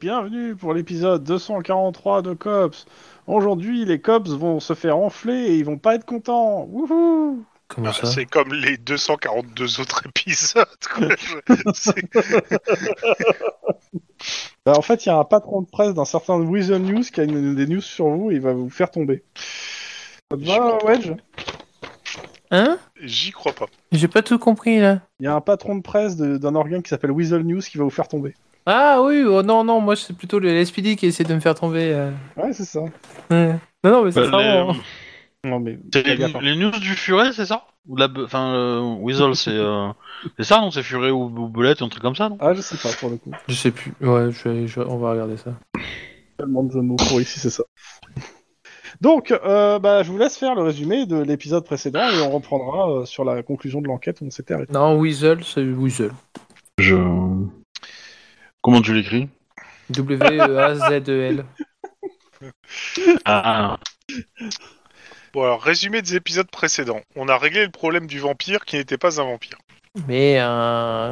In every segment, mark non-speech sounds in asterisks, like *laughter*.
bienvenue pour l'épisode 243 de Cops. Aujourd'hui, les Cops vont se faire enfler et ils vont pas être contents. Wouhou Comment Ah, c'est comme les 242 autres *laughs* épisodes. *laughs* quoi. Je- c'est- Bah, En fait, il y a un patron de presse d'un certain Weasel News qui a une- des news sur vous et il va vous faire tomber. Bah, Ça te va, Wedge Hein J'y crois pas. J'ai pas tout compris là. Il y a un patron de presse de- d'un organe qui s'appelle Weasel News qui va vous faire tomber. Ah oui, oh non, non, moi c'est plutôt le LSPD qui essaie de me faire tomber. euh. Ouais, c'est ça. Ouais. Non, non, mais c'est Bah, ça. les- hein. Non, mais. C'est fais les, gaffe, hein. les news du furet, c'est ça Ou de la, be- enfin, euh, Weasel, c'est, euh, c'est ça, non C'est furet ou, ou belette, un truc comme ça, non Ah, je sais pas pour le coup. Je sais plus. Ouais, je vais- je- on va regarder ça. Tellement de jeux de mots pour ici, c'est ça. Donc, euh, bah, je vous laisse faire le résumé de l'épisode précédent et on reprendra euh, sur la conclusion de l'enquête où on s'était arrêté. Non, Weasel, c'est Weasel. Je. Comment tu l'écris W-E-A-Z-E-L. Ah, Bon, alors, résumé des épisodes précédents. On a réglé le problème du vampire qui n'était pas un vampire. Mais euh,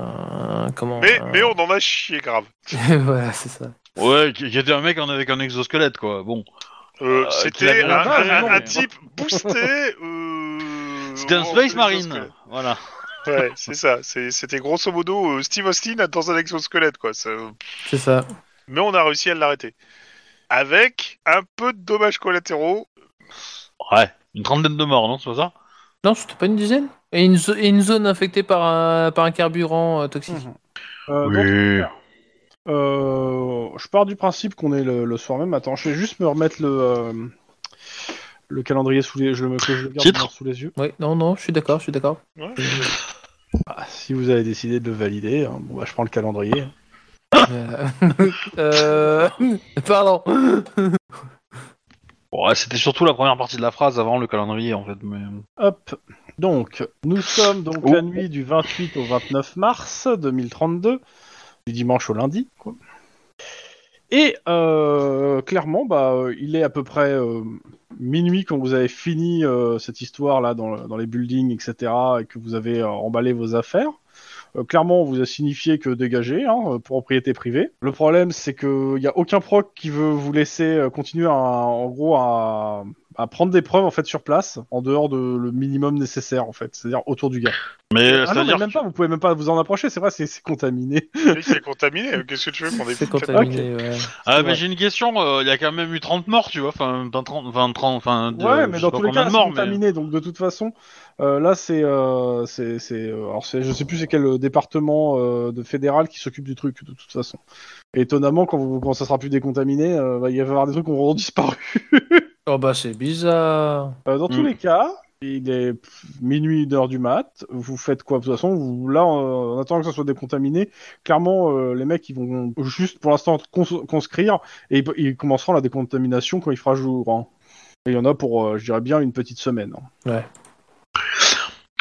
un. Comment Mais, un- mais on en a chié grave. *laughs* voilà, c'est ça. ouais, qui qui était un mec en- avec un exosquelette, quoi. Bon, Euh, Euh, qu'il C'était avait un, la base, un- non, un mais- type *laughs* boosté. euh, c'était un en- space en- marine, voilà. Ouais, c'est ça. C'est- C'était grosso modo euh, Steve Austin dans un exosquelette, quoi. Ça- C'est ça. Mais on a réussi à l'arrêter. Avec un peu de dommages collatéraux. Ouais, une trentaine de morts, non C'est pas ça Non, c'était pas une dizaine et une, zo- et une zone infectée par un, par un carburant euh, toxique. Mhm. Euh, donc, Oui. euh, je pars du principe qu'on est le, le soir même. Attends, je vais juste me remettre le, euh, le calendrier sous les, je le, que je le garde Titre. sous les yeux. Ouais, non, non, je suis d'accord, je suis d'accord. *laughs* Ouais. Ah, si vous avez décidé de le valider, hein, bon, bah, je prends le calendrier. Euh, euh, *laughs* Pardon. Ouais, c'était surtout la première partie de la phrase avant le calendrier, en fait. Mais... Hop. Donc, nous sommes donc Oh. la nuit du 28 au 29 mars 2032, du dimanche au lundi. Quoi. Et euh, clairement, bah, euh, il est à peu près euh, minuit quand vous avez fini euh, cette histoire là dans, le- dans les buildings, etc., et que vous avez euh, emballé vos affaires. Euh, clairement, on vous a signifié que dégager hein, euh, propriété privée. Le problème, c'est qu'il n'y a aucun proc qui veut vous laisser euh, continuer à- en gros à, à prendre des preuves en fait sur place, en dehors de le minimum nécessaire en fait, c'est-à-dire autour du gars. Mais ah non, mais euh, c'est-à-dire. même pas, vous pouvez même pas vous en approcher, c'est vrai, c'est c'est contaminé. Le mec, C'est contaminé. Qu'est-ce que tu veux qu'on ait C'est foutu contaminé, ouais. Ah, Ouais. mais j'ai une question, euh, il y a quand même eu 30 morts, tu vois, enfin, pas 30, enfin, 30, enfin, de- ouais, mais je dans sais pas tous les combien cas, de c'est morts, mais- contaminé, donc de toute façon, euh, là c'est, euh, c'est, c'est, euh, alors c'est, je sais plus c'est quel département euh, de fédéral qui s'occupe du truc de toute façon. Et étonnamment, quand, vous, quand ça sera plus décontaminé, euh, bah, il va y avoir des trucs qui auront disparu. Oh bah c'est bizarre. Euh, dans tous Mm. les cas, il est pff, minuit, une heure du mat. Vous faites quoi De toute façon, vous, là, en, en attendant que ça soit décontaminé, clairement, euh, les mecs, ils vont juste pour l'instant cons- conscrire et ils, ils commenceront la décontamination quand il fera jour. hein. Et il y en a pour, euh, je dirais bien, une petite semaine. hein.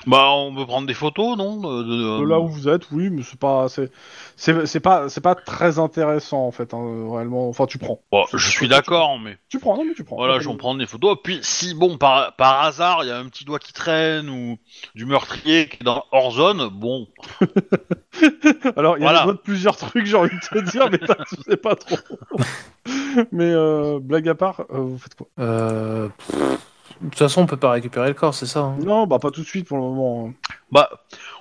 Bah, on peut prendre des photos, non de, de- De là où vous êtes, oui, mais c'est pas, c'est, c'est, c'est pas, c'est pas très intéressant en fait, hein, réellement. Enfin, tu prends. Bon, Bah, je suis d'accord, mais Tu prends, non mais tu prends. voilà, Pas je de- vais prendre des photos. Puis, si, bon, par, par hasard, il y a un petit doigt qui traîne ou du meurtrier qui est dans hors zone, bon. Alors, il y a Voilà. des voix de plusieurs trucs, j'ai envie de te dire, mais t'as- tu sais pas *laughs* trop. mais euh, blague à part, euh, vous faites quoi Euh, pff, De toute façon, on peut pas récupérer le corps, c'est ça. hein. Non, bah pas tout de suite pour le moment. Bah,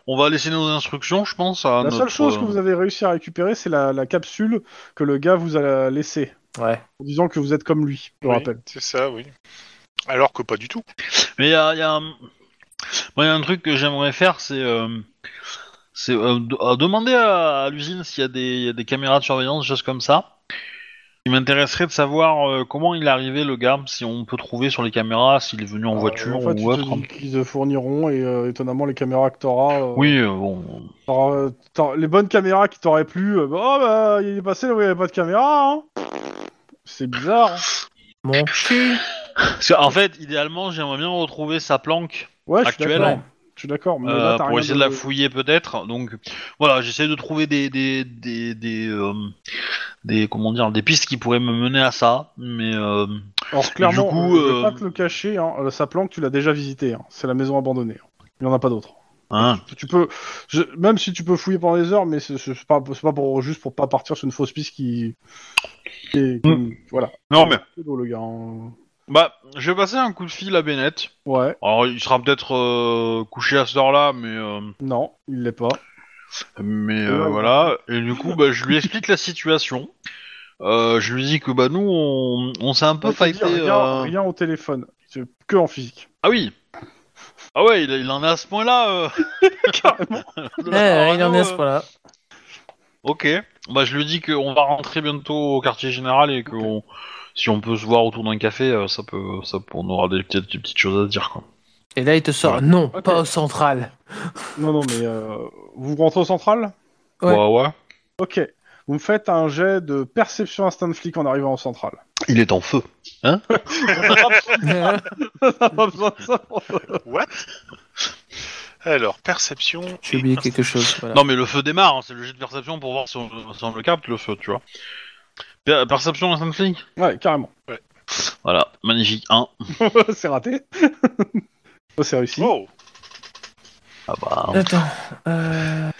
on va laisser nos instructions, je pense, à la notre. seule chose que euh, vous avez réussi à récupérer, c'est la, la capsule que le gars vous a laissée, Ouais. en disant que vous êtes comme lui, je Oui, rappelle. C'est ça, oui. Alors que pas du tout. Mais il y a, il y a un- moi, il y a un truc que j'aimerais faire, c'est euh, c'est, euh, de- euh, demander à, à l'usine s'il y, a des- il y a des caméras de surveillance, des choses comme ça. Il m'intéresserait de savoir euh, comment il est arrivé le gars, si on peut trouver sur les caméras, s'il est venu en voiture Euh, en fait, ou ils te, autre. dis qu'ils te fourniront, et euh, étonnamment, les caméras que t'auras, euh, Oui, euh, bon. t'auras- euh, t'auras- les bonnes caméras qui t'auraient plu, euh, bah, oh bah, il est passé là où il n'y avait pas de caméra, hein. C'est bizarre. hein. Mon cul. Parce que, en fait, idéalement, j'aimerais bien retrouver sa planque Ouais, je suis actuelle d'accord. Je suis d'accord, mais euh, là, t'as pour rien essayer de la fouiller peut-être. Donc voilà, j'essaie de trouver des des des des, euh, des- comment dire des pistes qui pourraient me mener à ça, mais euh, Alors clairement, Du coup, je vais euh, pas te le cacher, hein, euh, sa planque, tu l'as déjà visitée. hein. C'est la maison abandonnée. hein. Il n'y en a pas d'autre. Hein. Tu peux, je- même si tu peux fouiller pendant des heures, mais c'est c'est pas, c'est pas pour juste pour pas partir sur une fausse piste qui, qui est- qui- Mm. voilà. Non mais, C'est beau, le gars. hein. bah, je vais passer un coup de fil à Bennett. Ouais, Alors, il sera peut-être euh, couché à cette heure-là, mais, euh, non, il l'est pas. mais euh, Ouais. voilà. Et du coup, bah, je lui explique la situation. Euh, je lui dis que bah nous, on, on s'est un peu Ouais, Bah, il dit fighté. rien, euh, rien au téléphone, c'est que en physique. Ah oui. Ah ouais, il, il en est à ce *laughs* point-là. euh, *laughs* de Eh, la il en est à ce parano, euh. point-là. Ok. Bah, je lui dis qu'on va rentrer bientôt au quartier général et que on- si on peut se voir autour d'un café, euh, ça peut, ça peut- on aura des petites, des petites choses à se dire. Quoi. Et là, il te sort. Non, Ok. pas au central. *laughs* Non, non, mais euh, vous rentrez au central Ouais. ouais. Ok. Vous me faites un jet de perception instant flic en arrivant au central. Il est en feu. T'as pas besoin de ça. pour- Alors, perception. J'ai oublié quelque chose. voilà. Non, mais le feu démarre. hein, c'est le jet de perception pour voir si on, si on le capte le feu, tu vois. Per- perception instant flic. Ouais, carrément. Voilà, magnifique. 1. *laughs* c'est raté. Oh, c'est réussi. Oh Ah bah. Attends. Euh...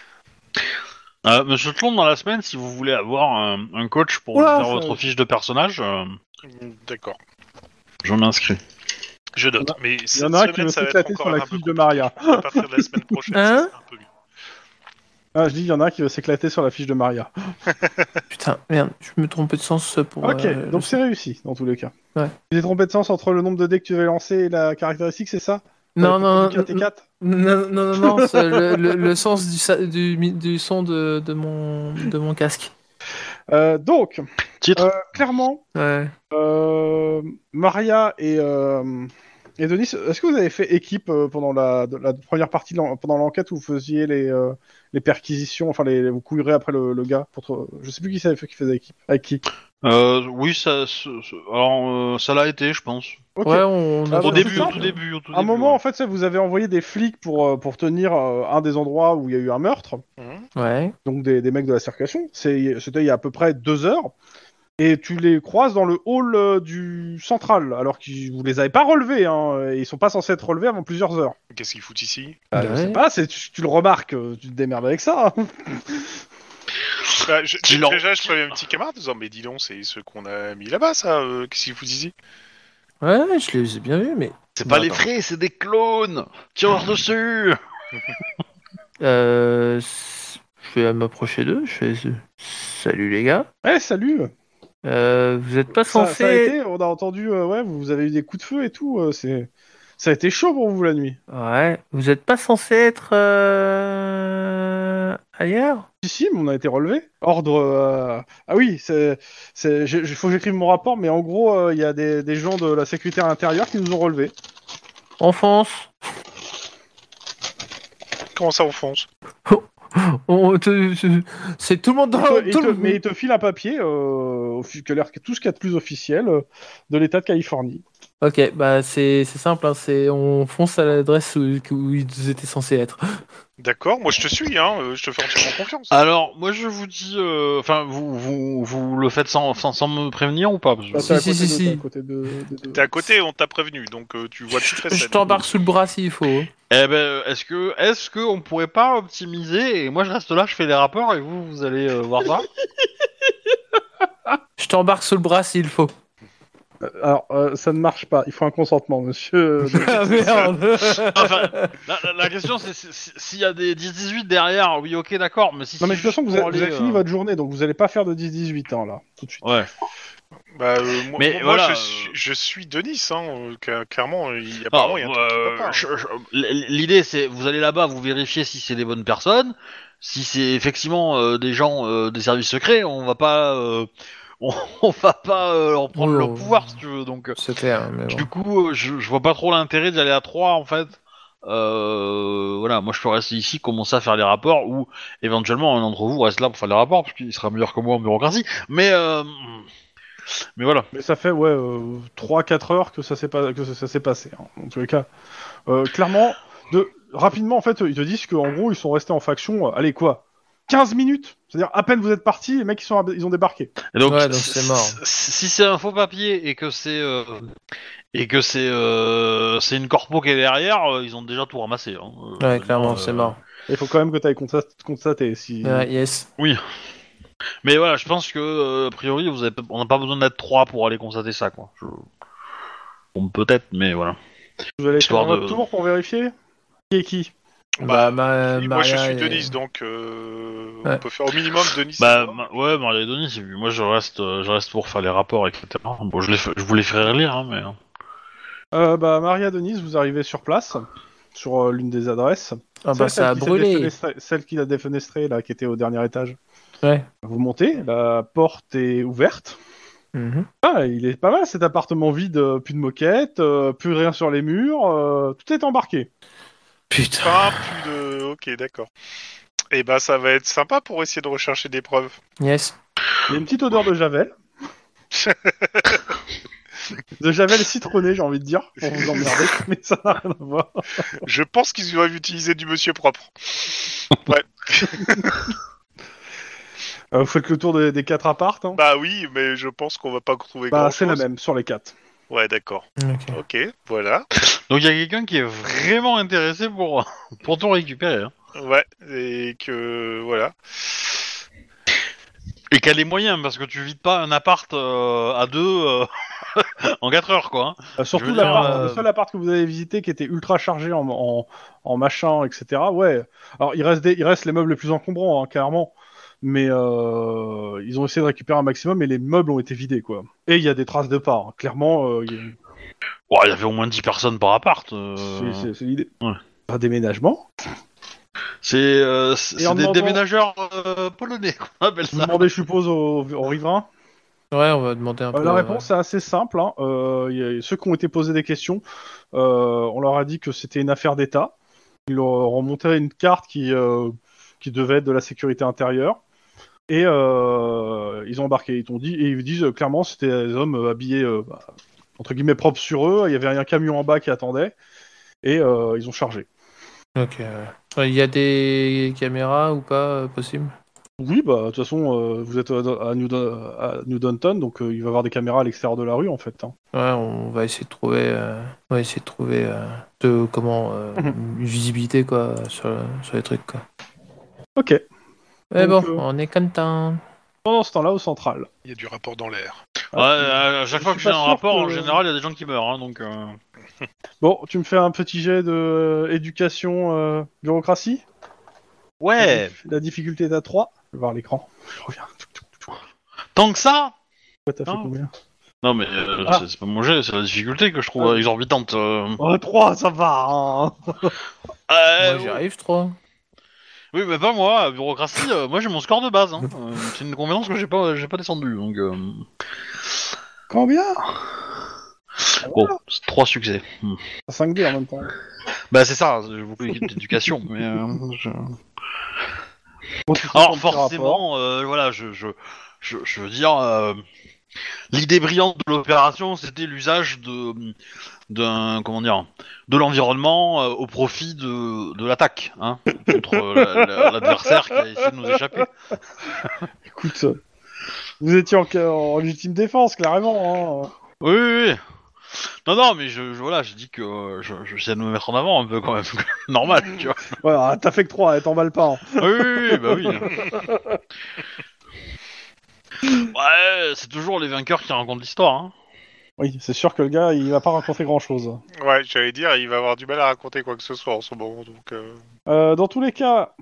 Euh, Monsieur Tlon, dans la semaine, si vous voulez avoir un, un coach pour Oula, faire ça- votre fiche de personnage, euh, D'accord. je m'inscris. Je note. Mais Il cette y en a un semaine, qui veut ça va être s'éclater encore sur un la peu fiche de compliqué. Maria. À partir de la semaine prochaine, ça Hein sera un peu mieux. Ah, je dis, il y en a un qui veut s'éclater sur la fiche de Maria. Putain, merde, je me trompais de sens pour. Ok, euh, donc le- c'est réussi dans tous les cas. Ouais. Tu t'es trompé de sens entre le nombre de dés que tu devais lancer et la caractéristique, c'est ça Non, non, Euh, non, 4 et 4 non, non, non, *laughs* non, c'est le, le- le sens du, sa- du, mi- du son de, de, mon, de mon casque. Euh, Donc, Titre euh, clairement, Ouais. euh, Maria et, euh, et Denis, est-ce que vous avez fait équipe euh, pendant la, de- la première partie, de l'en- pendant l'enquête où vous faisiez les, euh, les perquisitions, enfin les, vous coururez après le, le gars pour te- Je sais plus qui savait qui faisait équipe. Avec qui Euh, Oui, ça, ça- ça- alors, euh, ça l'a été, je pense. Ok. Ouais, on on a Ah, Au bah, début, c'est au simple. tout début, au tout À un début, moment, ouais. en fait, ça, vous avez envoyé des flics pour, euh, pour tenir euh, un des endroits où il y a eu un meurtre. Mhm. Ouais. donc des, des mecs de la circulation. C'est- C'était il y a à peu près deux heures. Et tu les croises dans le hall euh, du central, alors que vous les avez pas relevés. Hein, et ils sont pas censés être relevés avant plusieurs heures. Qu'est-ce qu'ils foutent ici Bah, Je Ouais. sais pas, c'est- tu, tu le remarques, euh, tu te démerdes avec ça. hein. *laughs* Bah, je- Dis-leur. Déjà, je préviens un petit camarade en disant Mais dis donc, c'est ce qu'on a mis là-bas, ça. euh, Qu'est-ce qu'ils foutent ici Ouais, je l'ai j'ai bien vu, mais. C'est pas pas les les frais, c'est des clones Tire dessus Euh, s- je vais m'approcher d'eux, je fais. euh, Salut les gars. Eh, salut Euh, vous êtes pas ça, censé. ça a été, on a entendu, euh, ouais, vous avez eu des coups de feu et tout. euh, c'est, ça a été chaud pour vous la nuit. Ouais, vous êtes pas censé être euh, ailleurs Si, si, mais on a été relevé. Ordre. euh, Ah oui, c'est. c'est- je- je- faut que j'écrive mon rapport, mais en gros, euh, il y a des, des gens de la sécurité intérieure qui nous ont relevés. En France Comment ça, on fonce On te- te- C'est tout le monde dans Il te- il tout te- le- mais il te file un papier, euh, offi- que l'air- tout ce qu'il y a de plus officiel euh, de l'État de Californie. Ok, bah c'est c'est simple, hein, c'est on fonce à l'adresse où, où ils étaient censés être. D'accord, moi je te suis, hein, euh, je te fais entièrement confiance. Ah. Alors, moi je vous dis... euh, Enfin, vous, vous, vous le faites sans, sans, sans me prévenir ou pas Parce que- Là, t'es à si, côté si, de- si. t'es à côté de- de- de- T'es à côté, on t'a prévenu, donc euh, tu vois tu Je, je t'embarque sous le bras s'il faut. Eh ben, est-ce que, est-ce que on pourrait pas optimiser Et moi je reste là, je fais les rapports et vous, vous allez euh, voir ça Je t'embarque sous le bras s'il faut. Euh, Alors, euh, ça ne marche pas. Il faut un consentement, monsieur. Ah merde *laughs* Enfin, la, la- la question c'est si- si- s'il y a des 10-18 derrière, oui ok d'accord, mais si... non, mais de si toute façon, juste vous avez, pour vous aller, avez fini euh, votre journée, donc vous allez pas faire de 10-18 ans, là, tout de suite. Ouais. Bah, euh, moi, Mais moi, voilà, je, euh, suis, je suis Denis, hein, euh, cla- clairement, il, Bah, Ah, apparemment, il y a un euh, truc qui va pas, hein. je- je- l- L'idée, c'est vous allez là-bas, vous vérifiez si c'est des bonnes personnes, si c'est effectivement euh, des gens euh, des services secrets, on va pas, euh, *laughs* on, on va pas euh, leur prendre Oh. leur pouvoir si tu veux. Donc, euh, C'est clair, hein, mais bon. du coup, euh, je, je vois pas trop l'intérêt d'y aller à 3 en fait. Euh, voilà, moi je peux rester ici, commencer à faire les rapports, ou éventuellement un d'entre vous reste là pour faire les rapports, parce qu'il sera meilleur que moi en bureaucratie. Mais, euh, mais voilà. Mais ça fait, ouais, euh, 3-4 heures que ça s'est pas... que ça, ça s'est passé, hein, en tous les cas. Euh, clairement, de... rapidement, en fait, ils te disent qu'en gros, ils sont restés en faction, euh, allez, quoi 15 minutes. C'est-à-dire, à peine vous êtes parti, les mecs, ils, sont, ab- ils ont débarqué. Et donc, Ouais, donc si- c'est mort. Si si c'est un faux papier et que c'est euh, et que c'est euh, c'est une corpo qui est derrière, euh, ils ont déjà tout ramassé. hein. Euh, Ouais, clairement, euh, c'est mort. Il faut quand même que tu ailles constater. Si... Ouais, yes. Mais voilà, je pense que euh, a priori, vous avez- on n'a pas besoin d'être trois pour aller constater ça, quoi. Je- Bon, peut-être, mais voilà. Vous allez faire Histoire un de- tour pour vérifier qui est qui. Bah, ma- Et moi, je Maria suis et- Denise, donc euh, Ouais. on peut faire au minimum Denise. Bah ma- ouais, Maria et Denis, c'est- moi je reste, euh, je reste pour faire les rapports, etc. Bon, je, les fais- je vous les ferai lire, hein, mais Euh, bah, Maria Denise, vous arrivez sur place, sur euh, l'une des adresses. Ah bah Celle- ça celle a qui s'est brûlé. défenestrée- Celle qui l'a défenestrée, là, qui était au dernier étage. Ouais. Vous montez, la porte est ouverte. Mhm. Ah, il est pas mal cet appartement vide, euh, plus de moquette, euh, plus rien sur les murs, euh, tout est embarqué. Putain. Enfin, plus de. Ok, d'accord. Et bah, ça va être sympa pour essayer de rechercher des preuves. Mhm. Yes. Il y a une petite odeur de javel. de javel citronné, j'ai envie de dire, pour vous emmerder, *laughs* mais ça n'a rien à voir. Je pense qu'ils doivent utiliser du monsieur propre. Euh, vous faites le tour des, des quatre appartes. Hein. Bah oui, mais je pense qu'on va pas trouver Bah, grand c'est la même sur les quatre. Ouais, d'accord. Ok. Ok, voilà. donc il y a quelqu'un qui est vraiment intéressé pour *laughs* pour tout récupérer hein. Ouais, et que. Voilà. et qui a les moyens parce que tu vides pas un appart euh, à deux euh, *laughs* en 4 heures, quoi. hein. Euh, surtout Je veux dire, l'appart- euh, le seul appart que vous avez visité qui était ultra chargé en, en, en machin, etc. Ouais. Alors il reste, des, il reste les meubles les plus encombrants, hein, clairement. Mais euh, ils ont essayé de récupérer un maximum et les meubles ont été vidés, quoi. Et il y a des traces de pas. hein. Clairement, euh, il y a- Ouais, il y avait au moins 10 personnes par appart. euh. c'est- c'est c'est l'idée. ouais. Un déménagement. C'est euh, c'est- Et en c'est des demandant- déménageurs euh, polonais qu'on *laughs* appelle Vous ça. demandez, je suppose, aux, aux riverains. Ouais, on va demander un Euh, peu. la euh, réponse est assez simple. hein. Euh, y a- ceux qui ont été posés des questions, euh, on leur a dit que c'était une affaire d'État. Ils leur ont montré une carte qui, euh, qui devait être de la sécurité intérieure. Et euh, ils ont embarqué. Ils t'ont dit, et ils disent euh, clairement, c'était des hommes euh, habillés euh, bah, entre guillemets propres sur eux. Il y avait un camion en bas qui attendait. Et euh, ils ont chargé. Ok. ouais. Ouais, Il y a des caméras ou pas euh, possible Oui, bah de toute façon, euh, vous êtes à, à New, à New Downton, donc euh, il va y avoir des caméras à l'extérieur de la rue en fait. hein. Ouais, on va essayer de trouver, euh, on va essayer de trouver euh, de comment euh, une visibilité quoi sur, sur les trucs quoi. Ok. Mais bon, Donc, euh, on est content. Pendant ce temps-là, au central. Il y a du rapport dans l'air. Ouais, à chaque Je fois suis que j'ai pas un sûr rapport, que- en général, il y a des gens qui meurent, hein, donc. euh, Bon, tu me fais un petit jet de euh, éducation euh, bureaucratie. Ouais. La difficulté est à 3. Je vais voir l'écran. Je reviens. Tant que ça. Pourquoi t'as fait Ah. combien Non mais euh, Ah. c'est- c'est pas mon jeu, c'est la difficulté que je trouve Ah. exorbitante. euh. oh, 3, ça va hein. Euh, Moi j'y arrive, je crois. oui mais pas moi, bureaucratie. euh, moi j'ai mon score de base. hein. Euh, c'est une compétence que j'ai pas, j'ai pas descendue. Donc euh, Combien bon, c'est trois succès. Hmm. 5D en même temps. Bah c'est ça, j'ai *laughs* beaucoup d'éducation. mais euh, je- Bon, tu fais ton alors petit rapport. forcément, euh, voilà, je, je, je, je veux dire, euh, l'idée brillante de l'opération, c'était l'usage de d'un comment dire, de l'environnement euh, au profit de, de l'attaque, hein, contre la- la- l'adversaire qui a essayé de nous échapper. Écoute, euh, vous étiez en, en légitime défense, clairement. Hein. Oui, oui, oui. Non, non, mais je, je- voilà, je dis que euh, je, je- j'essaie de me mettre en avant un peu quand même. *laughs* Normal, tu vois. Ouais, ah, t'as fait que 3, t'emballes pas. hein. Ah Oui, oui, oui, bah oui. *laughs* Ouais, c'est toujours les vainqueurs qui racontent l'histoire. Hein. Oui, c'est sûr que le gars, il va pas raconter grand chose. Ouais, j'allais dire, il va avoir du mal à raconter quoi que ce soit en ce moment, donc. euh, Euh, dans tous les cas,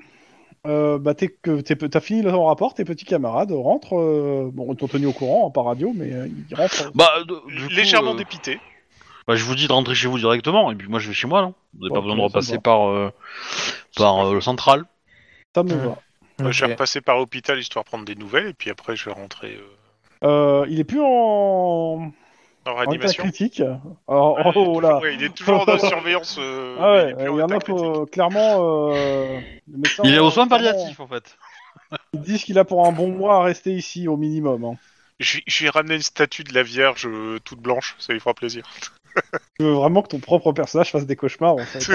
euh, bah, t'es que- t'es pe- t'as fini ton rapport, tes petits camarades rentrent. euh, bon, ils t'ont tenu au courant hein, par radio, mais euh, ils rentrent. Bah, de- du coup, Légèrement euh, dépité. bah, je vous dis de rentrer chez vous directement, et puis moi je vais chez moi, non Vous n'avez Ouais, pas besoin de ouais, repasser ça va. par, euh, par euh, le central. Ça me Ouais. va. Moi, euh, Je vais Ok. repasser par l'hôpital histoire de prendre des nouvelles, et puis après, je vais rentrer euh, Euh, il est plus en, en en état réanimation. critique. Alors, Ouais, il est oh, *laughs* là. Ah, toujours- ouais, il est toujours en surveillance. euh, Ah mais ouais, plus il y en état a critique. pour, clairement. euh, le médecin, Il est aux soins clairement, palliatifs, en fait. Ils disent qu'il a pour un bon mois à rester ici au minimum. hein. Je vais- je vais ramener une statue de la Vierge euh, toute blanche, ça lui fera plaisir. Tu veux vraiment que ton propre personnage *laughs* fasse des cauchemars en fait.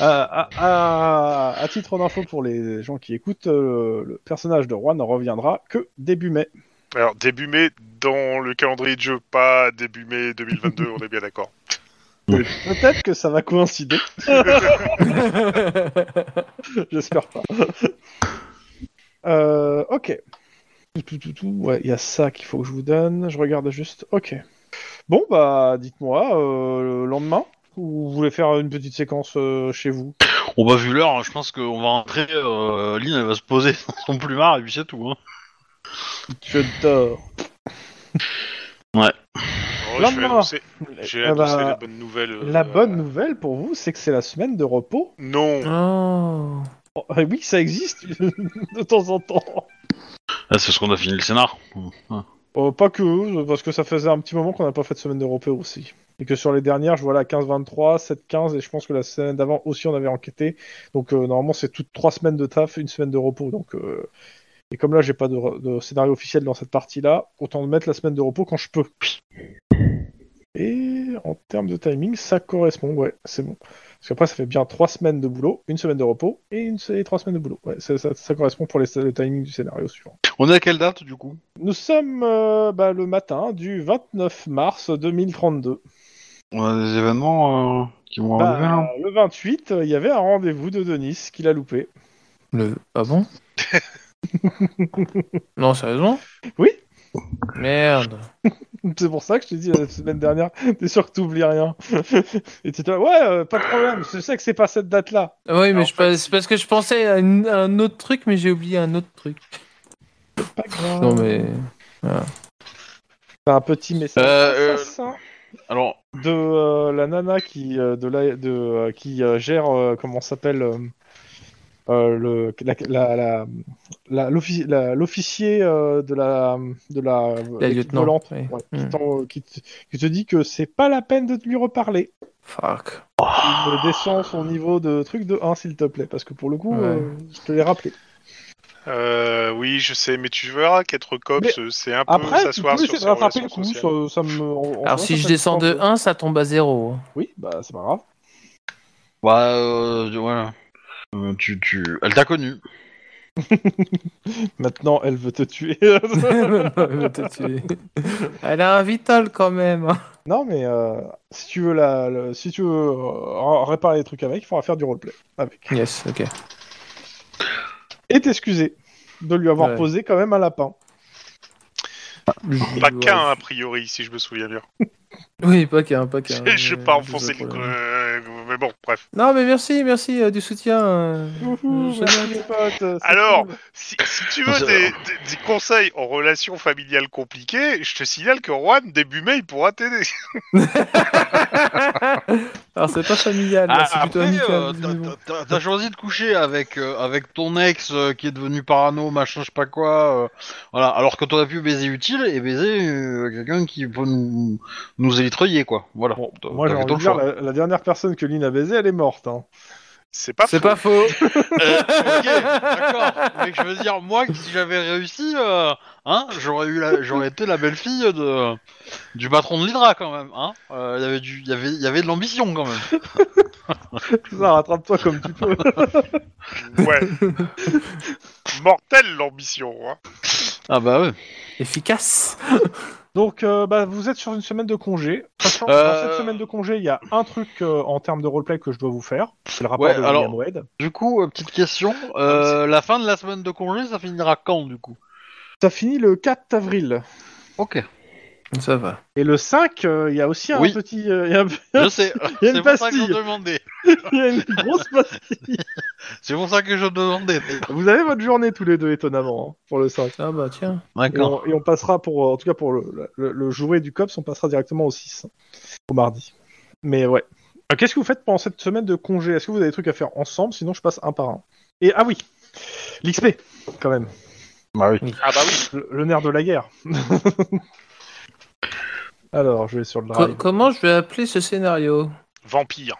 Euh, à, à- à- à titre d'info pour les gens qui écoutent, euh, le personnage de Roi ne reviendra que début mai. Alors, début mai dans le calendrier de jeu, pas début mai *laughs* 2022, on est bien d'accord. Peut-être que ça va coïncider, j'espère pas. Euh, ok. Tout, tout, tout, tout. Ouais, il y a ça qu'il faut que je vous donne. Je regarde juste. Ok. Bon, bah, dites-moi, euh, le lendemain, vous voulez faire une petite séquence euh, chez vous On va Oh, bah, vu l'heure, je pense qu'on va rentrer. Euh, Lynn, elle va se poser *laughs* dans son plumard et puis c'est tout. Hein. Je dors. Oh, Lendemain. je vais annoncer, j'ai Eh annoncé bah, la bonne nouvelle. euh, La bonne Hein nouvelle pour vous, c'est que c'est la semaine de repos. Non, Oh. Oh, ah oui, ça existe *laughs* de temps en temps. Ah, c'est ce qu'on a fini le scénar. Euh, pas que, parce que ça faisait un petit moment qu'on n'a pas fait de semaine de repos aussi. Et que sur les dernières, je vois la 15-23, 7-15, et je pense que la semaine d'avant aussi on avait enquêté. Donc euh, normalement, c'est toutes trois semaines de taf, une semaine de repos. Donc, euh, Et comme là, j'ai pas de, re- de scénario officiel dans cette partie-là, autant mettre la semaine de repos quand je peux. Et en termes de timing, ça correspond, ouais, c'est bon. Parce qu'après, ça fait bien trois semaines de boulot, une semaine de repos et, une, et trois semaines de boulot. Ouais, ça, ça- ça correspond pour les, le timing du scénario suivant. On est à quelle date du coup Nous sommes euh, bah, le matin du 29 mars 2032. On a des événements euh, qui vont Bah, arriver là le 28, euh, il y avait un rendez-vous de Denis qu'il a loupé. *laughs* Le... Ah bon *laughs* Non, sérieusement Oui. Merde. C'est pour ça que je t'ai dit la semaine dernière, *laughs* t'es sûr que t'oublies rien. *laughs* Et tu là, ouais, euh, pas de problème, je sais que c'est pas cette date-là. Ah Oui, mais en je fait, pas- c'est parce que je pensais à, une- à un autre truc, mais j'ai oublié un autre truc. Pas grave. Non, mais. T'as un petit message Euh, euh, ça, Alors, de euh, la nana qui, euh, de la, de, euh, qui euh, gère, euh, comment ça s'appelle euh, euh, le- la- la- la- la- l'offici- la- l'officier euh, de la de la, La l'équipe lieutenant. volante. oui. Ouais, qui, Mm. t'en- qui te, qui te dit que c'est pas la peine de lui reparler. Fuck. Il descend son niveau de truc de 1, s'il te plaît, parce que pour le coup, Ouais. euh, je te l'ai rappelé. euh, oui, je sais, mais tu verras qu'être cops, euh, c'est un peu Après, tu s'asseoir peux sur essayer de ses rattraper le relations coup. sociales. ça- ça me- en- en Alors, soi, si ça je fait descends de sens. 1, ça tombe à hein. 0. *laughs* *laughs* Oui, bah c'est pas grave. bah, euh, voilà. Euh, tu, tu... Elle t'a connu. Maintenant, elle veut te tuer. *laughs* Elle a un vital quand même. hein. non, mais euh, si tu veux, la, le- si tu veux euh, réparer les trucs avec, il faudra faire du roleplay avec. Yes, ok. Et t'excuser de lui avoir Ouais. posé quand même un lapin. euh, Pas qu'un, hein. a priori, si je me souviens bien. Oui, pas qu'un, pas qu'un. *laughs* je vais pas Euh, enfoncer pas le. de problème. euh, Mais bon, bref. Non, mais merci, merci euh, du soutien. euh. Youhou, Je- voilà les potes, c'est Alors, cool. Si, si *laughs* tu veux Ça- des, des- des conseils en relations familiales compliquées, je te signale que Juan, début mai, il pourra t'aider. *laughs* Alors, c'est pas familial, là, Ah, c'est plutôt après, amical. euh, t'as- visiblement. t'as- t'as- t'as choisi de coucher avec, euh, avec ton ex euh, qui est devenu parano, machin, je sais pas quoi. euh, voilà, alors que t'aurais pu baiser utile et baiser euh, quelqu'un qui peut nous, nous élitreiller, quoi. Voilà. Bon, T'as- moi, t'as j'ai bah, fait envie ton de dire, choix. la, la dernière personne que Lynn a baisée, elle est morte. Hein. C'est pas C'est faux. pas faux. Euh, ok, d'accord. Mais je veux dire, moi, si j'avais réussi, euh, hein, j'aurais eu, la- j'aurais été la belle-fille de du patron de l'Hydra quand même. Hein. Euh, il y avait du, il y avait, il y avait de l'ambition quand même. Ça, rattrape-toi comme tu *laughs* peux. *laughs* Ouais. Mortelle l'ambition. Hein. Ah bah ouais. Efficace. Donc, euh, bah, vous êtes sur une semaine de congé. Sachant que Euh, Dans cette semaine de congé, il y a un truc euh, en termes de roleplay que je dois vous faire. C'est le rapport Ouais, de alors- William Wade. Du coup, euh, petite question, euh, la fin de la semaine de congé, ça finira quand du coup Ça finit le 4 avril. Ok. Ça va. Et le 5, euh, il y a aussi un Oui. petit... euh, il y a un- Je sais. *laughs* Il y a une C'est pour ça que je pastille. demandais. il y a une grosse place. C'est pour ça que je demandais. Vous avez votre journée tous les deux, étonnamment, hein, pour le 5. Ah bah tiens. Et D'accord. on, et on passera pour, euh, en tout cas pour le, le, le jouet du COPS, on passera directement au 6, hein, au mardi. Mais ouais. Euh, Qu'est-ce que vous faites pendant cette semaine de congé Est-ce que vous avez des trucs à faire ensemble Sinon, je passe un par un. Et ah oui, l'XP, quand même, Bah oui. Ah bah oui. le, le nerf de la guerre. *laughs* Alors, je vais sur le Co- drive. comment je vais appeler ce scénario Vampire.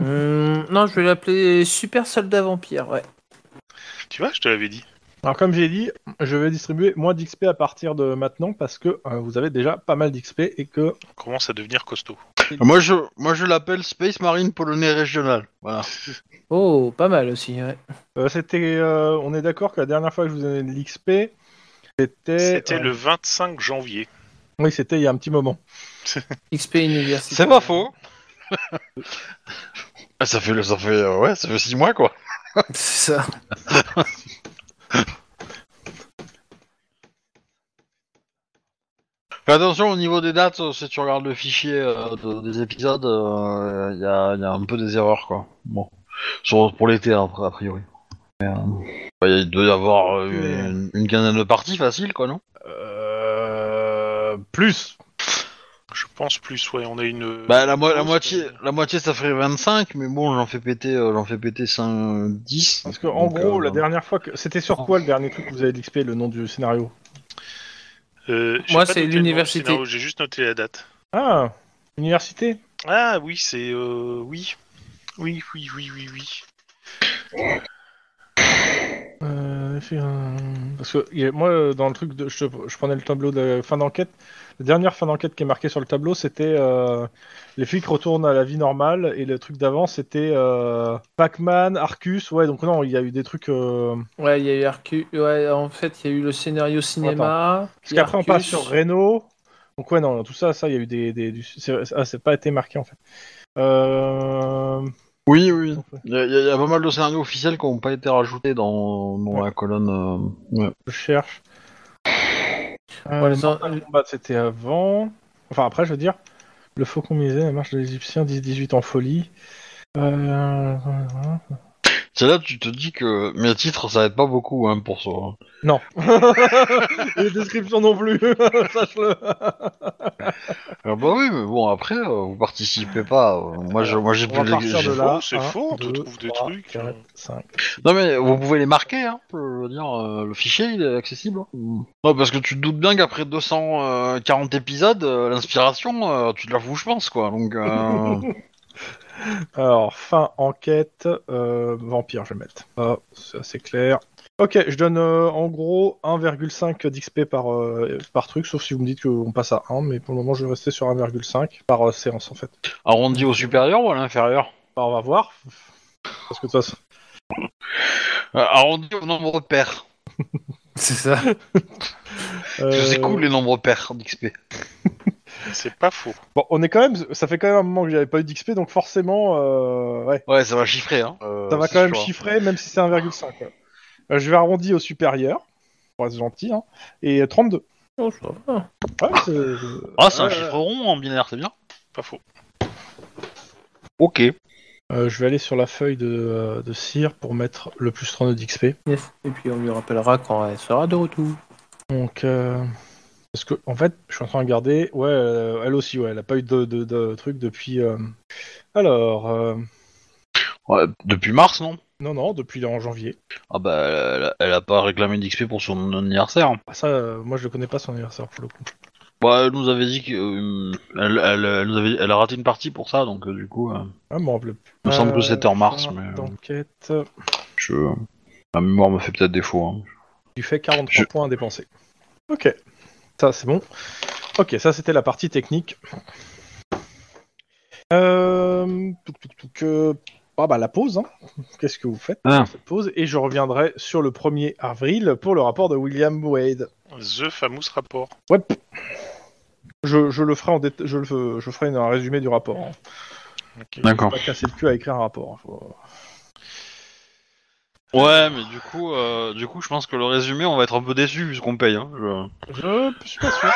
Hum, Non, je vais l'appeler Super Soldat Vampire, ouais. Tu vois, je te l'avais dit. Alors, comme j'ai dit, je vais distribuer moins d'XP à partir de maintenant parce que euh, vous avez déjà pas mal d'XP et que On commence à devenir costaud. Moi je, moi je l'appelle Space Marine Polonais Régional. Voilà. Oh, pas mal aussi, ouais. Euh, c'était, euh, on est d'accord que la dernière fois que je vous ai donné de l'XP, c'était. C'était euh, le 25 janvier. Oui, c'était il y a un petit moment. XP universitaire. C'est pas faux. *laughs* Ah, ça fait, le- ça fait, euh, ouais, ça fait 6 mois quoi. *laughs* C'est ça. Fais attention au niveau des dates, euh, si tu regardes le fichier euh, de- des épisodes, il y, a, y a un peu des erreurs quoi. Bon, Sur- pour l'été a, a priori. euh, bah, Il doit y avoir euh, une, une quinzaine de parties faciles quoi, non Euh, plus. Je pense plus, ouais, on a Euh, une. euh, Bah la, mo- la pense moitié, que- la moitié ça ferait 25, mais bon j'en fais péter, euh, j'en fais péter 5, 10. Parce que en Donc, gros, euh, la dernière fois que c'était sur quoi le dernier truc que vous avez de l'XP, le nom du scénario Euh, j'ai Moi, pas c'est noté le nom du l'université. scénario, J'ai juste noté la date. Ah, université. Ah oui, c'est euh, oui. Oui, oui, oui, oui, oui. Euh, fait un- Parce que il y a- moi, euh, dans le truc, de... je, je prenais le tableau de la fin d'enquête. La dernière fin d'enquête qui est marquée sur le tableau, c'était euh, les flics retournent à la vie normale et le truc d'avant, c'était euh, Pac-Man, Arcus. Ouais, donc non, il y a eu des trucs. euh, Ouais, il y a eu Arcu... Ouais, en fait, il y a eu le scénario cinéma. Parce qu'après, on Arcus. passe sur Reno. Donc ouais, non, tout ça, ça, il y a eu des, des du... c'est... ah, c'est pas été marqué en fait. Euh... Oui, oui. Il y, a- y a- y a pas mal de scénarios officiels qui n'ont pas été rajoutés dans, dans Ouais. la colonne. euh, ouais. Je cherche. Euh, Ouais, les en- Mortal Kombat, c'était avant. Enfin, après, je veux dire. Le faucon misé, la marche de l'Égyptien, 10-18 en folie. Euh, C'est là que tu te dis que mes titres, ça aide pas beaucoup hein, pour ça. hein. Non. Les descriptions non plus, *laughs* sache-le. Ah bah oui, mais bon, après, euh, vous participez pas. euh, moi, je, moi j'ai On va plus les- partir j'ai- de là. faux, c'est Un, faux, on te deux, trouve des trois, trucs. euh, quatre, cinq. Non, mais vous pouvez les marquer, hein. Je veux dire, euh, le fichier, il est accessible. hein. Non, parce que tu te doutes bien qu'après 240 épisodes, euh, l'inspiration, euh, tu te la fous, je pense, quoi. Donc, euh, *laughs* Alors, fin enquête, euh, vampire, je vais mettre. Ah, c'est assez clair. Ok, je donne euh, en gros 1,5 d'XP par, euh, par truc, sauf si vous me dites qu'on passe à 1, mais pour le moment, je vais rester sur 1,5 par euh, séance en fait. arrondi au supérieur ou à l'inférieur Bah, on va voir. Parce que de toute façon, Euh, Arrondi au nombre pair. C'est ça. Parce que C'est euh, cool les nombres pairs d'XP. C'est pas faux. Bon, on est quand même. Ça fait quand même un moment que j'avais pas eu d'XP, donc forcément, euh, ouais, Ouais, ça va chiffrer, hein. ça va c'est quand même sûr, hein. chiffrer, même si c'est 1,5. quoi. Euh, je vais arrondir au supérieur, pour être gentil, hein, et 32. Oh, ça va. Ouais, c'est- Ah, c'est un Ouais, ouais. chiffre rond en binaire, c'est bien. Pas faux. Ok. Euh, je vais aller sur la feuille de, euh, de cire pour mettre le plus 32 d'XP. Yes. Et puis, on lui rappellera quand elle sera de retour. Donc, euh, parce que en fait, je suis en train de regarder. Ouais, euh, elle aussi, ouais, elle a pas eu de, de, de truc depuis. euh, Alors, euh, Ouais, depuis mars, non non, non, depuis en janvier. Ah bah, elle a, elle a pas réclamé d'XP pour son anniversaire. Ah, Ça, euh, moi, je le connais pas son anniversaire pour le coup. Bah, elle nous avait dit que euh, elle, elle- elle nous avait- elle a raté une partie pour ça, donc euh, du coup, euh, Ah, m'en rappelle plus. il me semble Euh, que c'était en mars, fin mais euh, d'enquête. je, ma mémoire me fait peut-être défaut. hein. Tu fais 43 Je- points à dépenser. Ok, ça c'est bon. Ok, ça c'était la partie technique. Euh, touc, touc, touc, euh, Ah bah la pause, hein. qu'est-ce que vous faites Ah. cette pause Et je reviendrai sur le 1er avril pour le rapport de William Wade. The famous rapport. Ouais. Je, je le ferai en déta- je, le- je ferai un résumé du rapport. hein. D'accord. Pas casser le cul à écrire un rapport. hein. Faut- euh, Ouais, mais du coup, euh, du coup, je pense que le résumé, on va être un peu déçu vu ce qu'on paye. Hein, je- Je suis pas sûr.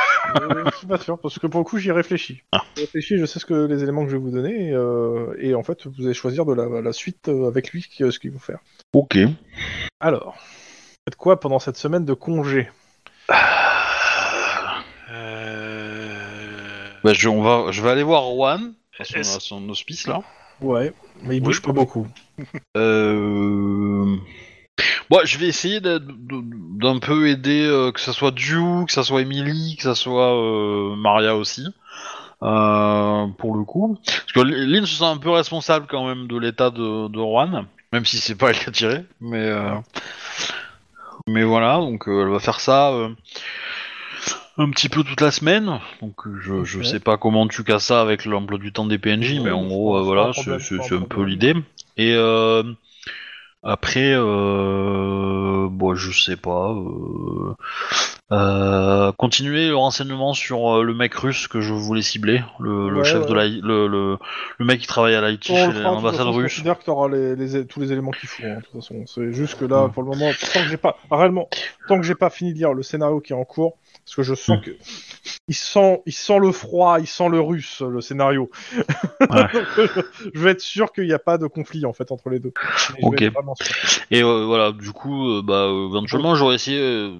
je suis pas sûr parce que pour le coup j'y réfléchis. J'y réfléchis, je sais ce que les éléments que je vais vous donner et, euh, et en fait vous allez choisir de la, la suite euh, avec lui qui- ce qu'il faut faire. Ok. Alors, faites quoi pendant cette semaine de congé Euh... Bah, je, on va, je vais aller voir Juan, à son, Est-ce- à son hospice là. Ouais, mais il Oui. bouge pas beaucoup. Euh... Bon, je vais essayer d'a- de- d'un peu aider euh, que ça soit Drew, que ça soit Emily, que ça soit euh, Maria aussi, euh, pour le coup. Parce que Lynn se sent un peu responsable quand même de l'état de, de Juan, même si c'est pas elle qui a tiré, mais euh, mais voilà, donc euh, elle va faire ça. euh. un petit peu toute la semaine. Donc euh, je, je Ok. sais pas comment tu casses ça avec l'emploi du temps des PNJ, Oui, mais en je gros, pense euh, pas voilà, un c'est problème, c'est- pas un c'est un peu problème. l'idée. Et euh, après, euh, bon, je sais pas. euh, euh, continuer le renseignement sur euh, le mec russe que je voulais cibler, le, le Ouais, chef ouais. de la, le, le, le mec qui travaille à l'IT On chez le fera, de toute l'ambassade façon, je euh, russe. considère que t'auras les, les- tous les éléments qu'il faut. hein, de toute façon, c'est juste que là, Hmm. pour le moment, tant que j'ai pas ah, réellement, tant que j'ai pas fini de lire le scénario qui est en cours, parce que je Hmm. sens que il sent, il sent le froid, il sent le russe, le scénario. Donc, je, *laughs* je vais être sûr qu'il n'y a pas de conflit en fait entre les deux. Mais je vais Ok. être vraiment sûr. Et euh, voilà, du coup, euh, bah, euh, éventuellement, j'aurais essayé, euh,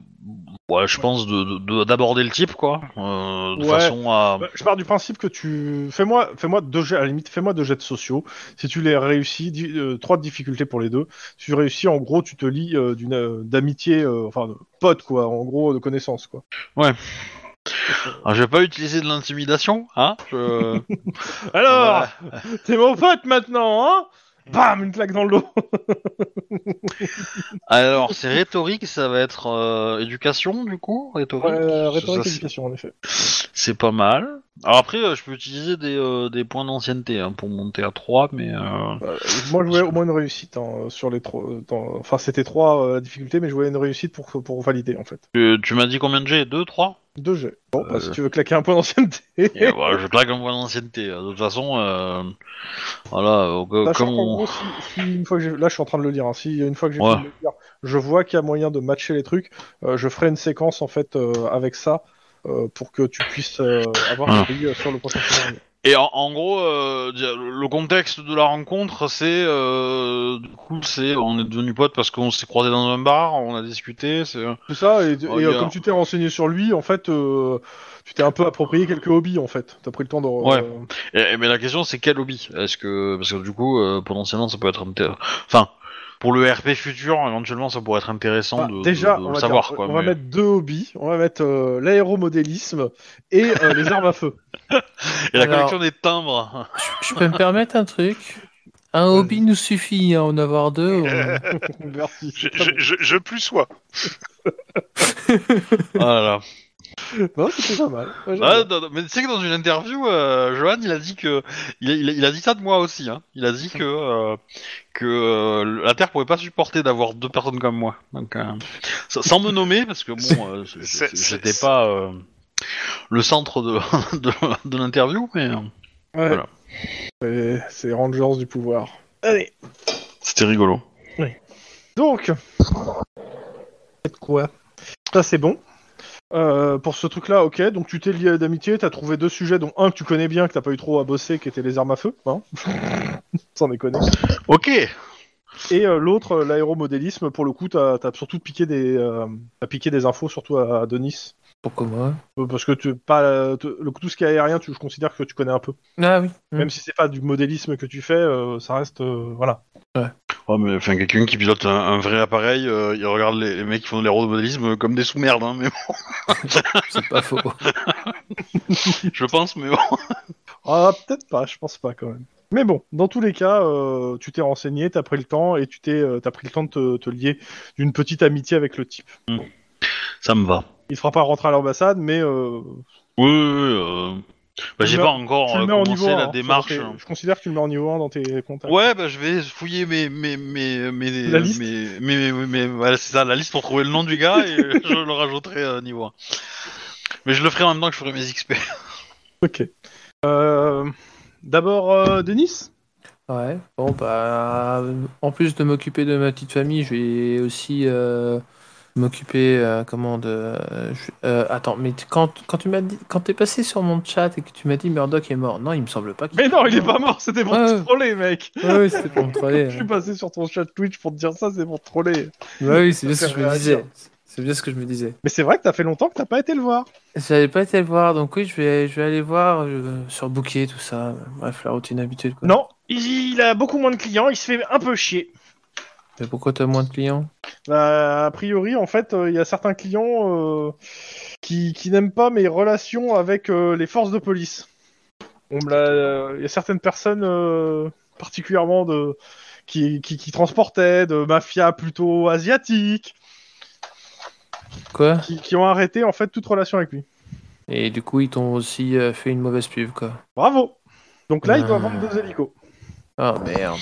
voilà, je pense, de- de- d'aborder le type, quoi, euh, de Ouais. façon à... Bah, Je pars du principe que tu fais-moi, fais-moi deux jets, à la limite, fais-moi deux jets de sociaux. Si tu les réussis, di- euh, trois de difficulté pour les deux. Si tu réussis, en gros, tu te lis euh, d'une euh, d'amitié, euh, enfin de pote quoi, en gros de connaissance quoi. Alors, je vais pas utiliser de l'intimidation, hein je- Alors, t'es mon pote maintenant, hein Bam, une claque dans le dos. Alors, c'est rhétorique, ça va être euh, éducation, du coup Rhétorique, Euh, Ça, rhétorique c'est- éducation en effet. C'est pas mal. Alors après, euh, je peux utiliser des, euh, des points d'ancienneté hein, pour monter à 3, mais... euh, Moi, je voulais au moins une réussite hein, sur les trois. euh, dans- Enfin, c'était trois euh, la difficulté, mais je voulais une réussite pour pour valider en fait. tu tu m'as dit combien de G 2, 3 Deux jets. Bon, bah, Euh. si tu veux claquer un point d'ancienneté. Et voilà, je claque un point d'ancienneté. hein. De toute façon, euh, voilà, euh, co- Sachant comme qu'en on... gros, Bah, si, si une fois que j'ai- là je suis en train de le lire, hein. si une fois que j'ai Ouais. fini de le lire, je vois qu'il y a moyen de matcher les trucs, euh, je ferai une séquence en fait euh, avec ça euh, pour que tu puisses euh, avoir Voilà. un pays euh, sur le prochain scénario. Et en, en gros, euh, dia- le contexte de la rencontre, c'est euh, du coup, c'est on est devenus potes parce qu'on s'est croisés dans un bar, on a discuté. C'est Tout ça, et, et, Oh, euh, gars. comme tu t'es renseigné sur lui, en fait, euh, tu t'es un peu approprié quelques hobbies en fait. T'as pris le temps de. Ouais. euh, Et- et- mais la question, c'est quel hobby Est-ce que parce que du coup, euh, potentiellement, ça peut être intér- enfin pour le RP futur, éventuellement, ça pourrait être intéressant bah, de, déjà, de- de on, le va, savoir. dire, quoi, on va mais- mettre deux hobbies, on va mettre euh, l'aéromodélisme et euh, les armes à feu. Et la Alors- collection des timbres. *laughs* Je peux me permettre un truc Un hobby nous suffit, hein, en avoir deux. oh. *laughs* on- *laughs* Merci. Je, je, je, je plus sois. *laughs* *laughs* voilà. Non, c'était pas mal. Ouais, j'aime Ah, non, non, mais tu sais que dans une interview, euh, Johan, il a dit que il a, il a- il a dit ça de moi aussi. Hein. Il a dit que euh, que euh, la Terre pouvait pas supporter d'avoir deux personnes comme moi. Donc euh, sans- sans me nommer parce que bon, euh, je- je- c'est- c'est- j'étais pas euh, le centre de *laughs* de, de l'interview, mais euh, bien. Ouais. voilà. C'est- C'est Rangers du pouvoir. Allez. c'était rigolo. Donc, faites quoi Ça c'est bon. Euh, pour ce truc-là, ok. Donc tu t'es lié d'amitié, t'as trouvé deux sujets, dont un que tu connais bien, que t'as pas eu trop à bosser, qui étaient les armes à feu, hein *laughs* sans déconner. Ok. Et euh, l'autre, euh, l'aéromodélisme, pour le coup, t'as as surtout piqué des, euh, t'as piqué des infos, surtout à, à Denis, Pourquoi moi Euh, parce que tu pas euh, te- le, tout ce qui est aérien, tu, je considère que tu connais un peu. Ah oui. Mm. Même si c'est pas du modélisme que tu fais, euh, ça reste euh, voilà. Ouais, Oh, mais enfin quelqu'un qui pilote un, un vrai appareil, euh, il regarde les, les mecs qui font de l'aérodélisme comme des sous-merdes. Hein, mais C'est pas faux. bon, *laughs* je pense, mais bon. Ah, peut-être pas, je pense pas quand même. Mais bon, dans tous les cas, euh, tu t'es renseigné, t'as pris le temps et tu t'es, euh, t'as pris le temps de te, te lier d'une petite amitié avec le type. ça me va. Il te fera pas rentrer à l'ambassade, mais euh, Oui, oui, oui, euh... bah, Tu j'ai le pas mets- encore tu le euh, mets en commencé niveau 1. la hein, démarche. sur tes- je considère que tu le mets en niveau 1 dans tes contacts. Ouais, bah, je vais fouiller mes mes mes mes La liste mes, mes- mes- mes- voilà, c'est ça, la liste pour trouver le nom du gars et *laughs* euh, je le rajouterai euh, niveau 1. Mais je le ferai en même temps que je ferai mes XP. Ok. Euh, d'abord, euh, Denis Ouais, bon bah en plus de m'occuper de ma petite famille, je vais aussi euh, m'occuper euh, comment de euh, je- euh, attends, mais tu- quand, quand tu m'as dit quand t'es passé sur mon chat et que tu m'as dit Murdoch est mort, non, il me semble pas qu'il Mais non, il est pas mort, c'était pour Ouais, te ouais. troller, mec. Ouais, ouais, c'était *laughs* pour me troller. Je suis passé sur ton chat Twitch pour te dire ça, c'est pour te troller. Ouais, oui, c'est bien ce que Ça je fait me réagir. disais. C'est bien ce que je me disais. Mais c'est vrai que t'as fait longtemps que t'as pas été le voir. J'avais pas été le voir, donc oui, je vais je vais aller voir euh, sur Bookier tout ça. Bref, la routine habituelle quoi. Non, il a beaucoup moins de clients, il se fait un peu chier. Mais pourquoi t'as moins de clients? Bah, a priori, en fait, euh, il y a certains clients euh, qui, qui n'aiment pas mes relations avec euh, les forces de police. On me l'a- euh, Il y a certaines personnes, euh, particulièrement de, qui, qui, qui transportaient de mafia plutôt asiatique, Quoi? qui, qui ont arrêté en fait toute relation avec lui. Et du coup, ils t'ont aussi euh, fait une mauvaise pub, quoi. Bravo Donc là, il doit Euh. vendre deux hélicos. Ah merde.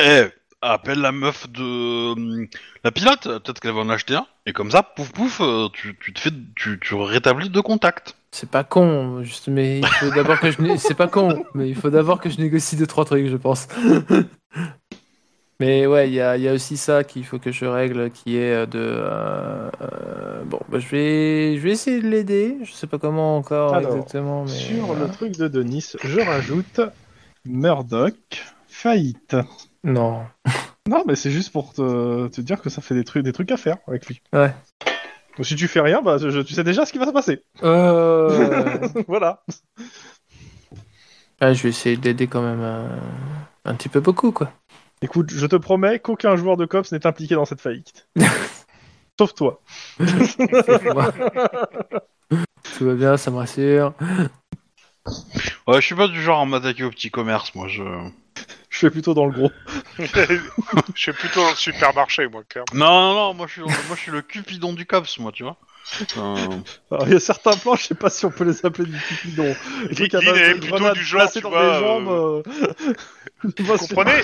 Eh, appelle la meuf de hum, la pilote, peut-être qu'elle va en acheter un. Et comme ça, pouf pouf, euh, tu, tu te fais, tu, tu rétablis deux contacts. C'est pas con, juste, mais il faut d'abord que je né- c'est pas con, mais il faut d'abord que je négocie deux trois trucs, je pense. *laughs* mais ouais, il y a, il y a aussi ça qu'il faut que je règle, qui est euh, de euh, euh, bon, bah, je vais je vais essayer de l'aider. Je sais pas comment encore Alors, exactement, mais Sur voilà. le truc de Denis, je rajoute Murdoch, faillite. non. Non, mais c'est juste pour te, te dire que ça fait des trucs, des trucs à faire avec lui. Ouais. Donc si tu fais rien, bah, je- tu sais déjà ce qui va se passer. *laughs* *laughs* Euh, voilà. ouais, Ah, je vais essayer de l'aider quand même euh, un petit peu beaucoup quoi. Écoute, je te promets qu'aucun joueur de COPS n'est impliqué dans cette *laughs* faillite. Sauf toi. *laughs* Tout va bien, ça me rassure. Ouais, je suis pas du genre à m'attaquer au petit commerce, moi. Je... Je suis plutôt dans le gros. *laughs* je suis plutôt dans le supermarché, moi, clairement. Non, non, non, moi je suis, *laughs* moi, je suis le cupidon du cops, moi, tu vois. Euh, Alors, il y a certains plans, je sais pas si on peut les appeler du cupidon. Le truc à Lynn base est de plutôt grenades du genre, placées tu dans vois, les jambes, euh, *laughs* je Ah, vois Vous ce que- comprenez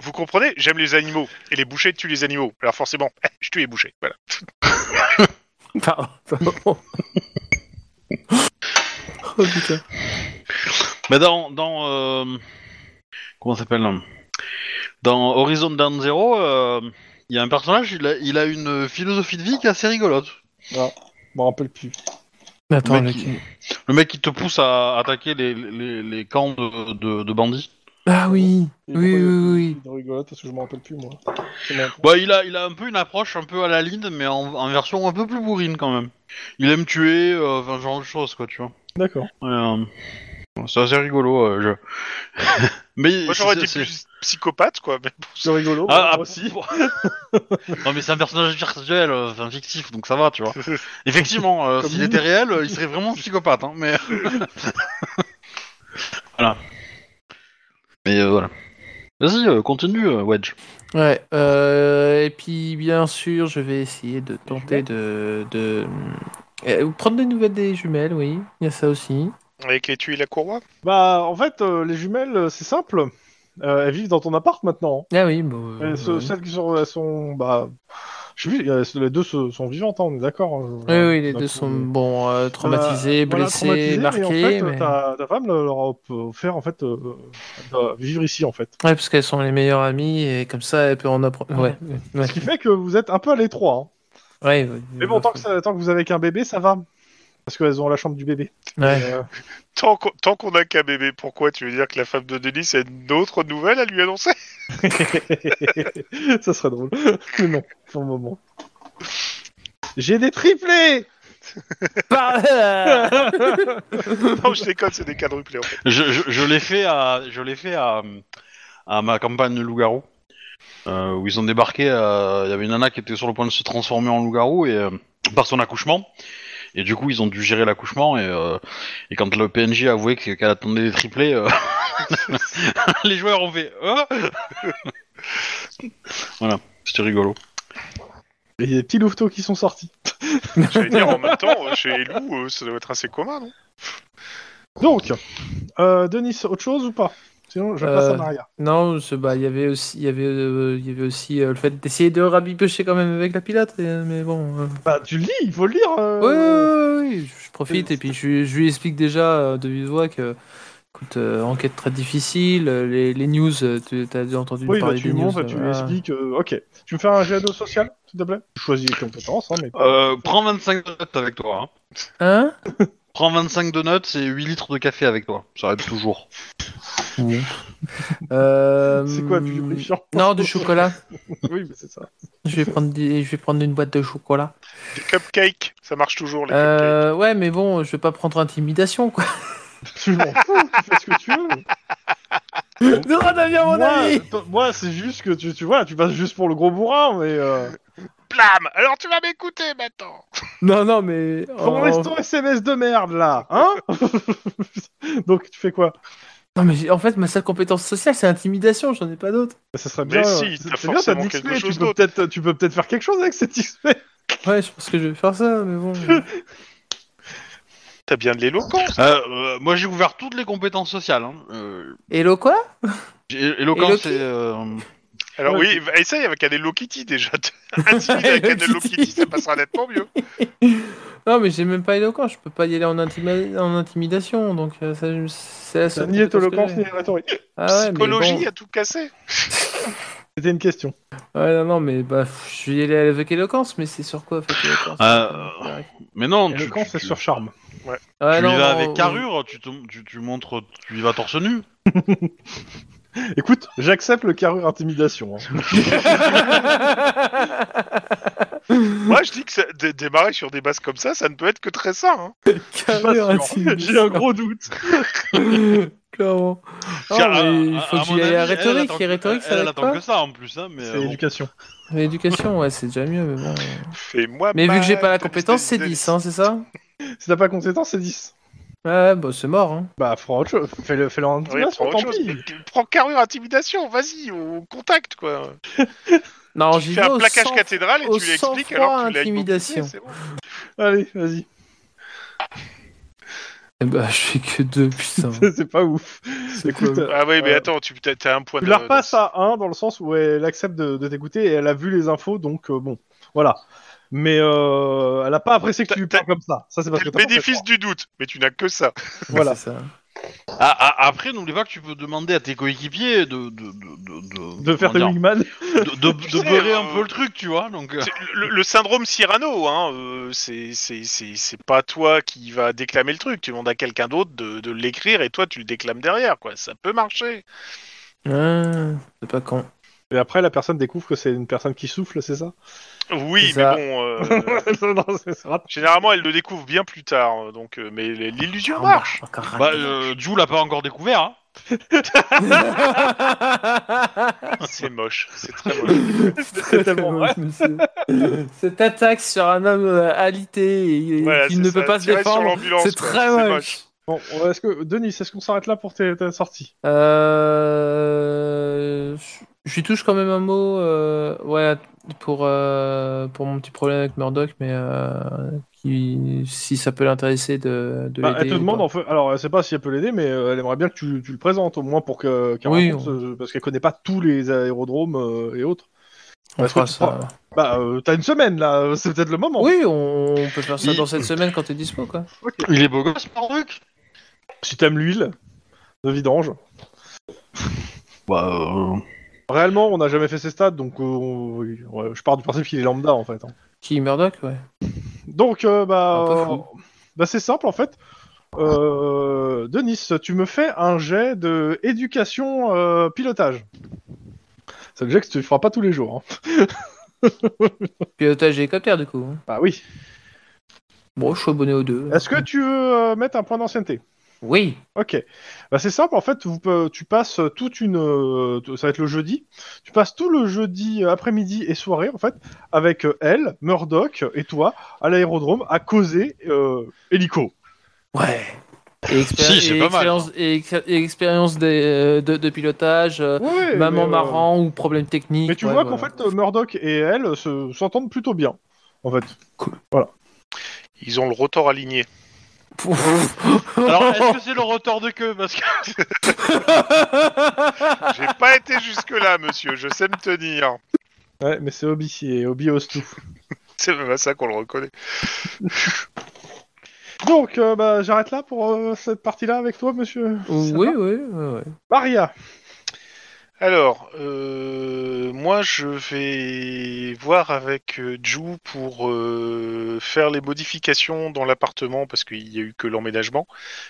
Vous comprenez J'aime les animaux. Et les bouchers tuent les animaux. Alors forcément, *laughs* je tue les bouchers. Voilà. Pardon. *laughs* oh putain. Mais dans. dans euh, Comment ça s'appelle hein Dans Horizon Down Zero, euh, il y a un personnage, il a, il a une philosophie de vie qui est assez rigolote. Je m'en rappelle plus. Mais attends, Le mec, lequel- qui, le mec qui te pousse à attaquer les, les, les camps de, de- de bandits. Ah oui, Il est oui, drôle, oui, il est rigolote parce que je m'en rappelle plus, moi. Bah, il a, il a un peu une approche un peu à la ligne, mais en, en version un peu plus bourrine quand même. Il aime tuer, euh, enfin, ce genre de choses, quoi, tu vois. D'accord. Ouais, euh, C'est assez rigolo, euh, je. *laughs* mais Moi, j'aurais c'est- dit c'est- plus psychopathe, quoi. Mais bon, C'est rigolo. Ah, bah, ah, moi aussi. bon. *laughs* non, mais c'est un personnage virtuel, euh, enfin fictif, donc ça va, tu vois. Effectivement, euh, Comme s'il nous. était réel, euh, il serait vraiment psychopathe, hein, mais. *laughs* voilà. Mais euh, voilà. Vas-y, euh, continue, euh, Wedge. oui. Ouais. euh, et puis, bien sûr, je vais essayer de tenter de, de euh, prendre des nouvelles des jumelles. Oui, il y a ça aussi. Avec les tuer la courroie Bah, en fait, euh, les jumelles, euh, c'est simple. Euh, elles vivent dans ton appart maintenant. Ah oui, bon. Elles euh, se- Celles qui sont, elles sont, bah, je sais plus, euh, les deux se- sont vivantes, hein, on est d'accord. hein, je- oui, oui, les on a deux tout- sont bon, euh, traumatisés, Voilà, blessés, traumatisées, mais marqués. En fait, mais- ta, ta femme euh, leur a offert en fait euh, de vivre ici en fait. Ouais, parce qu'elles sont les meilleures amies et comme ça, elles peuvent en apprendre. Ouais, ouais, ouais. Ce qui fait que vous êtes un peu à l'étroit. hein. ouais, ouais. Mais bon, tant que, ça- tant que vous avez qu'un bébé, ça va. Parce qu'elles ont la chambre du bébé. *laughs* Ouais. Euh, Tant qu'on tant qu'on a qu'un bébé, pourquoi tu veux dire que la femme de Denis a une autre nouvelle à lui annoncer *laughs* ça serait drôle. *laughs* Mais non, pour le moment. J'ai des triplés Bah, Par- Non, je déconne, c'est des quadruplés. En fait. Je, je, je l'ai fait à, je l'ai fait à, à ma campagne de loup-garou, euh, où ils ont débarqué. euh, Il y avait une nana qui était sur le point de se transformer en loup-garou et euh, par son accouchement. Et du coup, ils ont dû gérer l'accouchement. Et, euh, et quand le PNJ a avoué que- qu'elle attendait des triplés, euh, *laughs* les joueurs ont fait. Hein voilà, c'était rigolo. Et il y a des petits louveteaux qui sont sortis. J'allais dire, en même temps, euh, chez les loups, euh, ça doit être assez commun, non Donc, euh, Denis, autre chose ou pas Sinon, je passe Euh, en arrière. Non, c'est- bah, il y avait aussi, il y avait, euh, il y avait aussi euh, le fait d'essayer de rabibocher quand même avec la pilote, et, euh, mais bon. euh, Bah, tu le lis, il faut le lire. euh. ouais, ouais, ouais, ouais, je profite et puis je, lui- je lui explique déjà euh, de vive voix que, écoute, euh, enquête très difficile, euh, les, les news, euh, tu as déjà entendu Oui, bah, parler tu des lui news. montres, et tu lui euh, expliques. euh, ok. Tu me fais un jet de social, s'il te plaît Tu choisis les compétences, hein, mais. Euh, prends 25 de notes avec toi. hein. Hein Prends 25 de notes et 8 litres de café avec toi. Ça aide toujours. Euh, C'est quoi, du lubrifiant Non, *laughs* du chocolat. Oui, mais c'est ça. je vais prendre, des- je vais prendre une boîte de chocolat. Des cupcakes, ça marche toujours, les cupcakes. Euh, ouais, mais bon, je vais pas prendre intimidation, quoi. Tu m'en fous, tu fais ce que tu *laughs* veux. non, Damien, mon Oh. moi, ami. t- moi, c'est juste que tu, tu vois, tu passes juste pour le gros bourrin, mais. Euh... Blam Alors tu vas m'écouter maintenant Non, non, mais. Comment est en- ton SMS de merde là Hein *laughs* Donc tu fais quoi Non, mais j'ai- en fait, ma seule compétence sociale, c'est intimidation, j'en ai pas d'autre. Bah, Ça serait Mais bien. si, euh, t'as c'est- c'est forcément bien, t'as de quelque l'XP, chose tu peux peut-être tu peux peut-être faire quelque chose avec cet XP. *laughs* Ouais, je pense que je vais faire ça, mais bon. T'as bien de l'éloquence. Euh, euh, moi, j'ai ouvert toutes les compétences sociales. Hein. Euh, Hello quoi j'ai- éloquence, Éloquence. c'est. euh, Alors Ouais, oui, va- essaye avec un Hello Kitty *laughs* déjà. Intimide avec un Hello Hello Kitty. Kitty, ça passera nettement mieux. Non, mais j'ai même pas éloquent, je peux pas y aller en, intimi- en intimidation, donc euh, ça, je- c'est la seule Ni est compétence que éloquence, ni j'ai. rhétorique. Ah ouais, mais Psychologie bon. à tout casser. C'était une question. Ouais, non, non, mais bah, pff, je suis allé avec éloquence, mais c'est sur quoi avec éloquence Euh, Ouais, Mais non, tu, Éloquence, tu, c'est tu- sur charme. non, tu y vas non, avec on- carrure, tu, te- tu, tu montres, tu y vas torse nu. Écoute, j'accepte le carrure intimidation. *laughs* hein. hein. *laughs* Moi, je dis que ça- dé- démarrer sur des bases comme ça, ça ne peut être que très sain. hein. Carrure Je suis pas sûr. J'ai un intimidation. gros doute. Clairement. Non, Tiens, à- Ah, mais il à- faut à que mon j'y aille à avis, elle, elle rhétorique, attend et que- rhétorique, elle ça va attend pas. que ça en plus. Hein, mais, C'est euh, bon. éducation. Mais éducation, ouais, c'est déjà mieux, mais bon. Fais-moi. Mais vu que j'ai mal, pas la Denis, compétence, c'est Denis, 10, hein, c'est ça Si t'as pas compétence, c'est 10. Ouais, bah c'est mort, hein. Bah, fera autre chose. Fais-le fais en Ouais, prends intimidation, autre tant chose. pis. Mais Prends carrure intimidation, vas-y, au contact quoi. Non, Tu j'y fais vais un au plaquage sang- cathédrale et au tu lui expliques sang-froid alors que tu l'as intimidation. hypnotisé, c'est bon. Allez, vas-y. Eh Bah, je fais que *laughs* 2, putain. c'est pas ouf. C'est quoi Écoute, euh, Ah oui, mais Euh, attends, tu t'as t'as un point tu de. la hein. repasses à 1 dans le sens où elle accepte de, de t'écouter et elle a vu les infos, donc euh, bon, voilà. Mais euh, elle a pas apprécié que tu lui T'as- parles comme ça. Ça, c'est parce que T'as le t'as pas fait bénéfice du doute, mais tu n'as que ça. ça. Voilà. C'est ça. Ah, ah, après, n'oublie pas que tu peux demander à tes coéquipiers de. de, de, de, De faire des comment dire, wingman. De, de, *laughs* Tu de sais, beurrer euh, un peu le truc, tu vois. Donc, euh, C'est Le, le syndrome Cyrano, hein, euh, c'est- c'est c'est- c'est pas toi qui va déclamer le truc, tu demandes à quelqu'un d'autre de, de l'écrire et toi tu le déclames derrière, quoi. Ça peut marcher. Ah, c'est pas con. Et après, la personne découvre que c'est une personne qui souffle, c'est ça Oui, C'est mais ça. bon, *laughs* *laughs* euh, Non, c'est ça. généralement elle le découvre bien plus tard, euh, donc euh, mais l'illusion Ah, marche. bah, encore bah, raté. euh, Jou l'a pas encore découvert. Hein. C'est *laughs* moche, c'est très moche. C'est tellement vrai. monsieur. Cette attaque sur un homme euh, alité et, *laughs* Voilà, qui c'est ne ça, peut pas se tirer sur défendre, l'ambulance, c'est quoi, très c'est moche. moche. Bon, on- est-ce que Denis, est-ce qu'on s'arrête là pour tes- ta sortie Euh, Je lui touche quand même un mot, euh, ouais, pour euh, pour mon petit problème avec Murdoch, mais euh, qui, si ça peut l'intéresser de, de Bah, Elle l'aider te ou demande, pas. en fait, alors elle sait pas si elle peut l'aider, mais euh, elle aimerait bien que tu, tu le présentes au moins pour que qu'elle Oui, raconte, euh, parce qu'elle connaît pas tous les aérodromes euh, et autres. On Est-ce que fera tu ça. Bah, euh, t'as une semaine là, euh, c'est peut-être le moment. Oui, on on peut faire ça Il- dans cette semaine quand t'es dispo, quoi. Il est beau gosse, Marduk Si t'aimes l'huile de vidange. Bah, euh, Réellement, on n'a jamais fait ces stats, donc euh, on- oui, ouais, je pars du principe qu'il est lambda en fait. hein. Qui Murdoch, ouais. Donc, euh, bah, Un peu euh, bah, c'est simple en fait. Euh, Denis, tu me fais un jet de éducation euh, pilotage. C'est objet que tu feras pas tous les jours. hein. Pilotage hélicoptère, du coup. hein. Bah oui. Bon, je suis abonné aux deux. Est-ce que tu veux euh, mettre un point d'ancienneté Oui. Ok. Bah, c'est simple, en fait, vous pe- tu passes toute une... euh, Ça va être le jeudi. Tu passes tout le jeudi euh, après-midi et soirée, en fait, avec euh, elle, Murdoch et toi, à l'aérodrome, à causer euh, hélico. Ouais. Et expéri- Si, c'est et pas mal. expérience, et ex- et expérience des, euh, de, de pilotage, euh, Ouais, maman mais, euh, marrant ou problème technique. Mais tu ouais, vois qu'en voilà. fait, euh, Murdoch et elle euh, se- s'entendent plutôt bien, en fait. Ils ont le rotor *laughs* aligné. Alors, est-ce que c'est le rotor de queue Parce que J'ai pas été jusque-là, monsieur, je sais me tenir. Ouais, mais c'est Obi, et Obi ose tout. C'est même à ça qu'on le reconnaît. Donc, euh, bah, j'arrête là pour euh, cette partie-là avec toi, monsieur. Ça oui, oui, va oui, oui. Maria Alors, euh, moi je vais voir avec euh, Ju pour euh, faire les modifications dans l'appartement parce qu'il n'y a eu que l'emménagement.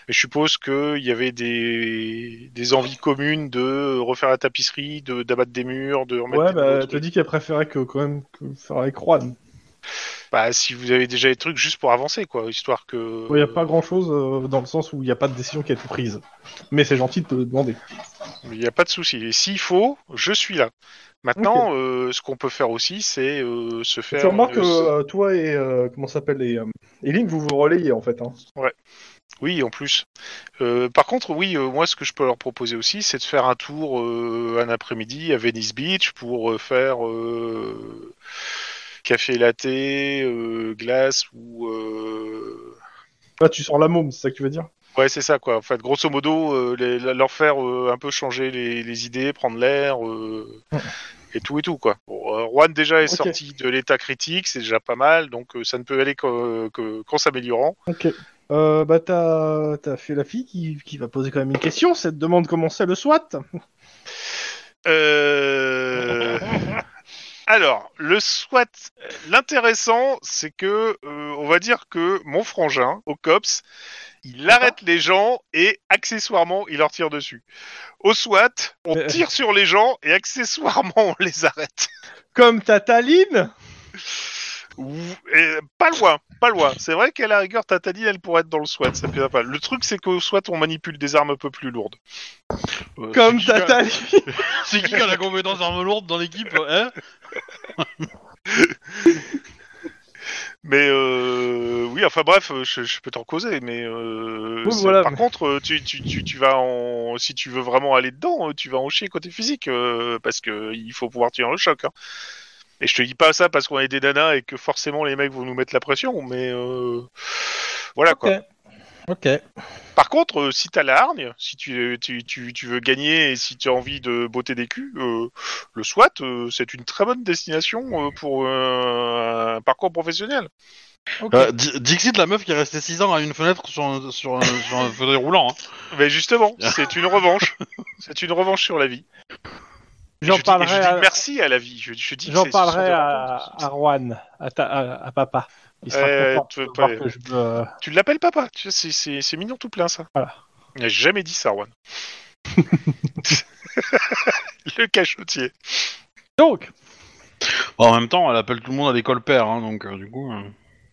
Et je suppose qu'il y avait des, des envies communes de refaire la tapisserie, de d'abattre des murs, de remettre Ouais, des nouveaux bah, elle te trucs. dit qu'elle préférait que, quand même, que faire avec Juan. Bah, si vous avez déjà des trucs juste pour avancer, quoi, histoire que. Il n'y a pas grand chose dans le sens où il n'y a pas de décision qui a été prise. Mais c'est gentil de te demander. Il n'y a pas de souci. Et s'il faut, je suis là. Maintenant, euh, ce qu'on peut faire aussi, c'est euh, se faire. tu remarques que euh, se- euh, toi et euh, comment ça s'appelle et, euh, et Link, vous vous relayez en fait. Hein. Oui, en plus. Euh, par contre, oui, euh, moi, ce que je peux leur proposer aussi, c'est de faire un tour euh, un après-midi à Venice Beach pour euh, faire euh, café latte, euh, glace ou euh, Là, tu sors la môme, c'est ça que tu veux dire Ouais, c'est ça, quoi. En fait, grosso modo, euh, les- la- leur faire euh, un peu changer les, les idées, prendre l'air, euh, et tout et tout, quoi. Bon, euh, Juan déjà est Ok. sorti de l'état critique, c'est déjà pas mal, donc euh, ça ne peut aller qu'en que- qu'en s'améliorant. Ok. Euh, bah, t'as t'as fait la fille qui, qui va poser quand même une question. Cette demande comment c'est le SWAT Euh... Alors, le SWAT, euh, l'intéressant, c'est que, euh, on va dire que mon frangin, au COPS, il arrête les gens et accessoirement, il leur tire dessus. Au SWAT, on Euh. tire sur les gens et accessoirement, on les arrête. Comme Tataline Ou- et pas loin, pas loin. C'est vrai qu'à la rigueur, Tatadine, elle pourrait être dans le SWAT. Ça fait pas. Le truc, c'est qu'au SWAT, on manipule des armes un peu plus lourdes. Euh, Comme c'est qui qui a- Tataline C'est qui qui a la compétence arme lourde dans l'équipe hein Mais euh, oui, enfin bref, je, je peux t'en causer, mais euh, Oui, c'est- voilà. par contre, euh, tu, tu, tu, tu vas en, si tu veux vraiment aller dedans, euh, tu vas en chier côté physique, euh, parce que il faut pouvoir tuer le choc. Hein. Et je te dis pas ça parce qu'on est des nanas et que forcément les mecs vont nous mettre la pression, mais euh, voilà quoi. *laughs* Ok. Par contre, euh, si t'as la hargne, si tu, tu, tu, tu veux gagner et si tu as envie de botter des culs, euh, le SWAT, euh, c'est une très bonne destination euh, pour euh, un parcours professionnel. ok. Euh, Di- Dixit, la meuf qui est restée 6 ans à une fenêtre sur un, sur un- sur un fauteuil roulant. hein. *laughs* Mais justement, c'est une revanche. C'est une revanche sur la vie. J'en Je dis- parlerai, je dis à, merci à la vie. Je, je dis que j'en c'est- ce parlerai sont des à, rencontres. à Juan, à, ta- à- à papa. Il sera Euh, content tu de veux voir pas- que je me- euh, Tu l'appelles papa. Tu sais, c'est- c'est c'est mignon tout plein ça. Voilà. Il n'a jamais dit ça, *laughs* Juan. Le cachotier. Donc, Bon, en même temps, elle appelle tout le monde à l'école père, hein, donc euh, du coup. euh.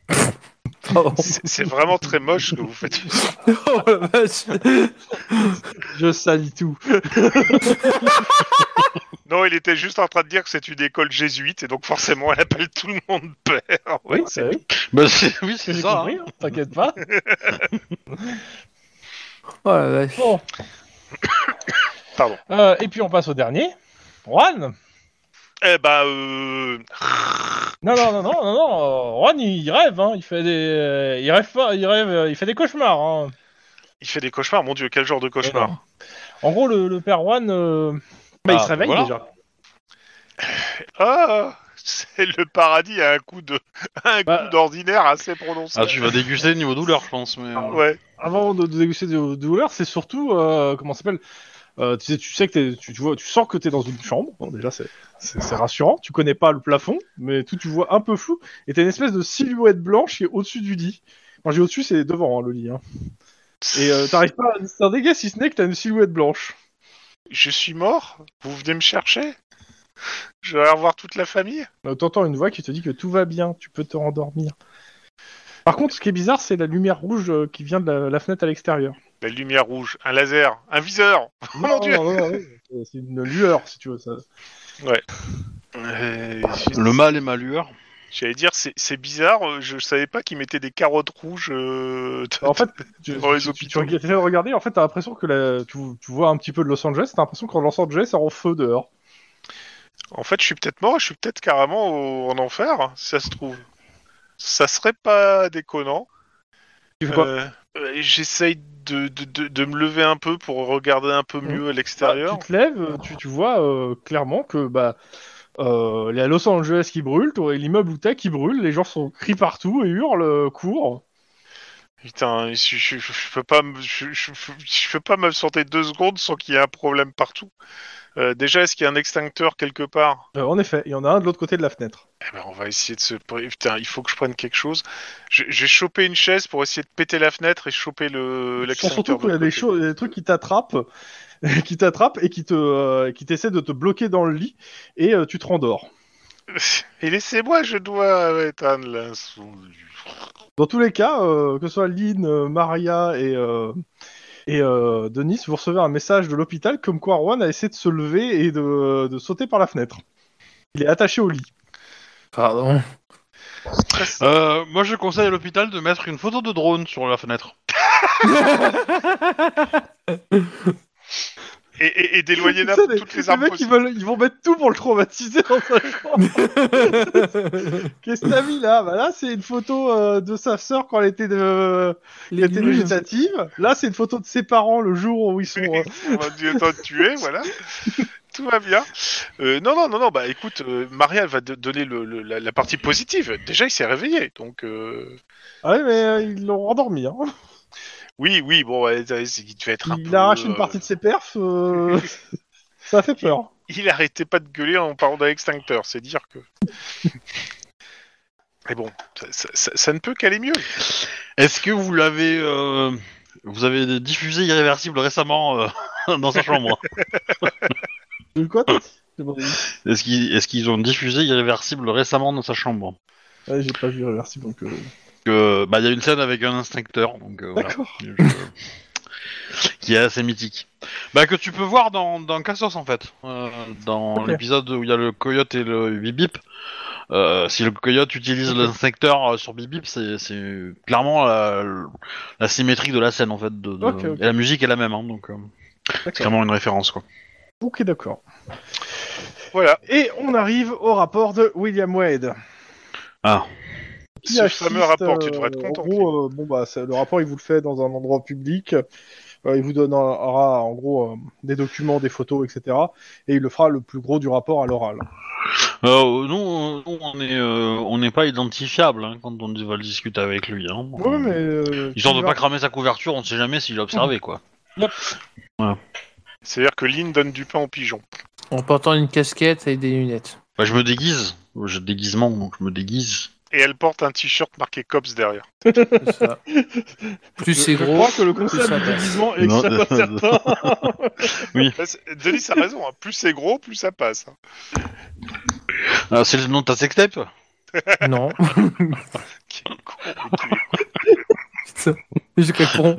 *laughs* Pardon. C'est c'est vraiment très moche ce que *laughs* vous faites. Oh, la vache. je salis tout. Non, il était juste en train de dire que c'est une école jésuite et donc forcément elle appelle tout le monde père. Oui, c'est *laughs* oui. Bah, c'est- oui, c'est J'ai ça. compris, hein, t'inquiète pas. Oh, la vache. Bon. *coughs* Pardon. Euh, et puis on passe au dernier. Juan Eh bah, euh... Non, non, non, non, non, non. euh, Juan, il rêve, hein. Il fait des, il rêve pas, il rêve, euh, il fait des cauchemars. hein. il fait des cauchemars. Mon dieu, quel genre de cauchemar En gros, le, le père Juan, euh, bah, il Ah, se réveille voilà. déjà. Ah, c'est le paradis à un coup de, à un Bah. coup d'ordinaire assez prononcé. Ah, tu vas déguster niveau douleur, je pense. Mais, euh, Ouais. Avant de, de déguster de douleur, c'est surtout euh, comment ça s'appelle Euh, tu sais, tu sais que t'es- tu, tu vois, tu sens que t'es dans une chambre. Bon, déjà, c'est c'est- c'est rassurant. Tu connais pas le plafond, mais tout tu vois un peu flou. Et t'as une espèce de silhouette blanche qui est au-dessus du lit. Quand je dis au-dessus, c'est devant hein, le lit. Hein. Et euh, t'arrives pas à distinguer si ce n'est que t'as une silhouette blanche. Je suis mort Vous venez me chercher Je vais revoir toute la famille Euh, T'entends une voix qui te dit que tout va bien, tu peux te rendormir. Par contre, ce qui est bizarre, c'est la lumière rouge euh, qui vient de la, la fenêtre à l'extérieur. La lumière rouge, un laser, un viseur Oh mon Dieu non, non, non, c'est- C'est une lueur, si tu veux. Ça. Euh, Le mal et ma lueur. J'allais dire, c'est c'est bizarre, euh, je savais pas qu'ils mettaient des carottes rouges. euh, de- En *laughs* fait, tu, Dans les tu- tu- tu hôpitaux. reg- t'essaies de regarder, en fait, t'as l'impression que la- tu, tu vois un petit peu de Los Angeles, t'as l'impression qu'en Los Angeles, c'est en feu dehors. En fait, je suis peut-être mort, je suis peut-être carrément au- en enfer, hein, si ça se trouve. Ça serait pas déconnant. Tu fais quoi Euh, euh, J'essaye de, de- de- de me lever un peu pour regarder un peu mieux à l'extérieur. Bah, Tu te lèves, tu, tu vois euh, clairement que bah, euh, il y a Los Angeles qui brûle, toi, et l'immeuble où t'es qui brûle, les gens sont crient partout et hurlent, euh, courent. Putain, je, je, je peux pas, me- je, je, je peux pas m'absenter deux secondes sans qu'il y ait un problème partout. Euh, déjà, est-ce qu'il y a un extincteur quelque part Euh, en effet, il y en a un de l'autre côté de la fenêtre. Eh ben, on va essayer de se. pri- Putain, il faut que je prenne quelque chose. Je- J'ai chopé une chaise pour essayer de péter la fenêtre et choper le l'extincteur. Surtout Euh, de qu'il y a l'autre des, côté. choses, des trucs qui t'attrapent, *laughs* qui t'attrapent et qui te, euh, qui t'essaient de te bloquer dans le lit et euh, tu te rendors. *laughs* Et laissez-moi, je dois *laughs* éteindre l'incendie. Dans tous les cas, euh, que ce soit Lynn, euh, Maria et, euh, et euh, Denis, vous recevez un message de l'hôpital comme quoi Juan a essayé de se lever et de, de sauter par la fenêtre. Il est attaché au lit. Pardon. Euh, moi, je conseille à l'hôpital de mettre une photo de drone sur la fenêtre. et, et- et d'éloigner Tu sais, n'importe- les- toutes les armes mecs, ils, possibles. veulent- ils vont mettre tout pour le traumatiser dans sa chambre. Qu'est-ce que t'as mis là Bah Là, c'est une photo euh, de sa sœur quand elle était, de... elle était végétative. Là, c'est une photo de ses parents le jour où ils *laughs* sont. euh, On va dû être tué, voilà. Tout va bien. Euh, non, non, non, non, bah écoute, euh, Maria, elle va de- donner le- le- la, la partie positive. Déjà, il s'est réveillé, donc... euh, Ah ouais, mais euh, ils l'ont endormi. Hein. Oui, oui, bon, ouais, ça, c'est- il devait être un Il peu, arrache une euh, partie de ses perfs. *laughs* euh, Ça fait peur. Il arrêtait pas de gueuler en parlant d'un extincteur, c'est dire *laughs* que... Mais bon, ça, ça- ça- ça ne peut qu'aller mieux. Est-ce que vous l'avez. euh, vous avez diffusé Irréversible récemment euh, *laughs* dans sa chambre De quoi t'as dit J'ai *laughs* demandé. Est-ce qu'ils est-ce qu'ils ont diffusé Irréversible récemment dans sa chambre Ouais, J'ai pas vu, merci. Donc, euh, Que, bah, Il y a une scène avec un instincteur, donc euh, voilà, D'accord. je- qui est assez mythique. Bah, que tu peux voir dans, dans Cassos en fait. Euh, dans Ok. l'épisode où il y a le coyote et le bibip. Euh, si le coyote utilise l'instincteur euh, sur bibip, c'est c'est clairement la, la symétrie de la scène en fait. De, de- Ok, ok. Et la musique est la même, hein, donc euh, c'est D'accord. vraiment une référence quoi. Ok, d'accord. Voilà, Et on arrive au rapport de William Wade. Ah. Qui ce assiste, fameux rapport, tu euh, devrais être content. En gros, euh, bon, bah, ça- le rapport, il vous le fait dans un endroit public. Euh, il vous donnera, en gros, euh, des documents, des photos, etc. Et il le fera le plus gros du rapport à l'oral. Euh, nous, on- nous, on est, euh, on n'est pas identifiable hein, quand on va le discuter avec lui. Hein. Ouais, mais. euh, Histoire de tu pas vas- cramer sa couverture, on sait jamais s'il *laughs* a observé quoi. euh, C'est-à-dire que Lynn donne du pain aux pigeons. En portant une casquette et des lunettes. Bah, je me déguise, j'ai déguisement donc je me déguise. Et elle porte un t-shirt marqué COPS derrière. c'est *laughs* ça. plus Je- c'est je gros, crois que le plus concept ça du *laughs* passe. déguisement est Non, extrêmement euh, *laughs* certain. Bah, c'est- Denis a raison, hein. plus c'est gros, plus ça passe. hein. Ah, c'est le nom de ta sextape Non. Quel con, mais qu'il est Putain, je *laughs* réponds.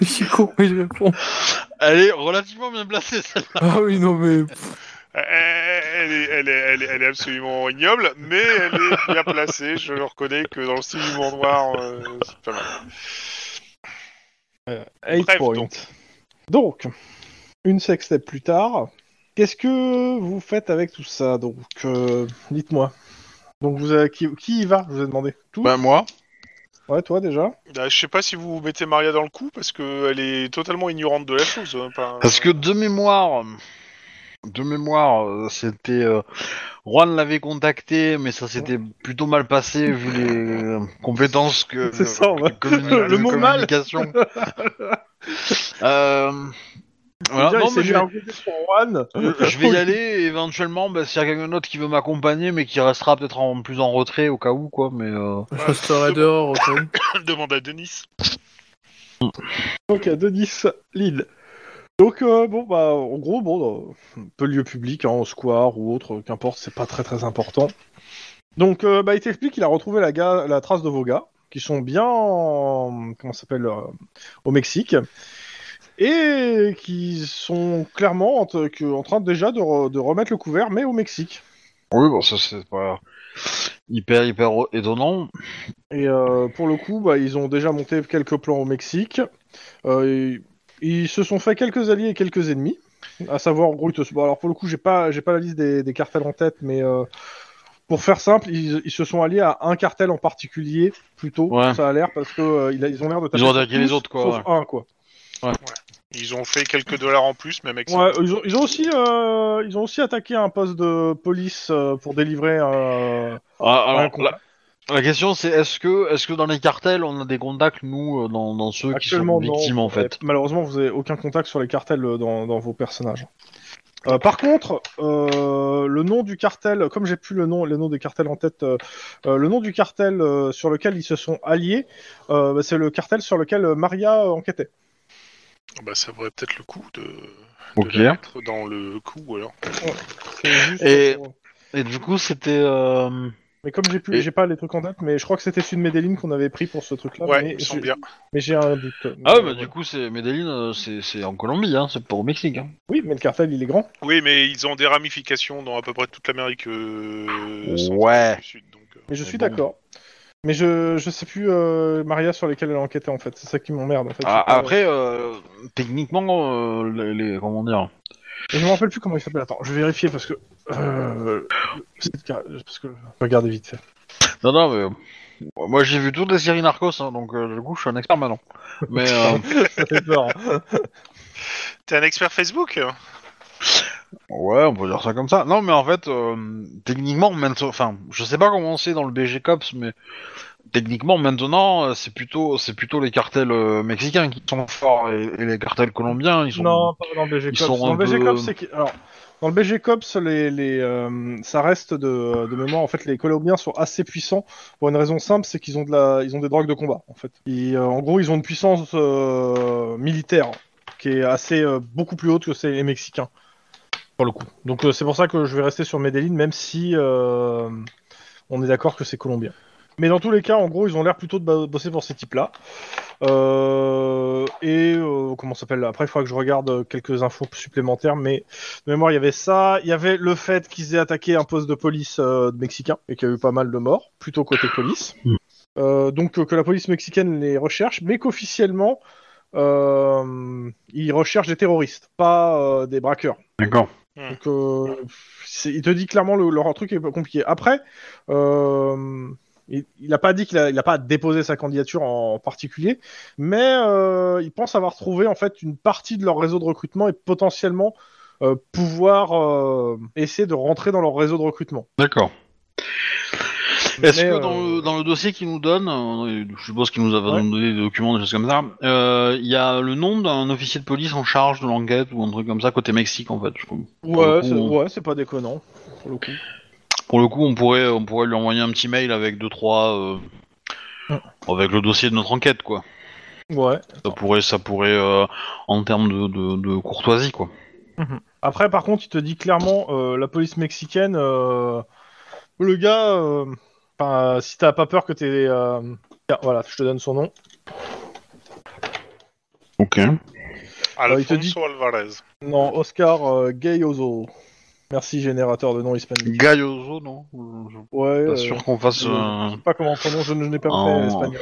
je suis con, mais je réponds. Elle est relativement bien placée celle-là. Ah oui, non, mais. pff, Elle est, elle, est, elle, est, elle est absolument ignoble, mais elle est bien placée. Je le reconnais que dans le style humour noir, euh, c'est pas mal. Eight Bref, point. donc. Donc. une sextape plus tard. Qu'est-ce que vous faites avec tout ça Donc, euh, dites-moi. Donc, vous avez... qui, qui y va Je vous ai demandé. Tout Bah, moi. Ouais, toi déjà Bah, je sais pas si vous mettez Maria dans le coup parce que elle est totalement ignorante de la chose. hein, pas- Parce que de mémoire, de mémoire, euh, c'était euh, Juan l'avait contacté, mais ça s'était plutôt mal passé vu les euh, compétences que C'est ça, ouais. de communi- Le de mot mal. *laughs* communication. euh, Déjà, voilà. Bah, Non, il mais s'est mis je vais- un côté pour Juan. je vais y aller et éventuellement bah, s'il y a quelqu'un d'autre qui veut m'accompagner mais qui restera peut-être en plus en retrait au cas où quoi mais euh, Je resterai dehors, ok. *coughs* Demande à Denis. Donc à Denis Lille. Donc euh, bon bah en gros bon euh, peu lieu public hein, en square ou autre euh, qu'importe c'est pas très très important. Donc euh, bah il t'explique qu'il a retrouvé la, ga- la trace de vos gars qui sont bien en- comment ça s'appelle euh, au Mexique et qui sont clairement en, te- que- en train déjà de, re- de remettre le couvert mais au Mexique. oui bon ça c'est pas hyper hyper étonnant Et euh, pour le coup bah ils ont déjà monté quelques plans au Mexique. Euh, ils- ils se sont fait quelques alliés et quelques ennemis. à savoir en gros ils te- bon, alors pour le coup j'ai pas j'ai pas la liste des, des cartels en tête mais euh, pour faire simple ils, ils se sont alliés à un cartel en particulier plutôt Ouais. ça a l'air parce que euh, il a- ils ont l'air de Ils ont attaqué les tous, autres, quoi, sauf ouais. un quoi Ils ont fait quelques dollars en plus, même avec ça. Ouais, ils ont ils ont aussi euh, ils ont aussi attaqué un poste de police euh, pour délivrer euh, Ah, alors, un con- la, la question c'est est-ce que est-ce que dans les cartels on a des contacts nous euh, dans, dans ceux qui sont Actuellement, non. victimes en fait Ouais, malheureusement, vous avez aucun contact sur les cartels euh, dans, dans vos personnages. Euh, par contre, euh, le nom du cartel, comme j'ai plus le nom, le nom des cartels en tête, euh, euh, le nom du cartel euh, sur lequel ils se sont alliés, euh, bah, c'est le cartel sur lequel euh, Maria euh, enquêtait. Bah, ça vaudrait peut-être le coup de, de Ok. la mettre dans le coup alors. C'est juste Et- pour- et du coup c'était euh, Mais comme j'ai plus, et- j'ai pas les trucs en tête, mais je crois que c'était celui de Medellin qu'on avait pris pour ce truc-là. Ouais, Ah, mais ils sont j'ai- bien. mais j'ai un doute. ah ouais, bah, Mais, du ouais. coup c'est Medellin euh, c'est c'est en Colombie hein, c'est pas au Mexique hein. Oui, mais le cartel, il est grand. Oui, mais ils ont des ramifications dans à peu près toute l'Amérique euh, Ouais. du Sud. Donc, euh, Eh Mais je suis Bon. d'accord. Mais je, je sais plus euh, Maria sur lesquelles elle a enquêté en fait. C'est ça qui m'emmerde en fait. Ah, C'est pas- après, euh, techniquement, euh, les, les- comment dire Et Je me rappelle plus comment il s'appelle. Attends, je vais vérifier parce que. euh, c'est- parce que. Regardez vite. fait. Non, non, mais euh, moi j'ai vu toutes les séries Narcos, hein, donc euh, du coup je suis un expert maintenant. Mais *laughs* euh, Ça fait peur. T'es un expert Facebook ouais, on peut dire ça comme ça. Non, mais en fait, euh, techniquement, maintenant, enfin, je sais pas comment c'est dans le BG Cops, mais techniquement maintenant, euh, c'est plutôt, c'est plutôt les cartels euh, mexicains qui sont forts et, et les cartels colombiens, ils sont. Non, pas dans le BG ils Cops. sont Dans un le BG peu- Cops, c'est qui- alors, dans le BG Cops, les, les, euh, ça reste de, de mémoire. En fait, les Colombiens sont assez puissants pour une raison simple, c'est qu'ils ont de la, ils ont des drogues de combat. En fait, Et, euh, en gros, ils ont une puissance euh, militaire qui est assez euh, beaucoup plus haute que celle des Mexicains pour le coup. Donc euh, c'est pour ça que je vais rester sur Medellin, même si euh, on est d'accord que c'est colombien. Mais dans tous les cas, en gros, ils ont l'air plutôt de ba- bosser pour ces types-là. Euh, et euh, comment ça s'appelle Après, il faudra que je regarde euh, quelques infos supplémentaires, mais de mémoire, il y avait ça. Il y avait le fait qu'ils aient attaqué un poste de police euh, de mexicain et qu'il y a eu pas mal de morts, plutôt côté police. Euh, donc euh, que la police mexicaine les recherche, mais qu'officiellement, euh, ils recherchent des terroristes, pas euh, des braqueurs. D'accord. Donc, euh, c'est- il te dit clairement le, leur truc est compliqué. Après, euh, il n'a pas dit qu'il a, il a pas déposé sa candidature en, particulier, mais euh, il pense avoir trouvé en fait une partie de leur réseau de recrutement et potentiellement euh, pouvoir euh, essayer de rentrer dans leur réseau de recrutement. D'accord. Est-ce que Mais, dans, euh, le, dans le dossier qu'il nous donne, euh, je suppose qu'il nous a donné des documents, des choses comme ça, euh, il y a le nom d'un officier de police en charge de l'enquête ou un truc comme ça côté Mexique en fait. je trouve. Pour le Ouais, coup, c'est, on- ouais, c'est pas déconnant pour le coup. Pour le coup, on pourrait, on pourrait lui envoyer un petit mail avec deux trois, euh, avec le dossier de notre enquête quoi. Ouais. Ça pourrait, ça pourrait, euh, en termes de, de- de courtoisie quoi. Après, par contre, il te dit clairement, euh, la police mexicaine, euh, le gars, euh, enfin, euh, si t'as pas peur que t'es... euh, tiens, voilà, je te donne son nom. Ok. Alors, il te Alfonso dit- Alvarez. Non, Oscar euh, Gayoso. Merci, générateur de nom hispanique. Gaioso, non Je suis Ouais, pas euh, sûr qu'on fasse. je euh, sais pas comment on prononce, je, ne- je n'ai pas Oh. fait espagnol.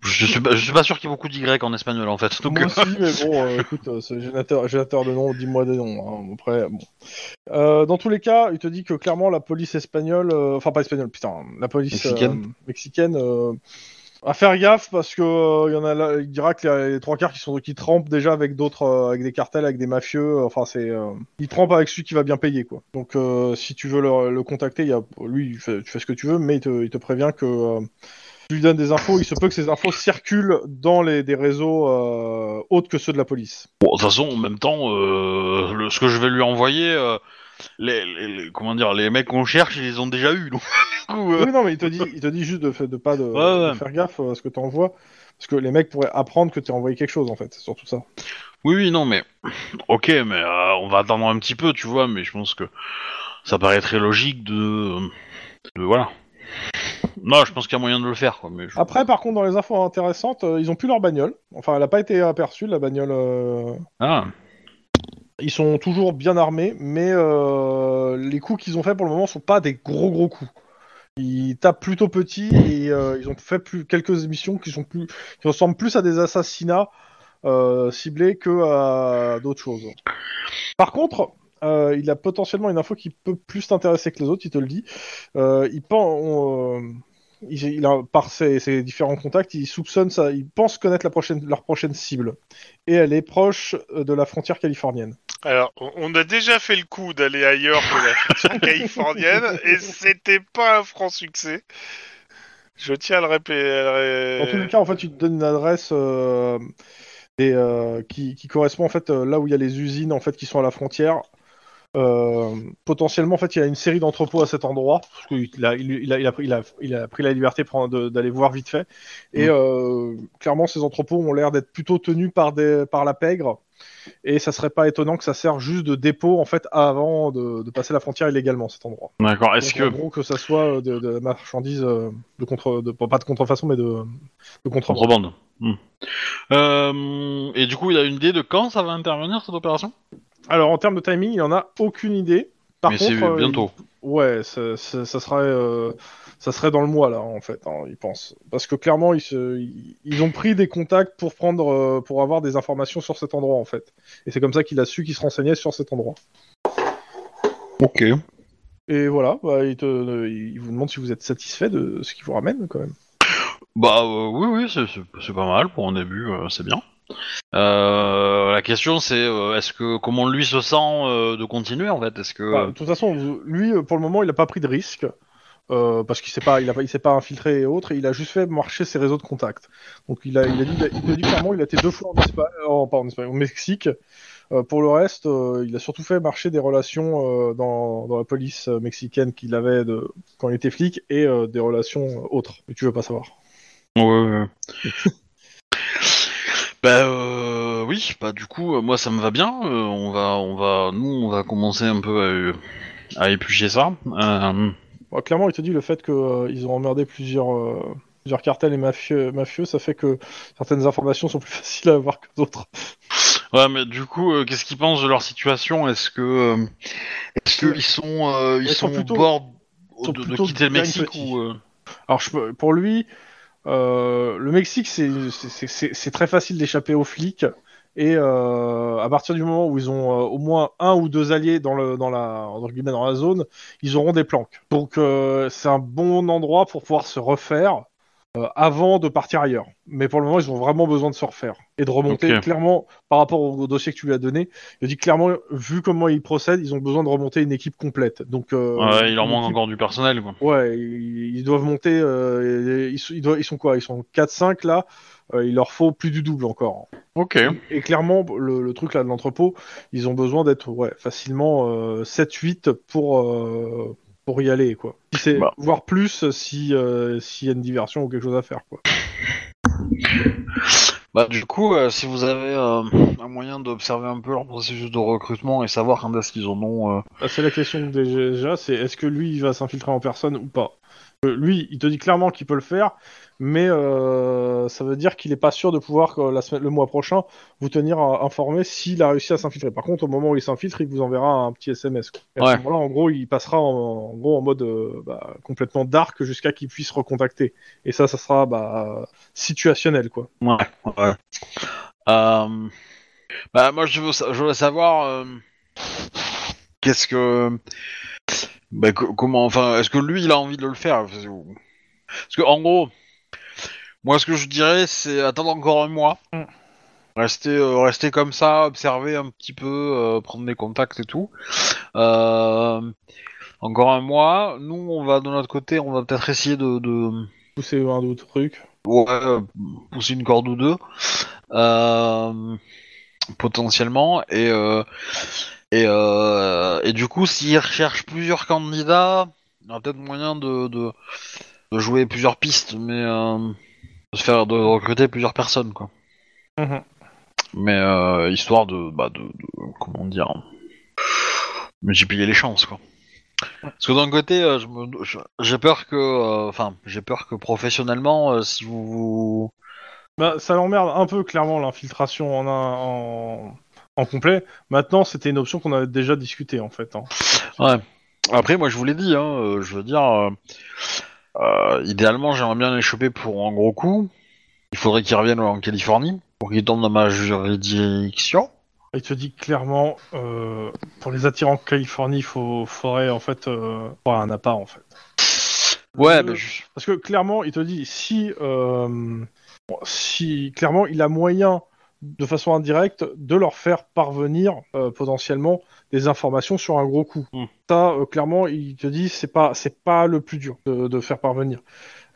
Je suis, pas, je suis pas sûr qu'il y ait beaucoup de Y en espagnol en fait. Donc, Moi aussi, mais bon, euh, écoute, euh, ce générateur, générateur de nom, dis-moi des noms. hein, Après, bon. Euh, dans tous les cas, il te dit que clairement la police espagnole, euh, enfin pas espagnole, putain, la police euh, Mexicaine. mexicaine, euh, à faire gaffe parce que euh, il y en a, là, il dira que les, les trois quarts qui sont qui trempent déjà avec d'autres, euh, avec des cartels, avec des mafieux, euh, enfin c'est, euh, ils trempent avec celui qui va bien payer quoi. Donc euh, si tu veux le, le contacter, il y a, lui, il fait- tu fais ce que tu veux, mais il te, il te prévient que euh, tu lui donnes des infos, il se peut que ces infos circulent dans les, des réseaux euh, autres que ceux de la police. Bon, de toute façon, en même temps, euh, le- ce que je vais lui envoyer, euh, les, les- les- comment dire, les mecs qu'on cherche, ils les ont déjà eu. Donc, *laughs* du coup, euh, Oui, non, mais il te dit, il te dit juste de, fa- de pas de, ouais. de faire gaffe à ce que tu envoies, parce que les mecs pourraient apprendre que tu as envoyé quelque chose, en fait, c'est surtout ça. oui, oui, non, mais ok, mais euh, on va attendre un petit peu, tu vois. Mais je pense que ça paraît très logique de, de- voilà. Non, je pense qu'il y a moyen de le faire, quoi. Mais je- Après, par contre, dans les infos intéressantes, euh, ils ont plus leur bagnole. Enfin, elle n'a pas été aperçue, la bagnole. euh, Ah. Ils sont toujours bien armés, mais euh, les coups qu'ils ont fait pour le moment sont pas des gros gros coups. Ils tapent plutôt petit et euh, ils ont fait plus, quelques missions qui sont plus qui ressemblent plus à des assassinats euh, ciblés que à d'autres choses. Par contre, euh, il a potentiellement une info qui peut plus t'intéresser que les autres. Il te le dit. Euh, il pen- on, euh, il- il a- par ses, ses différents contacts, il soupçonne ça. Il pense connaître la prochaine, leur prochaine cible et elle est proche euh, de la frontière californienne. Alors, on- on a déjà fait le coup d'aller ailleurs que *laughs* la fiction californienne et c'était pas un franc succès. Je tiens à le Dans tous les répéter. cas, en fait, tu te donnes une adresse euh, des, euh, qui, qui correspond en fait euh, là où il y a les usines en fait qui sont à la frontière. Euh, potentiellement, en fait, il y a une série d'entrepôts à cet endroit. Parce que il, a, il- il a- il a pris, il a- il a pris la liberté prend- de- d'aller voir vite fait. Et euh, clairement, ces entrepôts ont l'air d'être plutôt tenus par, des, par la pègre. Et ça serait pas étonnant que ça serve juste de dépôt en fait avant de, de passer la frontière illégalement cet endroit. D'accord. Est-ce Donc, en que gros que ça soit euh, de, de la marchandise euh, de contre, de, pas de contrefaçon, mais de, de contrebande. contrebande Hmm. Euh, Et du coup, il a une idée de quand ça va intervenir cette opération Alors en termes de timing, il en a aucune idée. Par Mais c'est contre, euh, bientôt. il- ouais, ça, ça- ça sera, euh, Ça serait dans le mois, là, en fait, hein, ils pensent. Parce que clairement, ils, se... ils- ils ont pris des contacts pour, prendre, euh, pour avoir des informations sur cet endroit, en fait. Et c'est comme ça qu'il a su qu'il se renseignait sur cet endroit. Ok. Et voilà, bah, il, te- il vous demande si vous êtes satisfait de ce qu'il vous ramène, quand même. Bah euh, oui, oui, c'est- c'est c'est pas mal pour un début, euh, c'est bien. Euh, la question c'est euh, est-ce que comment lui se sent euh, de continuer en fait Est-ce que Enfin, euh, Bah, de toute façon, vous- lui, euh, pour le moment, il n'a pas pris de risque. euh, parce qu'il s'est pas, il a pas- il s'est pas infiltré et autres, et il a juste fait marcher ses réseaux de contacts. Donc il a, il a dit, il a- il a dit clairement, il a été deux fois en Espagne, euh, en- pas en Espagne, au Mexique. Euh, pour le reste, euh, il a surtout fait marcher des relations euh, dans, dans la police euh, mexicaine qu'il avait de, quand il était flic et euh, des relations euh, autres. Mais tu veux pas savoir. Ouais, ouais. *laughs* bah euh, oui, bah du coup euh, moi ça me va bien. euh, on va, on va, nous on va commencer un peu à, euh, à éplucher ça. Euh, Bon, Bah, clairement, il te dit le fait qu'ils ont emmerdé plusieurs, euh, plusieurs cartels et mafieux, mafieux, ça fait que certaines informations sont plus *laughs* faciles à avoir que d'autres. ouais, mais du coup euh, qu'est-ce qu'ils pensent de leur situation Est-ce que euh, est-ce qu'ils sont euh, ils, Elles sont sont, plutôt- au bord sont de, de plutôt quitter le bien Mexique petits. ou euh, Alors, je peux- pour lui, euh, le Mexique, c'est- c'est- c'est c'est- c'est très facile d'échapper aux flics. Et euh, à partir du moment où ils ont euh, au moins un ou deux alliés dans, le, dans, la, entre guillemets, dans la zone, ils auront des planques. Donc, euh, c'est un bon endroit pour pouvoir se refaire euh, avant de partir ailleurs. Mais pour le moment, ils ont vraiment besoin de se refaire et de remonter. Ok. Clairement, par rapport au, au dossier que tu lui as donné, je dis clairement, vu comment ils procèdent, ils ont besoin de remonter une équipe complète. Donc, euh, ouais, il leur une manque équipe encore du personnel quoi. Ouais, ils, ils doivent monter. euh, ils, sont- ils doivent- ils sont quoi Ils sont 4-5 là. euh, il leur faut plus du double encore. Ok. Et clairement, le, le truc là de l'entrepôt, ils ont besoin d'être ouais, facilement 7-8 pour, euh, pour y aller. quoi. Si c'est- Bah. Voire plus si, euh, s'il y a une diversion ou quelque chose à faire. quoi. Bah, du coup, euh, si vous avez euh, un moyen d'observer un peu leur processus de recrutement et savoir quand est-ce qu'ils en ont. euh, Ah, C'est la question déjà, c'est est-ce que lui il va s'infiltrer en personne ou pas Euh, Lui, il te dit clairement qu'il peut le faire, mais euh, ça veut dire qu'il n'est pas sûr de pouvoir euh, la semaine, le mois prochain vous tenir euh, informé s'il a réussi à s'infiltrer. Par contre, au moment où il s'infiltre, il vous enverra un petit SMS. quoi. Et à Ouais. ce moment-là, en gros, il passera en, en gros en mode euh, bah, complètement dark jusqu'à qu'il puisse recontacter. Et ça, ça sera bah, situationnel quoi. Ouais, ouais. Euh, Bah, moi, je veux, sa- je veux savoir. euh, Qu'est-ce que. Bah, co- comment. Enfin, est-ce que lui, il a envie de le faire Parce que- parce que, en gros, moi, ce que je dirais, c'est attendre encore un mois. Rester, euh, rester comme ça, observer un petit peu, euh, prendre des contacts et tout. Euh, encore un mois. Nous, on va, de notre côté, on va peut-être essayer de- de Pousser un autre truc. Ouais, euh, pousser une corde ou deux, euh, potentiellement. Et, euh, et, euh, et du coup, s'ils recherchent plusieurs candidats, il y a peut-être moyen de, de, de jouer plusieurs pistes, mais euh, de, se faire, de recruter plusieurs personnes, quoi. Mhm. Mais euh, histoire de, bah, de, de- comment dire, multiplier les chances, quoi. Parce que d'un côté, euh, je me- je- j'ai peur que, euh, enfin, j'ai peur que professionnellement, euh, si vous, vous- Bah, ça l'emmerde un peu, clairement, l'infiltration en, un- en... en complet. Maintenant, c'était une option qu'on avait déjà discutée, en fait. hein. Ouais. Après, moi, je vous l'ai dit, hein, euh, je veux dire, euh, euh, idéalement, j'aimerais bien les choper pour un gros coup. Il faudrait qu'ils reviennent en Californie pour qu'ils tombent dans ma juridiction. Il te dit clairement, euh, pour les attirer en Californie, il faut... faudrait, en fait, euh, avoir un appât, en fait. Ouais, Euh, mais je- Parce que, clairement, il te dit, si... euh, bon, si clairement, il a moyen de façon indirecte, de leur faire parvenir euh, potentiellement des informations sur un gros coup. Mm. Ça, euh, clairement, il te dit c'est pas c'est pas le plus dur de, de faire parvenir.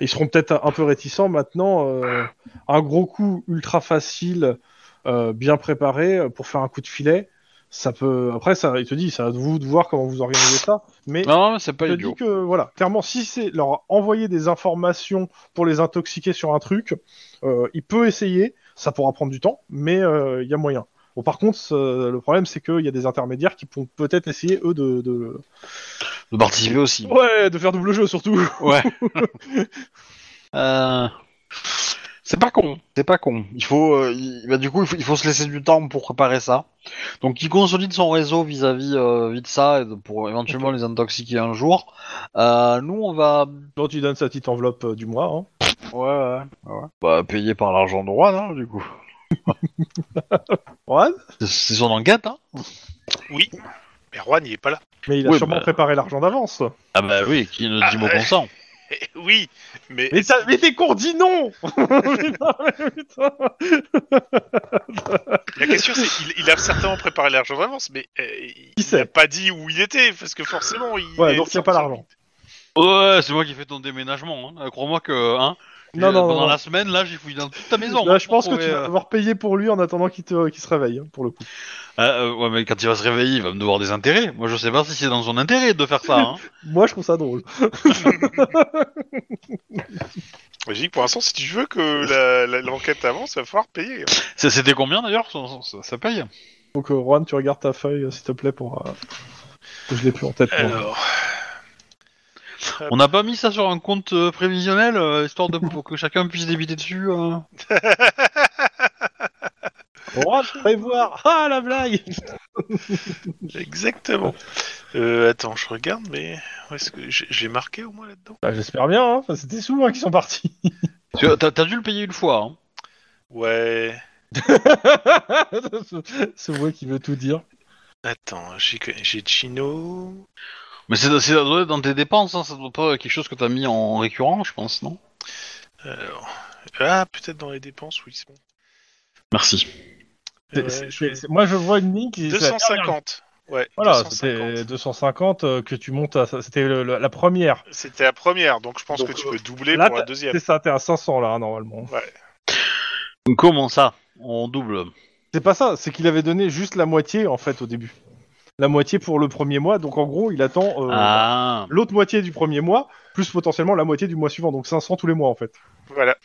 Ils seront peut-être un peu réticents maintenant. euh, un gros coup ultra facile, euh, bien préparé euh, pour faire un coup de filet, ça peut. Après, ça, il te dit, ça va de vous de voir comment vous organisez ça. Mais non, mais c'est pas je idiot. dis que voilà, clairement, si c'est leur envoyer des informations pour les intoxiquer sur un truc, euh, il peut essayer. Ça pourra prendre du temps, mais euh, il y a moyen. Bon, par contre, ce- le problème, c'est qu'il y a des intermédiaires qui pourront peut-être essayer eux de, de... De participer aussi. ouais de faire double jeu surtout. Ouais. Euh, C'est pas con, c'est pas con. Il faut, euh, il- bah, du coup, il faut, il faut se laisser du temps pour préparer ça. Donc, il consolide son réseau vis-à-vis euh, vis de ça et de- pour éventuellement les intoxiquer un jour. Euh, nous, on va Quand tu donnes sa petite enveloppe euh, du mois, hein. Ouais, ouais, ouais. Bah, payé par l'argent de Juan, hein, du coup. Juan C'est- C'est son enquête, hein Oui. Mais Juan, il est pas là. Mais il a Oui, sûrement bah. préparé l'argent d'avance. Ah bah oui, qui ne Ah, dit mot ouais. consent. Eh, oui, mais Mais, ça, mais t'es con, dis non *laughs* Putain, mais putain. la question c'est, il, il a certainement préparé l'argent d'avance, mais euh, Qui il sait n'a pas dit où il était, parce que forcément, il. Ouais, est donc il y a pas l'argent. Ouais, c'est moi qui fais ton déménagement, hein. Euh, Crois-moi que, hein, Non, euh, non, pendant non. la non. semaine, là, j'ai fouillé dans toute ta maison. Là, hein, je pense que pour tu vas trouver, devoir payer pour lui en attendant qu'il te- qu'il se réveille, hein, pour le coup. euh, euh, ouais, mais quand il va se réveiller, il va me devoir des intérêts. Moi, je sais pas si c'est dans son intérêt de faire *laughs* ça, hein. Moi, je trouve ça drôle. Mais J'ai dit que pour l'instant, si tu veux que la- la- l'enquête avance, il va falloir payer. Ça- C'était combien, d'ailleurs ça, ça- ça paye Donc, euh, Juan, tu regardes ta feuille, euh, s'il te plaît, pour. euh, que Je l'ai plus en tête. moi. On n'a pas mis ça sur un compte euh, prévisionnel, euh, histoire de pour que chacun puisse débiter dessus euh. Juan, prévoir Ah, la blague Exactement. Euh, attends, je regarde, mais où est-ce que j'ai j'ai marqué au moins là-dedans Bah, J'espère bien, hein. Enfin, c'était souvent qu'ils sont partis. *laughs* Parce que T'as t'as dû le payer une fois, hein. Ouais. ce ce voix qui veut tout dire. Attends, j'ai que- j'ai Chino. Mais c'est c'est- ça doit être dans tes dépenses, hein, ça doit pas être quelque chose que t'as mis en récurrent, je pense, non Alors. Ah, peut-être dans les dépenses, oui, c'est bon. Merci. C'est- Ouais, c'est- je- c'est- Moi, je vois une ligne qui. c'est la dernière 250. Ouais, Voilà, 250. c'était 250 euh, que tu montes à. ça- C'était le- le- la première. C'était la première, donc je pense Donc, que tu euh, peux doubler là, pour la t'as- deuxième. C'est ça, t'es à 500 là, hein, normalement. Comment ça On double. C'est pas ça, c'est qu'il avait donné juste la moitié en fait au début. La moitié pour le premier mois, donc en gros, il attend euh, Ah l'autre moitié du premier mois, plus potentiellement la moitié du mois suivant, donc 500 tous les mois en fait. Voilà.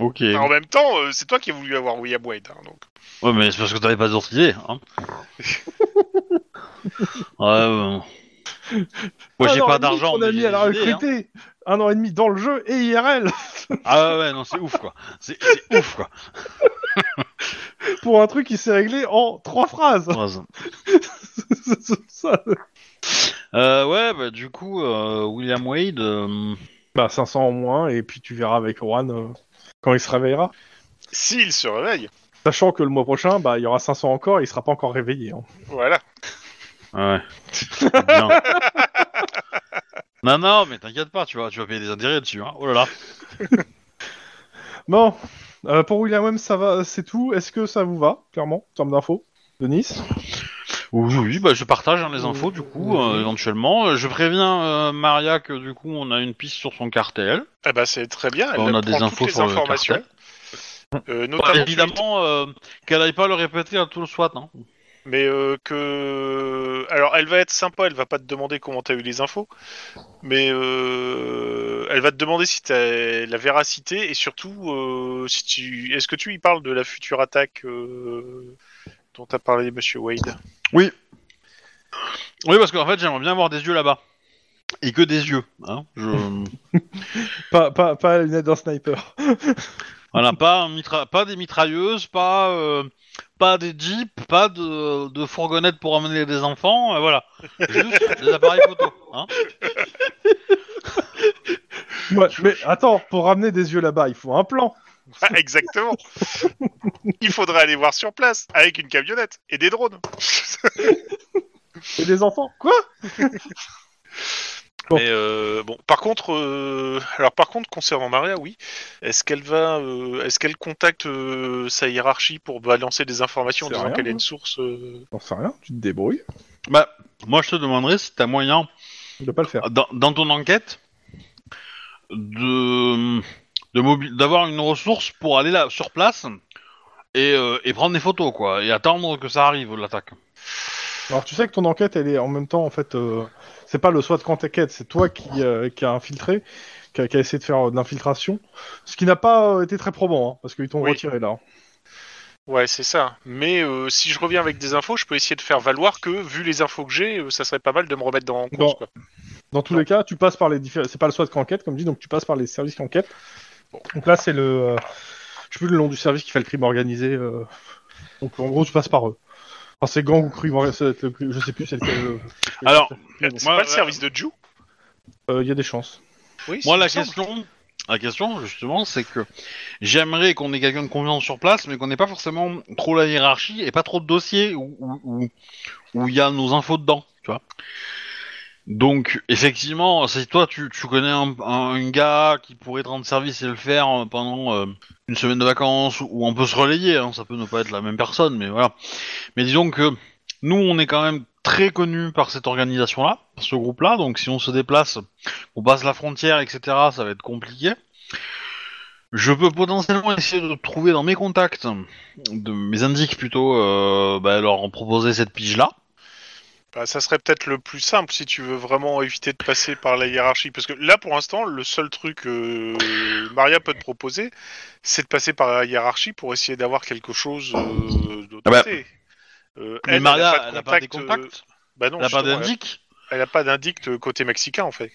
Ok. Ah, En même temps, euh, c'est toi qui as voulu avoir William Wade. hein, donc. Ouais, mais c'est parce que t'avais pas d'autres idées, hein. *laughs* ouais, ouais. Moi Un j'ai an et pas demi d'argent. qu'on Ah, a mais mis j'ai à la des idées, hein. recruter un an et demi dans le jeu et IRL Ah ouais, ouais, non, c'est ouf quoi. C'est c'est ouf quoi. *laughs* pour un truc qui s'est réglé en trois phrases. *laughs* C'est ça. Euh, ouais, bah du coup, euh, William Wade. euh, Bah 500 en moins et puis tu verras avec Juan euh, quand il se réveillera. S'il se réveille, Sachant que le mois prochain, bah il y aura 500 encore et il sera pas encore réveillé. hein. voilà. Ouais. Bien. non, non, mais t'inquiète pas, tu vas, tu vas payer des intérêts dessus. Hein. Oh là là. Bon, euh, pour William Wem, ça va, c'est tout. Est-ce que ça vous va, clairement, en termes d'infos Denis Oui, oui, bah, je partage hein, les infos du coup, euh, éventuellement. Euh, Je préviens euh, Maria que du coup on a une piste sur son cartel. Eh ben, c'est très bien. Elle on a prend des toutes infos les sur le informations. cartel. Euh, Bah, notamment celui- évidemment euh, qu'elle aille pas le répéter à tout le SWAT. Hein. Mais euh, que. Alors, elle va être sympa, elle va pas te demander comment t'as eu les infos. Mais euh, elle va te demander si t'as la véracité et surtout, euh, si tu... est-ce que tu y parles de la future attaque euh, dont a parlé Monsieur Wade *laughs* Oui, parce qu'en fait j'aimerais bien avoir des yeux là-bas et que des yeux. Hein. *laughs* Je... pas, pas, pas la lunette d'un sniper. voilà, pas, un mitra... pas des mitrailleuses, pas euh, pas des jeeps, pas de, de fourgonnettes pour amener des enfants. euh, voilà, juste des appareils photo. Hein. Ouais, mais attends, pour ramener des yeux là-bas, il faut un plan. Ah, Exactement Il faudrait aller voir sur place avec une camionnette et des drones. Et des enfants Quoi Bon. Mais euh, bon, par contre, euh, alors par contre, concernant Maria, oui, est-ce qu'elle va, euh, est-ce qu'elle contacte euh, sa hiérarchie pour balancer des informations en C'est disant rien, qu'elle est hein. une source euh, J'en sais rien, tu te débrouilles. Bah, moi je te demanderais si t'as moyen Il doit pas le faire. dans, dans ton enquête de de mobi- d'avoir une ressource pour aller là sur place et, euh, et prendre des photos quoi et attendre que ça arrive l'attaque. Alors tu sais que ton enquête, elle est en même temps, en fait, euh, c'est pas le SWAT quand enquête, c'est toi qui, euh, qui a infiltré, qui a, qui a essayé de faire euh, de l'infiltration, ce qui n'a pas euh, été très probant, hein, parce qu'ils t'ont Oui. retiré là. Ouais, c'est ça. Mais euh, si je reviens avec des infos, je peux essayer de faire valoir que, vu les infos que j'ai, euh, ça serait pas mal de me remettre dans en course. Bon. Quoi. Dans tous les cas, tu passes par les différents. C'est pas le SWAT qui enquête, comme dit, donc tu passes par les services qui enquêtent. Donc là, c'est le. euh, je sais plus le nom du service qui fait le crime organisé. euh, Donc en gros, tu passes par eux. Enfin, c'est gang ou crime organisé. ça doit être le- Je sais plus, c'est lequel. euh, Alors, euh, C'est Moi, pas le euh, service de Jou Il y a des chances. Oui, Moi, c'est la il me semble. question, la question justement, c'est que j'aimerais qu'on ait quelqu'un de confiance sur place, mais qu'on n'ait pas forcément trop la hiérarchie et pas trop de dossiers où où- où- où il y a nos infos dedans, tu vois. Donc, effectivement, si toi tu, tu connais un, un- un gars qui pourrait te rendre service et le faire euh, pendant euh, une semaine de vacances, ou on peut se relayer, hein, ça peut ne pas être la même personne, mais voilà. Mais disons que nous, on est quand même très connus par cette organisation-là, par ce groupe-là, donc si on se déplace on passe la frontière, etc., ça va être compliqué. Je peux potentiellement essayer de trouver dans mes contacts, de mes indices plutôt, euh, bah, leur proposer cette pige-là. Bah, ça serait peut-être le plus simple si tu veux vraiment éviter de passer par la hiérarchie. Parce que là, pour l'instant, le seul truc que *laughs* Maria peut te proposer, c'est de passer par la hiérarchie pour essayer d'avoir quelque chose euh, d'autre Ah bah. côté. Euh, Mais elle, Maria, elle a pas, de des contact, euh, contacts, bah non, elle a pas justement, d'indices. elle- elle a pas d'indict euh, côté mexicain, en fait.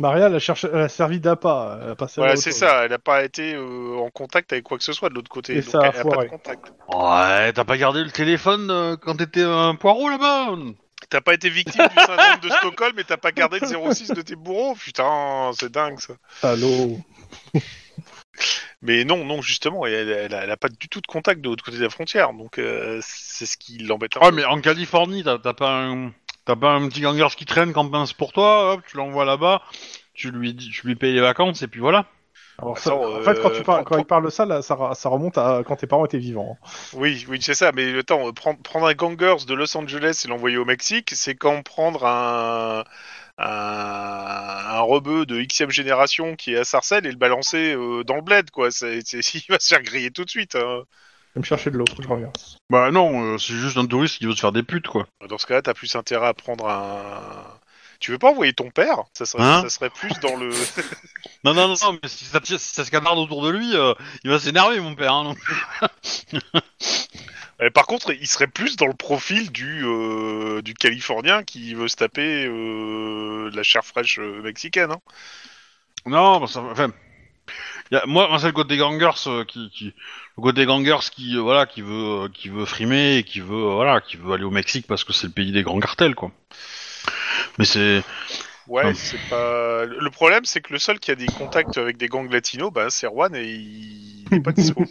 Maria, elle a, cherché- elle a servi d'appât. Elle a passé à Voilà, la c'est autre. ça. Elle n'a pas été euh, en contact avec quoi que ce soit de l'autre côté. Et donc ça a elle a pas foiré. de contact. Ouais, t'as pas gardé le téléphone euh, quand t'étais un poireau là-bas T'as pas été victime du syndrome *laughs* de Stockholm et t'as pas gardé le 06 de tes bourreaux. Putain, c'est dingue ça. Salaud. Mais non, non, justement, elle, elle, a, elle a pas du tout de contact de l'autre côté de la frontière, donc euh, c'est ce qui l'embête. un Ouais, peu. Ah, mais en Californie, t'as t'as pas un... T'as pas un petit gangers qui traîne, qui en pince pour toi, hop, tu l'envoies là-bas, tu lui, dis- tu lui payes les vacances, et puis voilà. Alors, ça- Attends, en fait, quand, euh, tu parles, prends- quand il parle de ça, là, ça, ra- ça remonte à quand tes parents étaient vivants. hein. Oui, oui, c'est ça, mais attends, prendre, prendre un gangers de Los Angeles et l'envoyer au Mexique, c'est comme prendre un, un, un rebeu de Xème génération qui est à Sarcelles et le balancer euh, dans le bled, quoi. C'est, c'est, *laughs* il va se faire griller tout de suite. hein. Je vais me chercher de l'eau, je reviens. Bah non, euh, c'est juste un touriste qui veut se faire des putes, quoi. Dans ce cas-là, t'as plus intérêt à prendre un. Tu veux pas envoyer ton père ça serait, Hein ça serait plus dans le. Non, non, non, non, mais si ça, si ça se canarde autour de lui, euh, il va s'énerver, mon père. hein, non. Euh, par contre, il serait plus dans le profil du, euh, du Californien qui veut se taper euh, de la chair fraîche euh, mexicaine. Hein. Non, bah, ça, enfin, y a- moi, moi, c'est le côté gangers euh, qui, qui- le côté gangers qui, euh, voilà, qui veut, euh, qui veut frimer et qui veut, euh, voilà, qui veut aller au Mexique parce que c'est le pays des grands cartels, quoi. Mais c'est, Ouais, Ah. c'est pas. Le le problème, c'est que le seul qui a des contacts avec des gangs latinos, bah, c'est Juan et il n'est *laughs* pas dispo.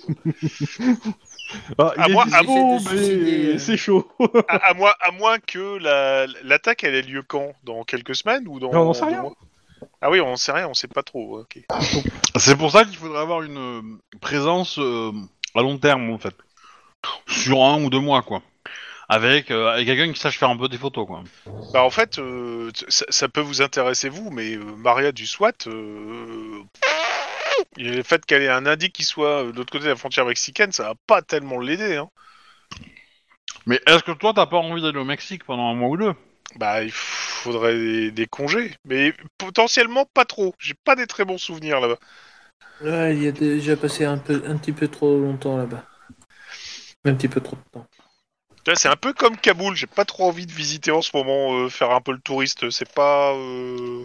Ah, il À est moi- à dispo, moi de suicider, mais euh. c'est chaud. à, à moins, à moins que la- l'attaque, elle ait lieu quand Dans quelques semaines ou dans. Non, on en sait dans rien. mois Ah oui, on sait rien, on sait pas trop. ok. c'est pour ça qu'il faudrait avoir une euh, présence euh, à long terme, en fait, sur un ou deux mois, quoi. Avec, euh, avec quelqu'un qui sache faire un peu des photos, quoi. Bah, en fait, euh, t- ça, ça peut vous intéresser, vous, mais euh, Maria du SWAT, euh, et le fait qu'elle ait un indique qui soit euh, de l'autre côté de la frontière mexicaine, ça va pas tellement l'aider. Hein. Mais est-ce que toi, t'as pas envie d'aller au Mexique pendant un mois ou deux Bah, il faudrait des, des congés, mais potentiellement pas trop. J'ai pas des très bons souvenirs là-bas. Ouais, il y a déjà passé un, peu, un petit peu trop longtemps là-bas. Un petit peu trop de temps. Tu vois, C'est un peu comme Kaboul, j'ai pas trop envie de visiter en ce moment, euh, faire un peu le touriste, c'est pas. euh,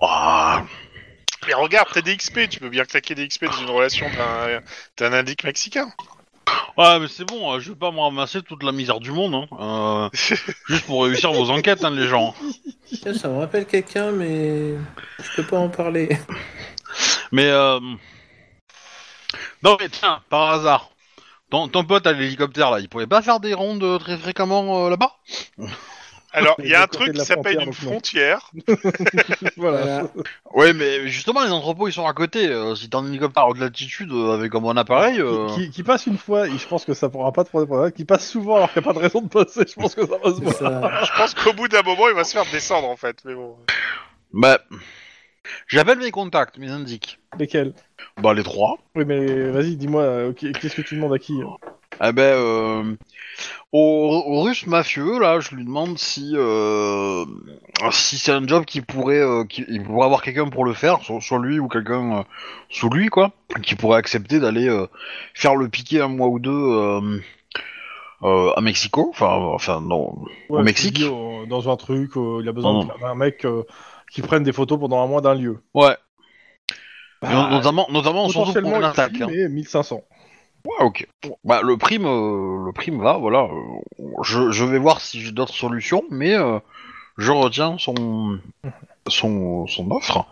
Ah, Mais regarde, t'as des XP, tu peux bien claquer des XP dans une relation d'un- d'un indique mexicain. Ouais, mais c'est bon, euh, je vais pas me ramasser toute la misère du monde, *laughs* hein. Euh, juste pour réussir vos enquêtes, hein, les gens. Tiens, ça me rappelle quelqu'un, mais je peux pas en parler. Mais euh... non, mais tiens, par hasard, ton, ton pote à l'hélicoptère là, il pouvait pas faire des rondes euh, très fréquemment euh, là-bas *laughs* Alors, il y a de un côté truc de qui la s'appelle frontière, une donc non. frontière. voilà. Voilà. Ouais, mais justement, les entrepôts ils sont à côté. euh, si t'es en hélicoptère à haute latitude euh, avec un bon appareil, euh, Qui, qui passe une fois, et je pense que ça pourra pas te prendre problème, qui passe souvent alors qu'il n'y a pas de raison de passer, je pense que ça va se voir. Ça. Je pense qu'au bout d'un moment, il va se faire descendre en fait. Mais bon. bah, j'appelle mes contacts, mes indiques. Lesquels Bah les trois. Oui, mais vas-y, dis-moi, euh, qui- qu'est-ce que tu demandes à qui Eh ben, euh, au, au russe mafieux, là, je lui demande si, euh, si c'est un job qui pourrait, euh, qui- il pourrait avoir quelqu'un pour le faire, soit, soit lui ou quelqu'un euh, sous lui, quoi, qui pourrait accepter d'aller euh, faire le piqué un mois ou deux euh, euh, à Mexico, enfin, enfin, non, Au Mexique je te dis, euh, Dans un truc, euh, il a besoin Non, d'un mec euh, qui prennent des photos pendant un mois d'un lieu. Ouais. Et Bah, notamment, notamment surtout pour potentiellement, une le attaque. prix hein. est 1500. Ouais, ok. Bon, Bah, le prime, euh, le prime va, voilà. euh, Je, je vais voir si j'ai d'autres solutions, mais euh, je retiens son, son, son offre.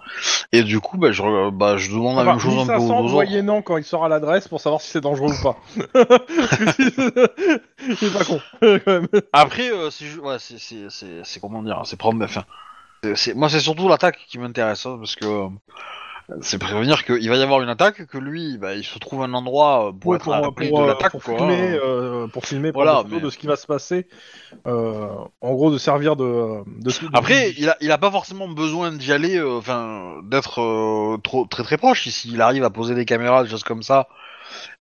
Et du coup, bah, je, re- bah, je demande la Enfin, même chose un peu aux 1500 autres. moyennant quand il sort à l'adresse pour savoir si c'est dangereux *laughs* ou pas. *laughs* c'est pas con, quand même. Après, euh, c'est ju- ouais, c'est- c'est- c'est- c'est comment dire, c'est prendre. Enfin, c'est- c'est- moi, c'est surtout l'attaque qui m'intéresse, hein, parce que euh, c'est prévenir qu'il va y avoir une attaque, que lui, bah, il se trouve un endroit euh, pour Ouais, être à l'abri de euh, l'attaque. pour quoi. hein. filmer, euh, pour filmer, Voilà, prendre des photos mais- de ce qui va se passer. Euh, en gros, de servir de. de- de- Après, il a, il a pas forcément besoin d'y aller, euh, enfin, d'être euh, trop très très proche. S'il arrive à poser des caméras, des choses comme ça,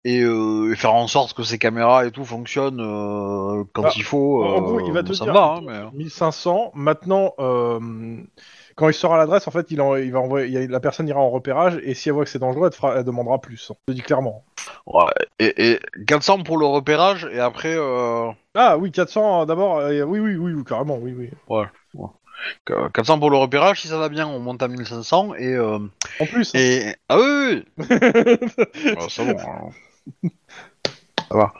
et, euh, et faire en sorte que ces caméras et tout fonctionnent euh, quand Bah, il faut, en gros, euh, il va te ça dire- me va, hein, mais- 1500. Maintenant, euh, quand il sort à l'adresse, en fait, il, en- il va envoyer, il y a- la personne ira en repérage et si elle voit que c'est dangereux, elle, te fera- elle demandera plus. hein. Je te dis clairement. Ouais, et, et 400 pour le repérage, et après, euh, Ah oui, 400 euh, d'abord. euh, oui, oui, oui, oui, carrément, oui, oui. qu- 400 pour le repérage, si ça va bien, on monte à 1500, et... euh, En plus. et... Ah oui, oui, oui. Ah, C'est bon, alors. ça va.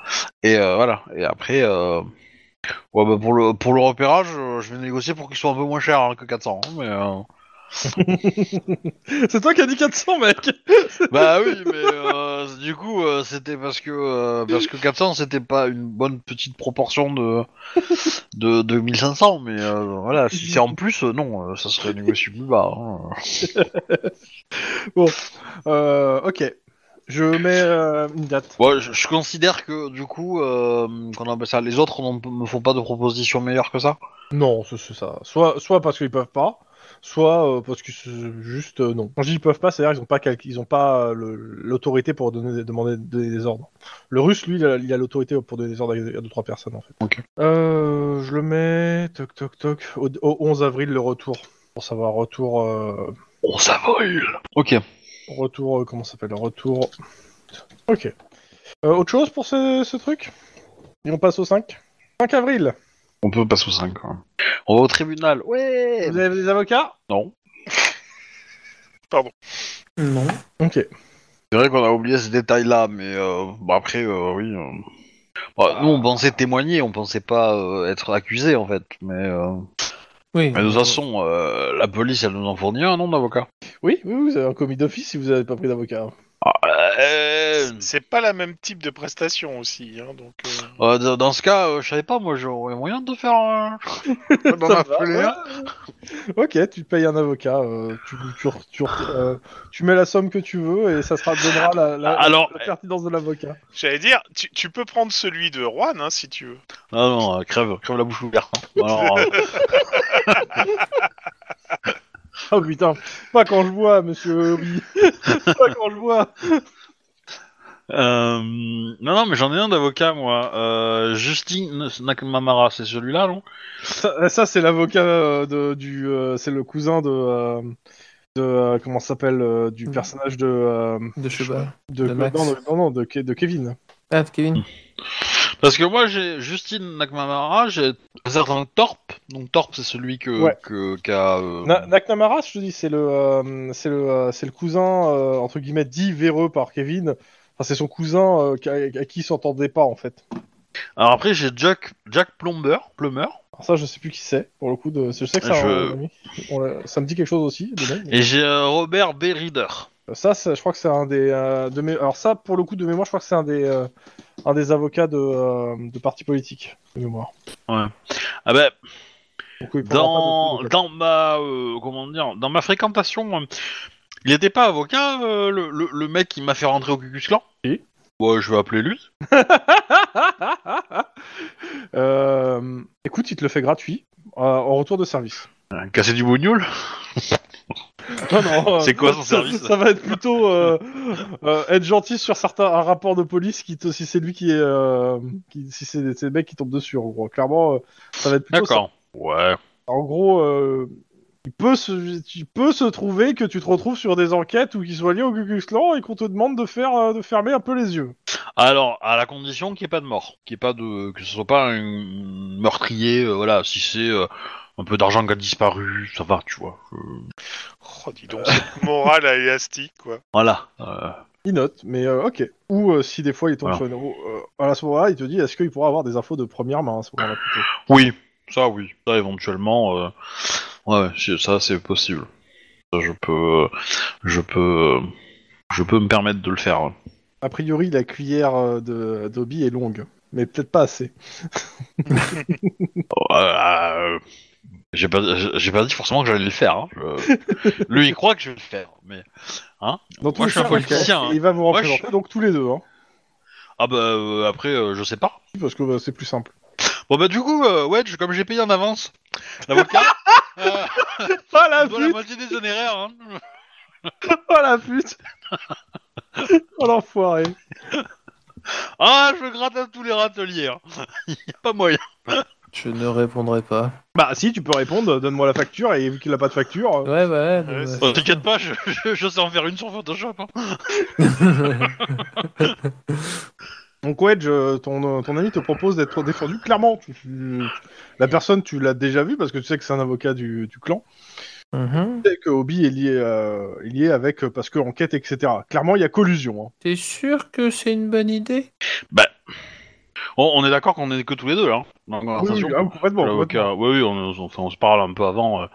Et euh, voilà, et après... euh, Ouais, bah pour le, pour le repérage, euh, je vais négocier pour qu'il soit un peu moins cher hein, que 400, hein, mais... euh, *laughs* c'est toi qui as dit 400, mec. Bah oui, mais euh, du coup, euh, c'était parce que euh, parce que 400, c'était pas une bonne petite proportion de de, de 1500, mais euh, voilà, si c'est en plus, euh, non, euh, ça serait négocié plus bas. hein. Euh, ok. Je mets euh, une date. Ouais, je, je considère que du coup, euh, qu'on appelle ça, les autres n'ont- me font pas de proposition meilleure que ça. Non, c'est c'est ça. Soit, soit parce qu'ils peuvent pas, soit euh, parce que c'est juste euh, non. Quand je dis ils peuvent pas, c'est-à-dire qu'ils ont pas, calc- ils ont pas euh, le- l'autorité pour donner, des- demander donner des ordres. Le Russe, lui, il a- il a l'autorité pour donner des ordres à à deux trois personnes en fait. Ok. Euh, je le mets toc toc toc au, au 11 avril le retour pour savoir retour euh, On s'avole. Ok. retour euh, comment ça s'appelle retour. Ok. Euh, autre chose pour ce, ce truc Et on passe au 5 5 avril. On peut passer au 5. quand même. On va au tribunal. Ouais. Vous avez des avocats Non. Non. Ok. C'est vrai qu'on a oublié ce détail-là, mais euh, bah après, euh, oui. euh. Bah, nous, on pensait témoigner, on pensait pas euh, être accusé, en fait. Mais, euh, Oui. mais de toute façon, euh, la police, elle nous en fournit un nom d'avocat. Oui, oui, oui, vous avez un commis d'office si vous n'avez pas pris d'avocat. Ah, euh, C'est pas la même type de prestation aussi, hein, donc. euh, euh, d- dans ce cas, euh, je savais pas, moi, j'aurais moyen de te faire un... *laughs* d'en Ça affoler va, un. Ok, tu te payes un avocat, euh, tu, tu, tu- euh, tu mets la somme que tu veux et ça sera donnera la, la- Alors, la pertinence de l'avocat. J'allais dire, tu, tu peux prendre celui de Juan, hein, si tu veux. Non, non, euh, crève, crève la bouche ouverte. Alors, euh, Oh putain, pas quand je vois, monsieur Obi. *laughs* pas quand je vois. euh, non, non, mais j'en ai un d'avocat, moi. Euh, Justine Nakamamara, c'est celui-là, non Ça, ça, c'est l'avocat euh, de- du. euh, c'est le cousin de. euh, de euh, comment ça s'appelle euh, Du Mm. personnage de. euh, De cheval. de, De Max. non, non, non, de, Ke- de Kevin. Ah, de Mm. Kevin. Parce que moi, j'ai Justine Nakamura, j'ai un certain Torp. Donc Torp, c'est celui que Ouais. que- qu'a. euh, Na- Nakamura, je te dis, c'est le, euh, c'est le, euh, c'est le cousin euh, entre guillemets dit véreux par Kevin. Enfin, c'est son cousin euh, qui- à, à qui il s'entendait pas en fait. Alors après, j'ai Jack Jack Plumber, Plumber, Alors ça, je sais plus qui c'est pour le coup. De... Je sais que ça, Je- ça me dit quelque chose aussi. de même. et j'ai euh, Robert B. Reader. Euh, Ça, ça, je crois que c'est un des. euh, de mé- Alors ça, pour le coup de mémoire, je crois que c'est un des, euh, un des avocats de, euh, de partis politiques de mémoire. Ah ben, Donc, il prendra dans pas de- dans ma euh, comment dire, dans ma fréquentation, euh, il n'était pas avocat euh, le, le, le mec qui m'a fait rentrer au Cucus Clan. Oui. Ouais, je vais appeler lui. Euh, écoute, il te le fait gratuit euh, en retour de service. Casser du bougnoul. Non, non, euh, C'est *laughs* quoi son ça- service ça, va être plutôt euh, euh, être gentil sur certains un rapport de police qui te, si c'est lui qui est euh, qui- si c'est c'est le mec qui tombe dessus en gros. Clairement, euh, ça va être plutôt ça. D'accord. Ouais. En gros, euh, il peut se tu peux se trouver que tu te retrouves sur des enquêtes ou qui soient liées au Cucus Clan et qu'on te demande de faire euh, de fermer un peu les yeux. Alors, à la condition qu'il n'y ait pas de mort, qu'il y ait pas de, que ce soit pas un meurtrier, euh, voilà, si c'est euh, un peu d'argent qui a disparu, ça va, tu vois. Euh, Oh, dis donc, cette morale à élastique, quoi. Voilà. euh, Il note, mais euh, ok. Ou euh, si des fois il tombe Voilà. sur une roue, euh, à ce moment-là, il te dit est-ce qu'il pourra avoir des infos de première main à ce moment-là plutôt Oui, ça oui, ça éventuellement, euh, ouais, si- ça c'est possible. Ça, je peux, je peux, je peux me permettre de le faire. A priori, la cuillère euh, de d'Obi est longue, mais peut-être pas assez. Oh, euh, euh, j'ai pas, j'ai pas dit forcément que j'allais le faire. hein. *laughs* Je- Lui il croit que je vais le faire, mais Dans tous les Moi, je suis un cas, politicien, il- hein. Il va vous Moi, je- représenter donc tous les deux, hein, ah bah euh, après euh, je sais pas. parce que bah, c'est plus simple. Bon bah du coup euh, ouais, je- comme j'ai payé en avance l'avocat, euh, Ah la je dois la moitié des honoraires. hein. *laughs* Oh la pute *laughs* Oh l'enfoiré Ah je gratte à tous les râteliers. hein. *laughs* y a pas moyen. Je ne répondrai pas. Bah si, tu peux répondre, donne-moi la facture, et vu qu'il a pas de facture... euh, Ouais, ouais. Ouais, bah, c'est- Oh, T'inquiète pas, je, je- je sais en faire une sur Photoshop. hein. Donc Wedge, euh, ton, euh, ton ami te propose d'être défendu clairement. Tu- tu- la personne, tu l'as déjà vue, parce que tu sais que c'est un avocat du, du clan. Mhm. Tu sais que Obi est lié, euh, est lié avec, euh, parce que enquête, etc. Clairement, il y a collusion. hein. T'es sûr que c'est une bonne idée On, on est d'accord qu'on est que tous les deux là. hein, dans la Oui, conversation. oui, ah, complètement, complètement. L'avocat, oui, oui, on, on- on se parle un peu avant. euh.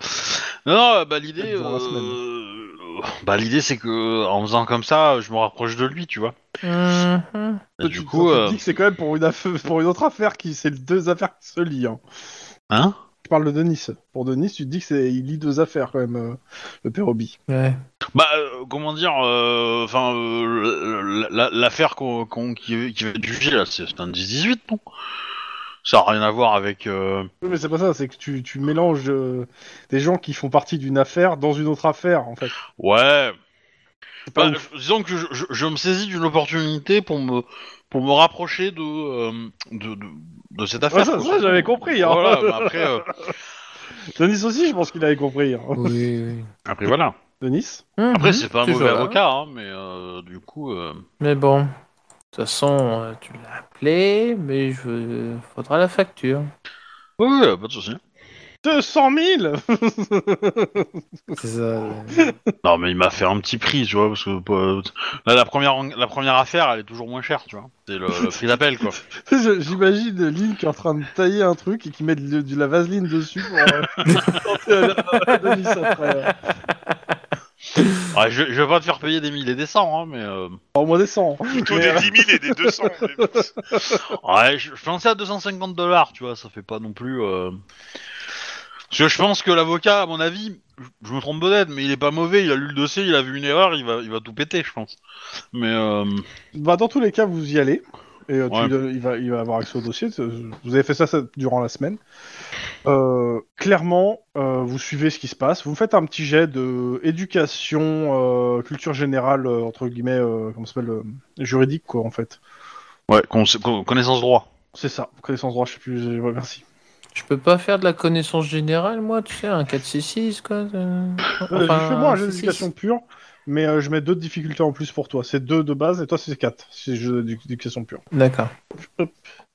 Non, non, euh, bah l'idée, Peut-être dans la euh, bah l'idée, c'est que en faisant comme ça, je me rapproche de lui, tu vois. Mhm. Et Tu- du tu- coup, tu te euh, dis que c'est quand même pour une, aff- pour une autre affaire, qui c'est deux affaires qui se lient. hein. hein Je parle de Denis. Pour Denis, tu te dis que c'est il lit deux affaires quand même, euh, le père Obi. Ouais. Bah euh, comment dire, euh, enfin euh, la- la- l'affaire qu'on qu'on- qui, qui va être jugée là, c'est c'est un 10-18, non Ça a rien à voir avec. euh, Oui, mais c'est pas ça, c'est que tu, tu mélanges euh, des gens qui font partie d'une affaire dans une autre affaire, en fait. Ouais. pas Bah, disons que je, je- je me saisis d'une opportunité pour me pour me rapprocher de euh, de, de, de cette affaire. Ouais, ça- quoi. ça, j'avais compris, hein. Voilà, bah, après euh, Denis aussi, je pense qu'il avait compris. hein. Oui, oui. après voilà. Denis Après Mhm. c'est pas un Toujours mauvais là. avocat, hein, mais euh, du coup. euh, hein. Mais bon. De toute façon, euh, tu l'as appelé, mais je euh, faudra la facture. Oui, oui, euh, pas de souci. 200 000 C'est ça. euh, Non mais il m'a fait un petit prix, tu vois, parce que euh, là, la première en- la première affaire elle est toujours moins chère, tu vois. C'est le, le prix d'appel quoi. *laughs* Je- J'imagine Lynn qui est en train de tailler un truc et qui met de, de la vaseline dessus pour euh, *laughs* tenter à- à- à Denis après. euh. Ouais, je, je vais pas te faire payer des milliers et des cents, hein, mais. euh, En moins des 100. Plutôt Mais, des euh, 10 000 et des 200. *laughs* mais bon, c'est- Ouais, je, je pensais à 250 dollars, tu vois, ça fait pas non plus. euh, Parce que je pense que l'avocat, à mon avis, je, je me trompe peut-être, mais il est pas mauvais, il a lu le dossier, il a vu une erreur, il va, il va tout péter, je pense. Mais euh, Bah, dans tous les cas, vous y allez. Et euh, tu- Ouais. euh, il, va, il va avoir accès au dossier. C'est- Vous avez fait ça, ça, durant la semaine. Euh, clairement, euh, vous suivez ce qui se passe. Vous faites un petit jet de éducation, euh, culture générale, euh, entre guillemets, euh, comment ça s'appelle, euh, juridique, quoi, en fait. ouais, con- con- connaissance droit. C'est ça, connaissance droit, je sais plus, ouais, merci. Je peux pas faire de la connaissance générale, moi, tu sais, un 4-6-6, quoi. euh, Euh, enfin, je fais moi un jeu 6-6. d'éducation pure, mais euh, je mets deux difficultés en plus pour toi. C'est deux de base et toi c'est quatre. C'est jeu d'édu- d'éducation pure. D'accord.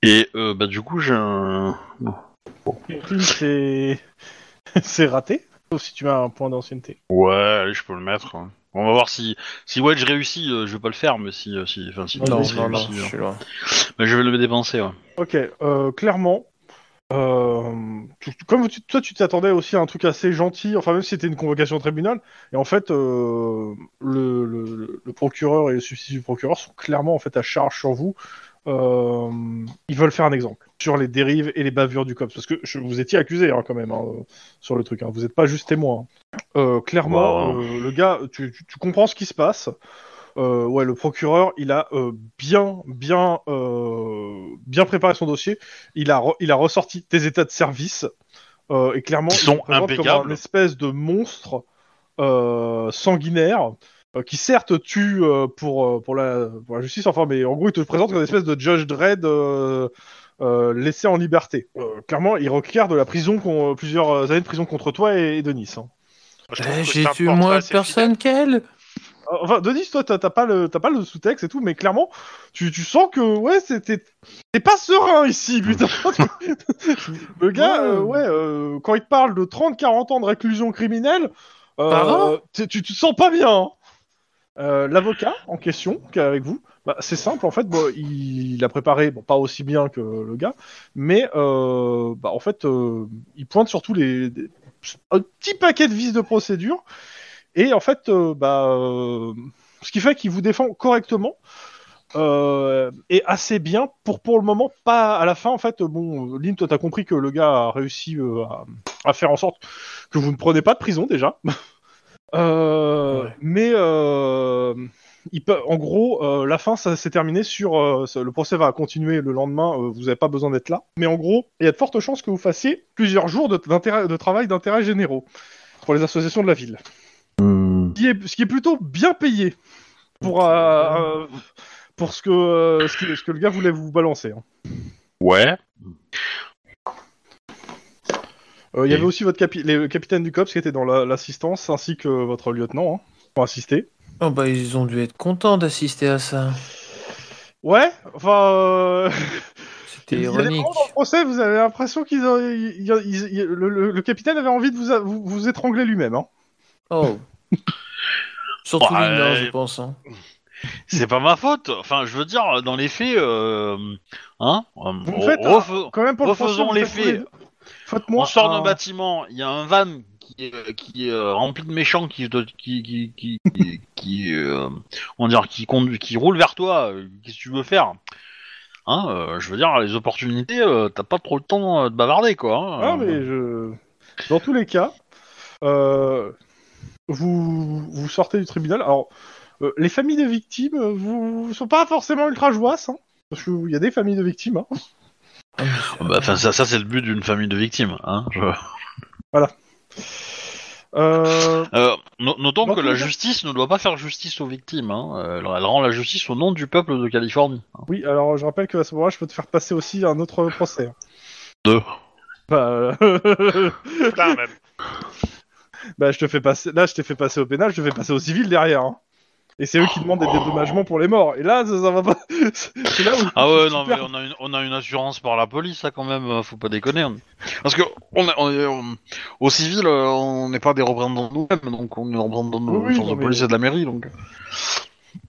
Et euh, bah, du coup, j'ai un. Click, C'est *laughs* c'est raté, sauf si tu as un point d'ancienneté. Ouais, allez, je peux le mettre. hein. On va voir si, si Wedge réussit, euh, je vais pas le faire, mais si. euh, si... Enfin, si Ouais, Non, c'est- non, non, réussit, je euh, suis loin. bah, je vais le dépenser, ouais. Ok, euh, clairement. euh, tu- tu- comme tu- toi, tu t'attendais aussi à un truc assez gentil, enfin, même si c'était une convocation au tribunal, et en fait, euh, le, le- le procureur et le substitut du procureur sont clairement en fait à charge sur vous. Euh, ils veulent faire un exemple sur les dérives et les bavures du COPS, parce que je vous étiez accusé hein, quand même hein, euh, sur le truc, hein. vous n'êtes pas juste témoin. hein. Euh, clairement, Wow. euh, le gars, tu, tu- tu comprends ce qui se passe. Euh, ouais, le procureur, il a euh, bien, bien, euh, bien préparé son dossier. Il a, re- il a ressorti tes états de service. euh, et clairement, Ils il sont te présente comme impeccables. un espèce de monstre euh, sanguinaire euh, qui certes tue euh, pour, euh, pour, la, pour la justice, enfin, mais en gros, il te présente comme une espèce de Judge Dredd euh, euh, laissé en liberté. Euh, clairement, il requiert de la prison, con- plusieurs années de prison contre toi et, et Denis. hein. je trouve Eh, que J'ai c'est un tué portrait moins de assez fidèle. personnes qu'elle Enfin, Denis, toi, t'as t'as pas le, t'as pas le sous-texte et tout, mais clairement, tu, tu sens que ouais, c'était, t'es pas serein ici, putain. le gars, euh, ouais, euh, quand il te parle de 30-40 ans de réclusion criminelle, euh, Pardon t'es- tu, tu te sens pas bien. hein. Euh, L'avocat en question, qui est avec vous, bah, c'est simple en fait. bon, il, il a préparé, bon, pas aussi bien que le gars, mais euh, bah, en fait, euh, il pointe surtout les, des- un petit paquet de vices de procédure. Et en fait, euh, bah, euh, ce qui fait qu'il vous défend correctement euh, et assez bien pour pour le moment pas à la fin en fait. Bon, Lynn, toi t'as compris que le gars a réussi euh, à, à faire en sorte que vous ne prenez pas de prison déjà. *laughs* Euh, Ouais. Mais euh, il peut, en gros, euh, la fin, ça s'est terminé sur. euh, ça- le procès va continuer le lendemain, euh, vous n'avez pas besoin d'être là. Mais en gros, il y a de fortes chances que vous fassiez plusieurs jours de, d'intérêt- de travail d'intérêt généraux pour les associations de la ville. Hmm. Ce qui est, ce qui est plutôt bien payé pour, euh, euh, pour ce, que, euh, ce, que, ce que le gars voulait vous balancer. hein. Ouais. Euh, il y Et- avait aussi votre capi- les- le capitaine du COPS qui était dans la- l'assistance, ainsi que votre lieutenant, hein, pour assister. Oh bah ils ont dû être contents d'assister à ça. Ouais, enfin. euh, *laughs* C'était il y a des ironique. moments dans le procès, vous avez l'impression qu'ils ont- il- il- il- il- le, le- le capitaine avait envie de vous, a- vous, vous étrangler lui-même. hein. Oh. Surtout Bah, Linda, euh, je pense. hein. C'est pas ma faute. Enfin, je veux dire, dans les faits, euh, hein. euh, Vous re- faites un- refais- Quand même, pour Refaisons le procès, les vous faites tous faits. deux- Faites-moi. On sort un- d'un bâtiment. Il y a un van qui est, qui est, euh, rempli de méchants qui te- qui qui qui qui, qui, euh, comment dire, qui conduit, qui roule vers toi. euh, Qu'est-ce que tu veux faire Hein, euh, je veux dire, les opportunités, euh, t'as pas trop le temps euh, de bavarder, quoi. hein. Ah, mais je... Dans tous les cas, euh, vous, vous sortez du tribunal. Alors, euh, les familles de victimes euh, vous sont pas forcément ultra joyeuses, hein, parce qu'il y a des familles de victimes. hein. Ah, mais- Bah, enfin, ça, ça c'est le but d'une famille de victimes. Hein. je- Euh, Euh, no- notons Dans que tous la les cas- justice ne doit pas faire justice aux victimes. Hein. Euh, Elle, elle rend la justice au nom du peuple de Californie. oui, alors je rappelle qu'à ce moment-là, je peux te faire passer aussi un autre procès. hein. Deux. *laughs* Bah, euh, *laughs* Putain, même. bah, je te fais passer. Là, je t'ai fait passer au pénal, je te fais passer au civil derrière. hein. Et c'est eux qui demandent des dédommagements pour les morts. Et là, ça, ça va pas. *laughs* C'est là où. Ah ouais, tu non, mais perds. on a, une, on a une assurance par la police, ça quand même, euh, faut pas déconner. On- Parce que on, est- on est- on- au civil, euh, on n'est pas des représentants de nous-mêmes, donc on est représentants de nos Oui, oui, forces non, de mais- police et de la mairie. Donc.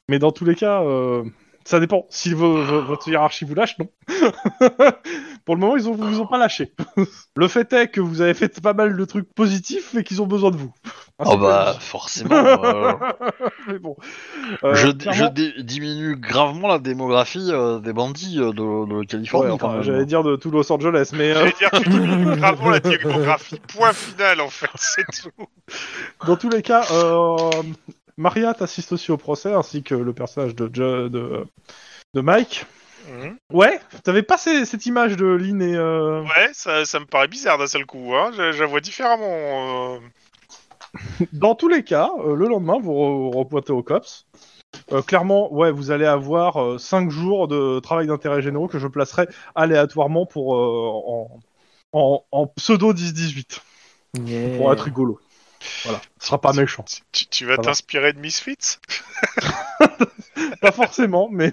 Mais dans tous les cas, euh, ça dépend. Si vo- vo- votre hiérarchie vous lâche, non. *laughs* Pour le moment, ils ont, vous ont pas lâché. *laughs* le fait est que vous avez fait pas mal de trucs positifs et qu'ils ont besoin de vous. *laughs* Ah, Oh c'est bah, forcément. euh, pas- mais bon. *laughs* Euh, je je clairement- dé- diminue gravement la démographie euh, des bandits euh, de, de Californie Ouais, quand enfin, même. J'allais dire de tout Los Angeles, mais euh, J'allais dire, tu diminues gravement la démographie. Point final, en fait, c'est tout. dans tous les cas, euh, Maria t'assiste aussi au procès, ainsi que le personnage de, Jo- de, de Mike. Ouais, t'avais pas ces- cette image de Lynn et... euh, Ouais, ça, ça me paraît bizarre d'un seul coup. Hein. Je, je la vois différemment. euh. Dans tous les cas, euh, le lendemain, vous re- repointez au COPS. Euh, clairement, ouais, vous allez avoir 5 jours de travail d'intérêt généraux que je placerai aléatoirement pour euh, en, en- en pseudo 10-18, Yeah. pour être rigolo. Voilà, ce sera pas méchant. Tu, tu- tu vas Ça va. t'inspirer de Misfits pas forcément, mais...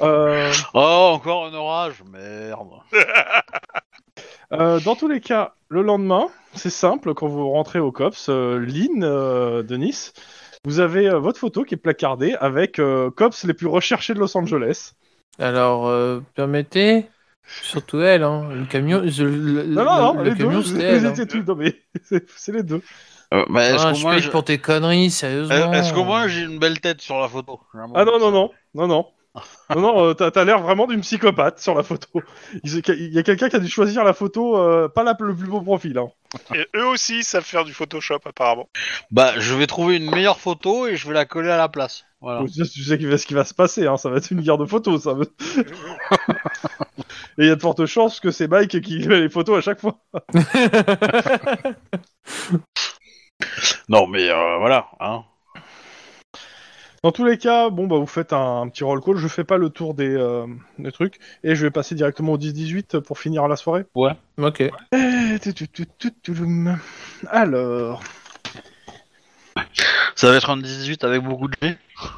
Euh, Oh, encore un orage, merde. euh, dans tous les cas, le lendemain, c'est simple, quand vous rentrez au COPS, euh, Lynn euh, de Nice, vous avez euh, votre photo qui est placardée avec euh, COPS les plus recherchés de Los Angeles. Alors, euh, permettez, surtout elle, hein, le camion, je- le, Non, le- non, non, le les camion, deux. c'était c'est- elle. hein. c'est tout- non, mais *laughs* c'est- c'est les deux. Euh, mais est-ce Ah, qu'au je moins, paye je- pour tes conneries, sérieusement. est-ce qu'au moins j'ai une belle tête sur la photo Oh, Ah non, non, non, non, *laughs* non. Non, non, euh, t'as t'as l'air vraiment d'une psychopathe sur la photo. Il il y a quelqu'un qui a dû choisir la photo, euh, pas la, le plus beau profil. Hein. Et eux aussi savent faire du Photoshop, apparemment. Bah, je vais trouver une meilleure photo et je vais la coller à la place. Voilà. Ah. Donc, Tu sais, tu sais qu'il- ce qui va se passer, hein, ça va être une guerre de photos. Ça. va- Et *laughs* il y a de fortes chances que c'est Mike qui *laughs* met les photos à chaque fois. Non, mais euh, voilà. Hein. Dans tous les cas, bon bah vous faites un, un petit roll call, je fais pas le tour des, euh, des trucs, et je vais passer directement au 10-18 pour finir la soirée. Ok. Euh, tu- tu- tu- tu- tu- loum. Alors... Ça va être un 18 avec beaucoup de G. Ça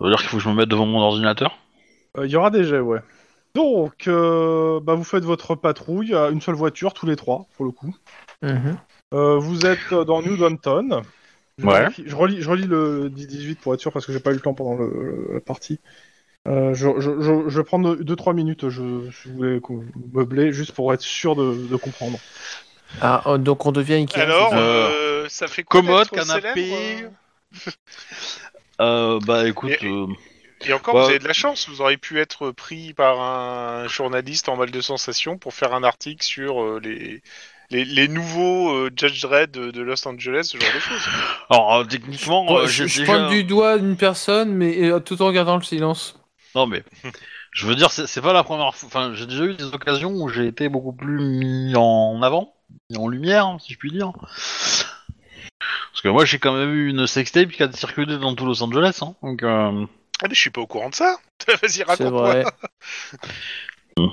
veut dire qu'il faut que je me mette devant mon ordinateur. Euh, Il y aura des jets, ouais. Donc, euh, bah, vous faites votre patrouille à une seule voiture, tous les trois, pour le coup. Mhm. Euh, vous êtes euh, dans New Downton. Je Ouais. vérifie- Je relis, je relis le 10-18 pour être sûr parce que j'ai pas eu le temps pendant le- la partie. Euh, je, je, je, je vais prendre 2-3 minutes, je, si vous voulez qu'on- meubler, juste pour être sûr de, de comprendre. Ah, oh, donc on devient Ikea. Alors, c'est ça. euh, ça fait quoi Commode, d'être canapé. célèbre, Euh, bah écoute, Et- euh, Et encore, Bah, vous avez de la chance, vous auriez pu être pris par un journaliste en mal de sensation pour faire un article sur euh, les, les, les nouveaux euh, Judge Dredd de, de Los Angeles, ce genre de choses. alors euh, techniquement, Bon, euh, je, j'ai je déjà... pointe du doigt une personne, mais euh, tout en regardant le silence. Non mais, je veux dire, c'est c'est pas la première fois. Enfin, j'ai déjà eu des occasions où j'ai été beaucoup plus mis en avant, mis en lumière, hein, si je puis dire. Parce que moi, j'ai quand même eu une sextape qui a circulé dans tout Los Angeles. Hein, donc, euh, Ah, mais je suis pas au courant de ça. *laughs* Vas-y, C'est raconte-moi. vrai.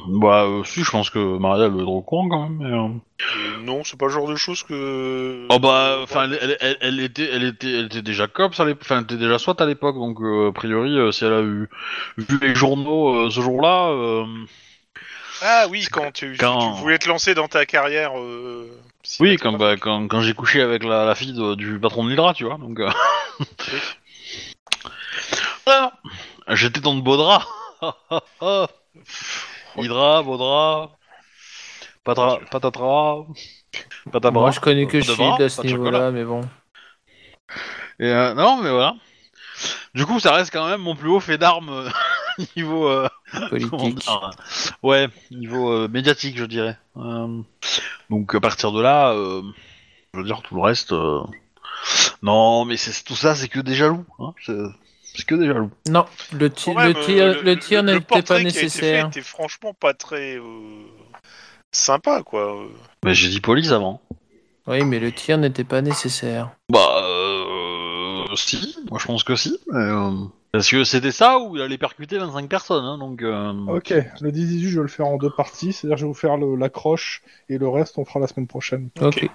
bah, euh, si, je pense que Maria le drôle con quand même. mais, euh, Euh, non, c'est pas le genre de choses que. Oh bah, enfin, elle, elle- elle- elle était, elle était, elle était déjà cops, à l'époque- enfin, elle était déjà SWAT à l'époque, donc euh, a priori, euh, si elle a eu vu les journaux euh, ce jour-là, euh, Ah oui, quand tu, Quand- tu voulais te lancer dans ta carrière. euh, oui, cinématographique. quand, bah, quand, quand j'ai couché avec la, la fille de- du patron de l'Hydra, tu vois, donc. euh, Voilà. J'étais dans de beaux draps. *laughs* Hydra, beau drap, patra- patatras, patabras. Moi, je connais que pas de Shield bras, à ce pas de euh, niveau-là, chocolat. mais bon. Et, euh, non, mais voilà. Du coup, ça reste quand même mon plus haut fait d'armes euh, *laughs* niveau. euh, *laughs* Comment Politique. dire, euh, Ouais, niveau euh, médiatique, je dirais. Euh, donc à partir de là, euh, je veux dire tout le reste. euh, Non, mais c'est tout ça, c'est que des jaloux. hein, c'est c'est que des jaloux. Non, le, ti- Quand même, le euh, tir, le, tir le n'était portrait pas qui a été nécessaire. fait était franchement pas très euh, sympa, quoi. euh. Mais j'ai dit police avant. Oui, mais le tir n'était pas nécessaire. Bah, euh, si. Moi, je pense que si. mais, euh, Parce que c'était ça où il allait percuter 25 personnes, hein, donc. euh, Ok, le 10-18, je vais le faire en deux parties, c'est-à-dire je vais vous faire le- l'accroche et le reste, on fera la semaine prochaine. Ok.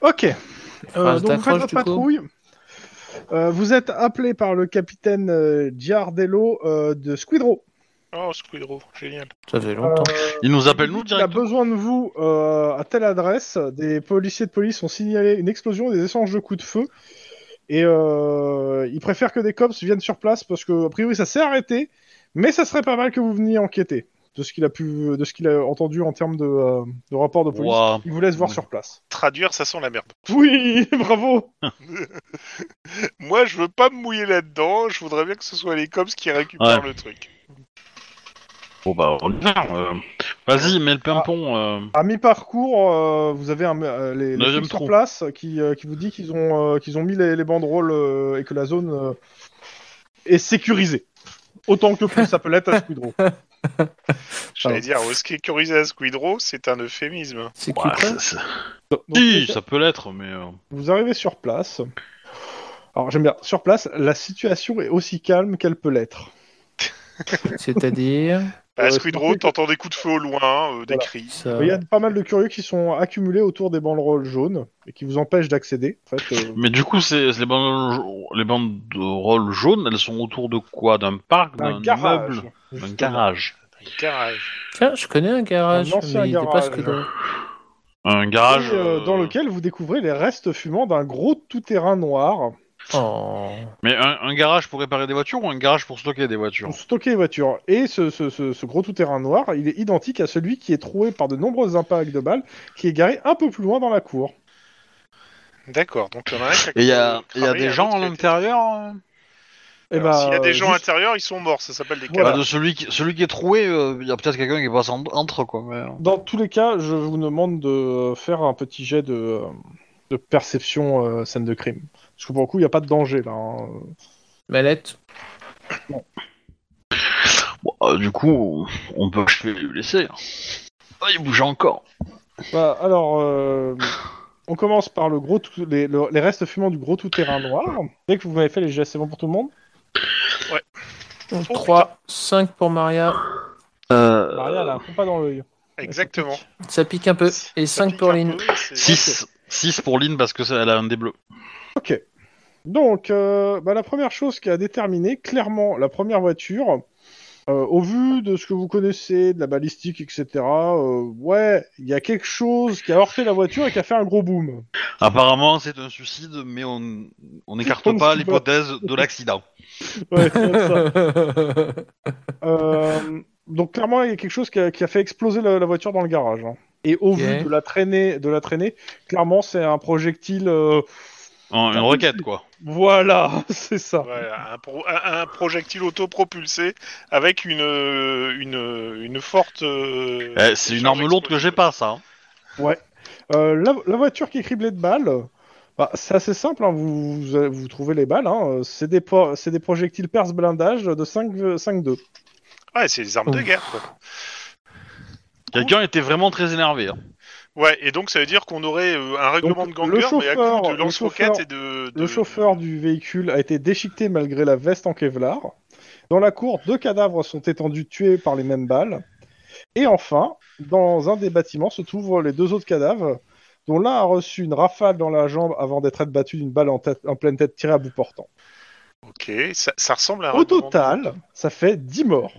Ok. Euh, Phrase donc vous faites d'accroche, votre du coup. patrouille. Euh, vous êtes appelé par le capitaine euh, Giardello euh, de Squidrow. Oh, Squidro, génial. Ça fait longtemps. Euh, Il nous appelle nous Il a direct. besoin de vous euh, à telle adresse. Des policiers de police ont signalé une explosion et des échanges de coups de feu. Et euh, ils préfèrent que des cops viennent sur place parce que, a priori, ça s'est arrêté. Mais ça serait pas mal que vous veniez enquêter de ce qu'il a pu, de ce qu'il a entendu en termes de, euh, de rapport de police. Ouah. Il vous laisse voir Ouais. sur place. Traduire, ça sent la merde. Oui, *laughs* bravo. Moi, je veux pas me mouiller là-dedans. Je voudrais bien que ce soit les cops qui récupèrent le truc. Bon bah, on y va, euh. Vas-y, mets le pimpon. euh. À mi-parcours, euh, vous avez un, euh, les, les Neuvième flics sur trou. place qui, euh, qui vous dit qu'ils ont, euh, qu'ils ont mis les, les banderoles euh, et que la zone euh, est sécurisée. Autant que peut s'appeler à *laughs* Squidrow. J'allais Ah. dire, euh, sécuriser à Squidro, c'est un euphémisme. C'est qui Ouah, quoi c'est- c'est- Donc, Si, ça peut l'être, mais. euh, Vous arrivez sur place. Alors j'aime bien, sur place, la situation est aussi calme qu'elle peut l'être. C'est-à-dire. À Euh, Squidro, surtout que- t'entends des coups de feu au loin, euh, des Voilà. cris. Ah Ça... Il y a pas mal de curieux qui sont accumulés autour des banderoles jaunes et qui vous empêchent d'accéder. En fait, euh, Mais du coup, c'est c'est les bandes, les banderoles jaunes, elles sont autour de quoi D'un parc, d'un d'un garage. immeuble, d'un justement. garage. Un garage. Tiens, Ah, je connais un garage, Un ancien mais il n'était pas garage. Squidrow. Un Ah, garage. Et, euh, euh, Dans lequel vous découvrez les restes fumants d'un gros tout-terrain noir Oh. Mais un, un garage pour réparer des voitures ou un garage pour stocker des voitures pour stocker les voitures. Et ce, ce- ce- ce gros tout-terrain noir, il est identique à celui qui est troué par de nombreux impacts de balles, qui est garé un peu plus loin dans la cour. D'accord, donc il y en a un qui a Et il y a, cramé, il y a des un gens autre à qui a été- l'intérieur euh Et Alors, S'il y a des gens à Eh ben, bah, juste- l'intérieur, ils sont morts, ça s'appelle des Voilà. Bah, de celui qui, celui qui est troué, euh, il y a peut-être quelqu'un qui passe en- entre quoi. mais, euh. Dans tous les cas, je vous demande de faire un petit jet de, euh, de perception euh, scène de crime. Parce que pour le coup, il n'y a pas de danger là. hein. Mallette. Bon, euh, du coup, on peut achever les blessés. hein. Ah, il bouge encore. Bah, alors, euh, on commence par le gros tout- les, le- les restes fumants du gros tout-terrain noir. Dès que vous m'avez fait les gestes, c'est bon pour tout le monde putain. 3, 5 pour Maria. Euh, Bah, Maria, là, pas dans l'œil. Exactement. Ça pique un peu. Et 5 pour Lynn. 6. 6 pour Lynn parce que ça- elle a un des bleus. Ok. Donc, euh, bah, la première chose qui a déterminé, clairement, la première voiture, euh, au vu de ce que vous connaissez, de la balistique, etc., euh, ouais, il y a quelque chose qui a heurté la voiture et qui a fait un gros boom. Apparemment, c'est un suicide, mais on on n'écarte On pas sait pas. l'hypothèse de *laughs* l'accident. Ouais, c'est ça. Euh, donc clairement, il y a quelque chose qui a, qui a fait exploser la, la voiture dans le garage. hein. Et au Ok. vu de la traînée, de la traînée, clairement, c'est un projectile. euh, En- une requête, quoi. Voilà, *laughs* c'est ça. Voilà, un, pro- un- un projectile autopropulsé avec une, euh, une, une forte. euh, Eh, c'est une arme charge lourde que j'ai pas, ça. hein. Euh, la, la voiture qui est criblée de balles. bah, c'est assez simple, hein, vous, vous, vous trouvez les balles, hein, euh, c'est des, po- c'est des projectiles perce blindage de 5 5-2. explosive. Ouais, c'est des armes de Ouf. guerre, quoi. Quelqu'un était vraiment très énervé. hein. Ouais, et donc ça veut dire qu'on aurait euh, un règlement Donc, de gangueur, le mais à coup chauffeur- de le lance-roquettes chauffeur- et de, de- Le chauffeur du véhicule a été déchiqueté malgré la veste en Kevlar. Dans la cour, deux cadavres sont étendus tués par les mêmes balles. Et enfin, dans un des bâtiments se trouvent les deux autres cadavres, dont l'un a reçu une rafale dans la jambe avant d'être battu d'une balle en, tête- en pleine tête tirée à bout portant. Ok, ça, ça ressemble à un Au règlement de- total, ça fait 10 morts.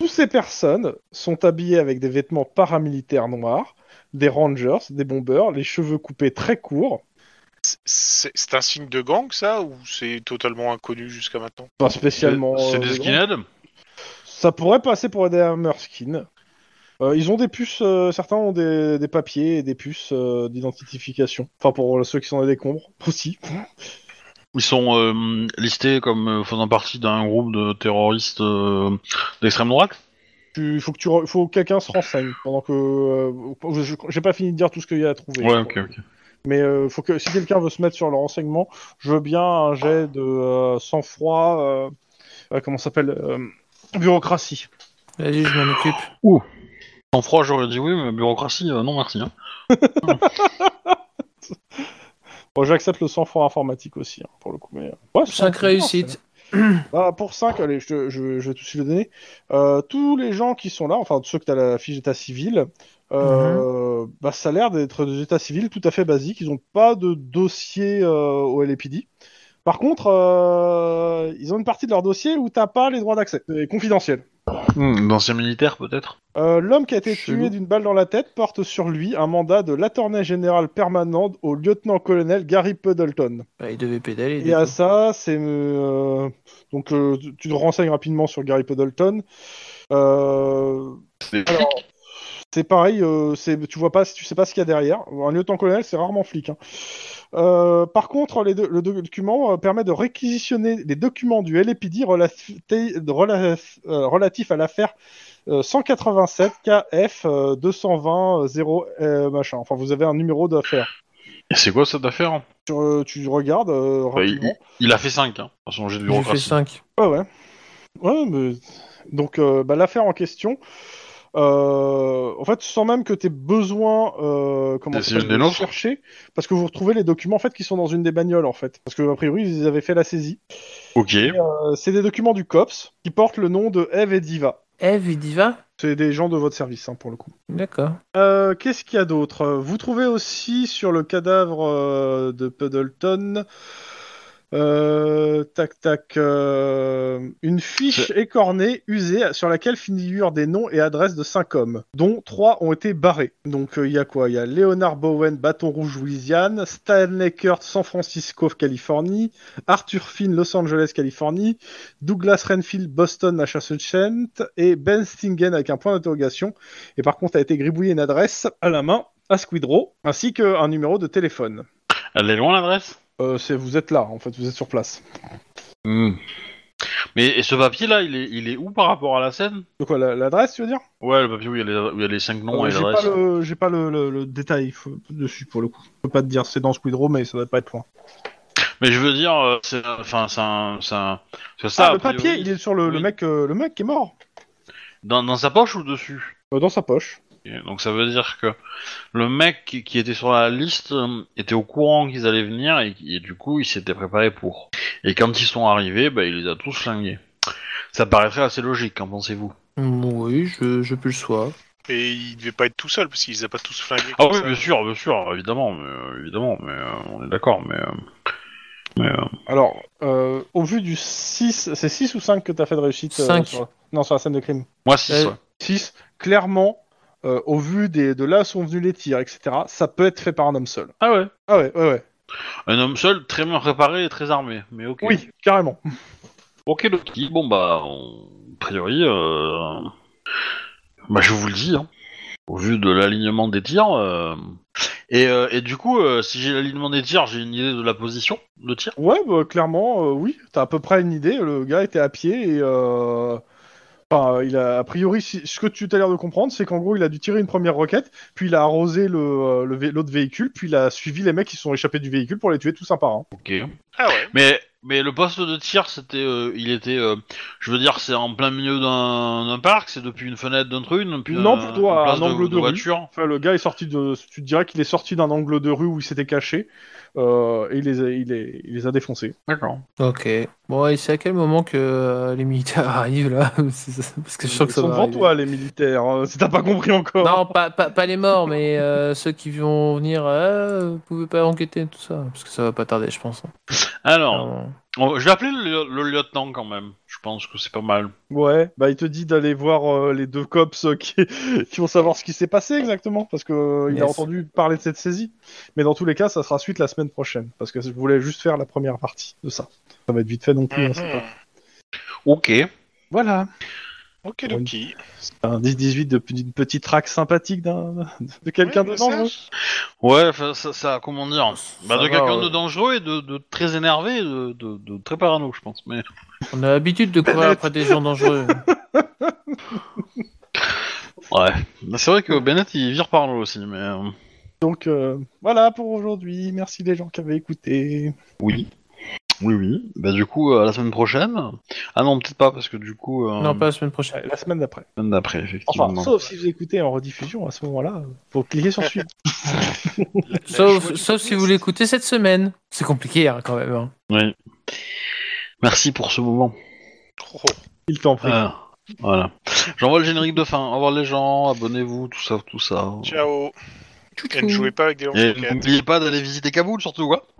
Toutes ces personnes sont habillées avec des vêtements paramilitaires noirs, des rangers, des bombers, les cheveux coupés très courts, C'est c'est un signe de gang, ça, ou c'est totalement inconnu jusqu'à maintenant pas spécialement. C'est euh, des des grands. skinheads Ça pourrait passer pour des hammer skins. Euh, ils ont des puces, euh, certains ont des, des papiers et des puces euh, d'identification. Enfin, pour ceux qui sont dans des décombres aussi. Ils sont euh, listés comme euh, faisant partie d'un groupe de terroristes euh, d'extrême droite. Il faut que tu re- faut que quelqu'un se renseigne pendant que euh, je- je- j'ai pas fini de dire tout ce qu'il y a à trouver. Ouais, ok, ok. Mais euh, faut que si quelqu'un veut se mettre sur le renseignement, je veux bien un jet de euh, sang-froid. euh, euh, comment ça s'appelle euh, Bureaucratie. *laughs* Vas-y, je m'en occupe. Sans froid, j'aurais dit oui, mais bureaucratie, euh, non merci. hein. Bon, j'accepte le sang-froid informatique aussi hein, pour le coup. Mais ouais, Ah, c'est 5 bien, réussites. Bah, pour 5, allez, je, te- je- je vais tout de suite le donner. Euh, tous les gens qui sont là, enfin ceux que tu as la fiche d'état civil, euh, bah, ça a l'air d'être des états civils tout à fait basiques. Ils n'ont pas de dossier euh, au LAPD. Par contre, euh, ils ont une partie de leur dossier où t'as pas les droits d'accès. C'est confidentiel. Hmm, D'anciens militaires, peut-être Euh, L'homme qui a été Chelou. tué d'une balle dans la tête porte sur lui un mandat de l'attorney général permanent au lieutenant-colonel Gary Puddleton. Bah, il devait pédaler. du Et à coup. ça, c'est. euh, donc, euh, tu- tu te renseignes rapidement sur Gary Puddleton. Euh, Des alors, c'est pareil, euh, c'est- tu vois pas, tu sais pas ce qu'il y a derrière. Un lieutenant-colonel, c'est rarement flic. hein. Euh, par contre, les deux- le do- document euh, permet de réquisitionner les documents du LAPD relati- de rela- euh, relatifs à l'affaire euh, 187 KF euh, 220 0 euh, machin. Enfin, vous avez un numéro d'affaire. Et c'est quoi cette affaire hein Tu, re- tu regardes euh, Bah, il, rapidement. il- il a fait 5, hein, à son jet de J'ai fait bureaucratie. 5. Ouais, ouais. Ouais, mais... Donc, euh, bah, l'affaire en question, euh, en fait, tu sens même que t'es besoin euh, comment ça D'essayer une s'appelle, de dénonce. chercher, parce que vous retrouvez les documents en fait, qui sont dans une des bagnoles, en fait. Parce que, a priori, ils avaient fait la saisie. Ok. Euh, c'est des documents du COPS qui portent le nom de Eve et Diva. Eve, il y va C'est des gens de votre service, hein, pour le coup. D'accord. Euh, Qu'est-ce qu'il y a d'autre Vous trouvez aussi sur le cadavre euh, de Puddleton, euh, tac tac, euh, une fiche écornée, usée, euh, sur laquelle figurent des noms et adresses de cinq hommes, dont trois ont été barrés. Donc euh, il y a quoi Il y a Leonard Bowen, Bâton Rouge, Louisiane, Stanley Kurt, San Francisco, Californie, Arthur Finn, Los Angeles, Californie, Douglas Renfield, Boston, Massachusetts, et Ben Stingen avec un point d'interrogation et par contre a été gribouillé une adresse à la main à Squidrow, ainsi qu'un numéro de téléphone. Elle est loin, l'adresse Euh, c'est- vous êtes là, en fait, vous êtes sur place. Hmm. Mais et ce papier-là, il est, il est où par rapport à la scène De quoi, la- l'adresse, tu veux dire Ouais, le papier où il y a les, où il y a les 5 noms Euh, et J'ai pas l'adresse. le, j'ai pas le, le- le détail faut- dessus, pour le coup. Je peux pas te dire, c'est dans Squidrow, mais ça doit pas être loin. Mais je veux dire, euh, c'est enfin, c'est un. c'est un- parce que ça, Ah, a le priori, papier, il est sur le, le oui. mec, euh, le mec qui est mort. Dans, dans sa poche ou dessus Euh, dans sa poche. Et Donc ça veut dire que le mec qui, qui était sur la liste euh, était au courant qu'ils allaient venir et, et du coup il s'était préparé pour. Et quand ils sont arrivés, bah, il les a tous flingués. Ça paraîtrait assez logique, qu'en pensez-vous Mm, Oui, je, je peux le soir. Et il devait pas être tout seul parce qu'il les a pas tous flingués. Ah comme oui, ça. bien sûr, bien sûr, évidemment, mais, euh, évidemment, mais euh, on est d'accord, mais. euh, mais, euh, Alors, euh, au vu du 6, c'est 6 ou 5 que t'as fait de réussite euh, Cinq. sur- Non, sur la scène de crime. moi, si. Euh, ouais. 6, clairement, euh, au vu des, de là où sont venus les tirs, etc., ça peut être fait par un homme seul. Ah ouais. Ah ouais, ouais, ouais. Un homme seul, très bien préparé et très armé, mais ok. Oui, carrément. Ok, le petit. Bon bah, on- a priori, euh, bah je vous le dis, hein. au vu de l'alignement des tirs. euh, Et, euh, et du coup, euh, si j'ai l'alignement des tirs, j'ai une idée de la position de tir. Ouais, bah, clairement, euh, oui, t'as à peu près une idée. Le gars était à pied et. euh, Enfin, euh, il a, a priori, si- ce que tu t'as l'air de comprendre, c'est qu'en gros, il a dû tirer une première roquette, puis il a arrosé le, euh, le vé- l'autre véhicule, puis il a suivi les mecs qui se sont échappés du véhicule pour les tuer hein. tous un par un. Ok. Ah ouais. Mais mais le poste de tir, c'était, euh, il était, euh, je veux dire, c'est en plein milieu d'un d'un parc, c'est depuis une fenêtre d'un truc, depuis Non, un- plutôt à une place un angle de rue. voiture. Enfin, le gars est sorti de. Tu te dirais qu'il est sorti d'un angle de rue où il s'était caché, euh, et il les, a, il, les, il les a défoncés. D'accord. Ok. Bon, et c'est à quel moment que euh, les militaires *laughs* arrivent là C'est ça, Parce que je sens Ils que ça sont va. devant arriver. toi, les militaires, euh, si t'as pas compris *laughs* encore. Non, pas, pas, pas les morts, mais euh, ceux qui vont venir. euh, vous pouvez pas enquêter, tout ça. Parce que ça va pas tarder, je pense. hein. Alors, Clairement. Ah. on- je vais appeler le, le lieutenant quand même. Je pense que c'est pas mal. Ouais, bah il te dit d'aller voir euh, les deux cops euh, qui, *laughs* qui vont savoir ce qui s'est passé exactement, parce que euh, il a Yes. entendu parler de cette saisie. Mais dans tous les cas, ça sera suite la semaine prochaine, parce que je voulais juste faire la première partie de ça. Ça va être vite fait non plus. hein, c'est pas- Mhm. Ok. Voilà, Ok, donc. un 10-18 de d'une petite traque sympathique d'un *laughs* de quelqu'un hein. de dangereux. Ouais, enfin, ça, ça, comment dire Ça Bah, de va, quelqu'un ouais. de dangereux et de, de très énervé, et de, de, de très parano, je pense. Mais On a l'habitude de courir Bennett. après des gens *laughs* dangereux. ouais, Mais Bah, c'est vrai que Bennett il vire parano aussi, mais euh, Donc euh, voilà pour aujourd'hui. Merci les gens qui avaient écouté. oui, oui, oui. Bah du coup, euh, la semaine prochaine. Ah non, peut-être pas parce que du coup, euh, non, pas la semaine prochaine. Ouais, La semaine d'après. la semaine d'après, Enfin, effectivement. sauf si vous écoutez en rediffusion à ce moment-là, euh, faut cliquer sur suivre. Sauf, sauf si vous l'écoutez cette semaine. C'est compliqué hein, quand même. hein. Oui. Merci pour ce moment. Oh, Il t'en prie. Euh, voilà. J'envoie le générique de fin. Au revoir les gens, abonnez-vous, tout ça, tout ça. Ciao. Et ne jouez pas avec des Et lance-roquettes. n'oubliez pas d'aller visiter Kaboul surtout, hein. quoi.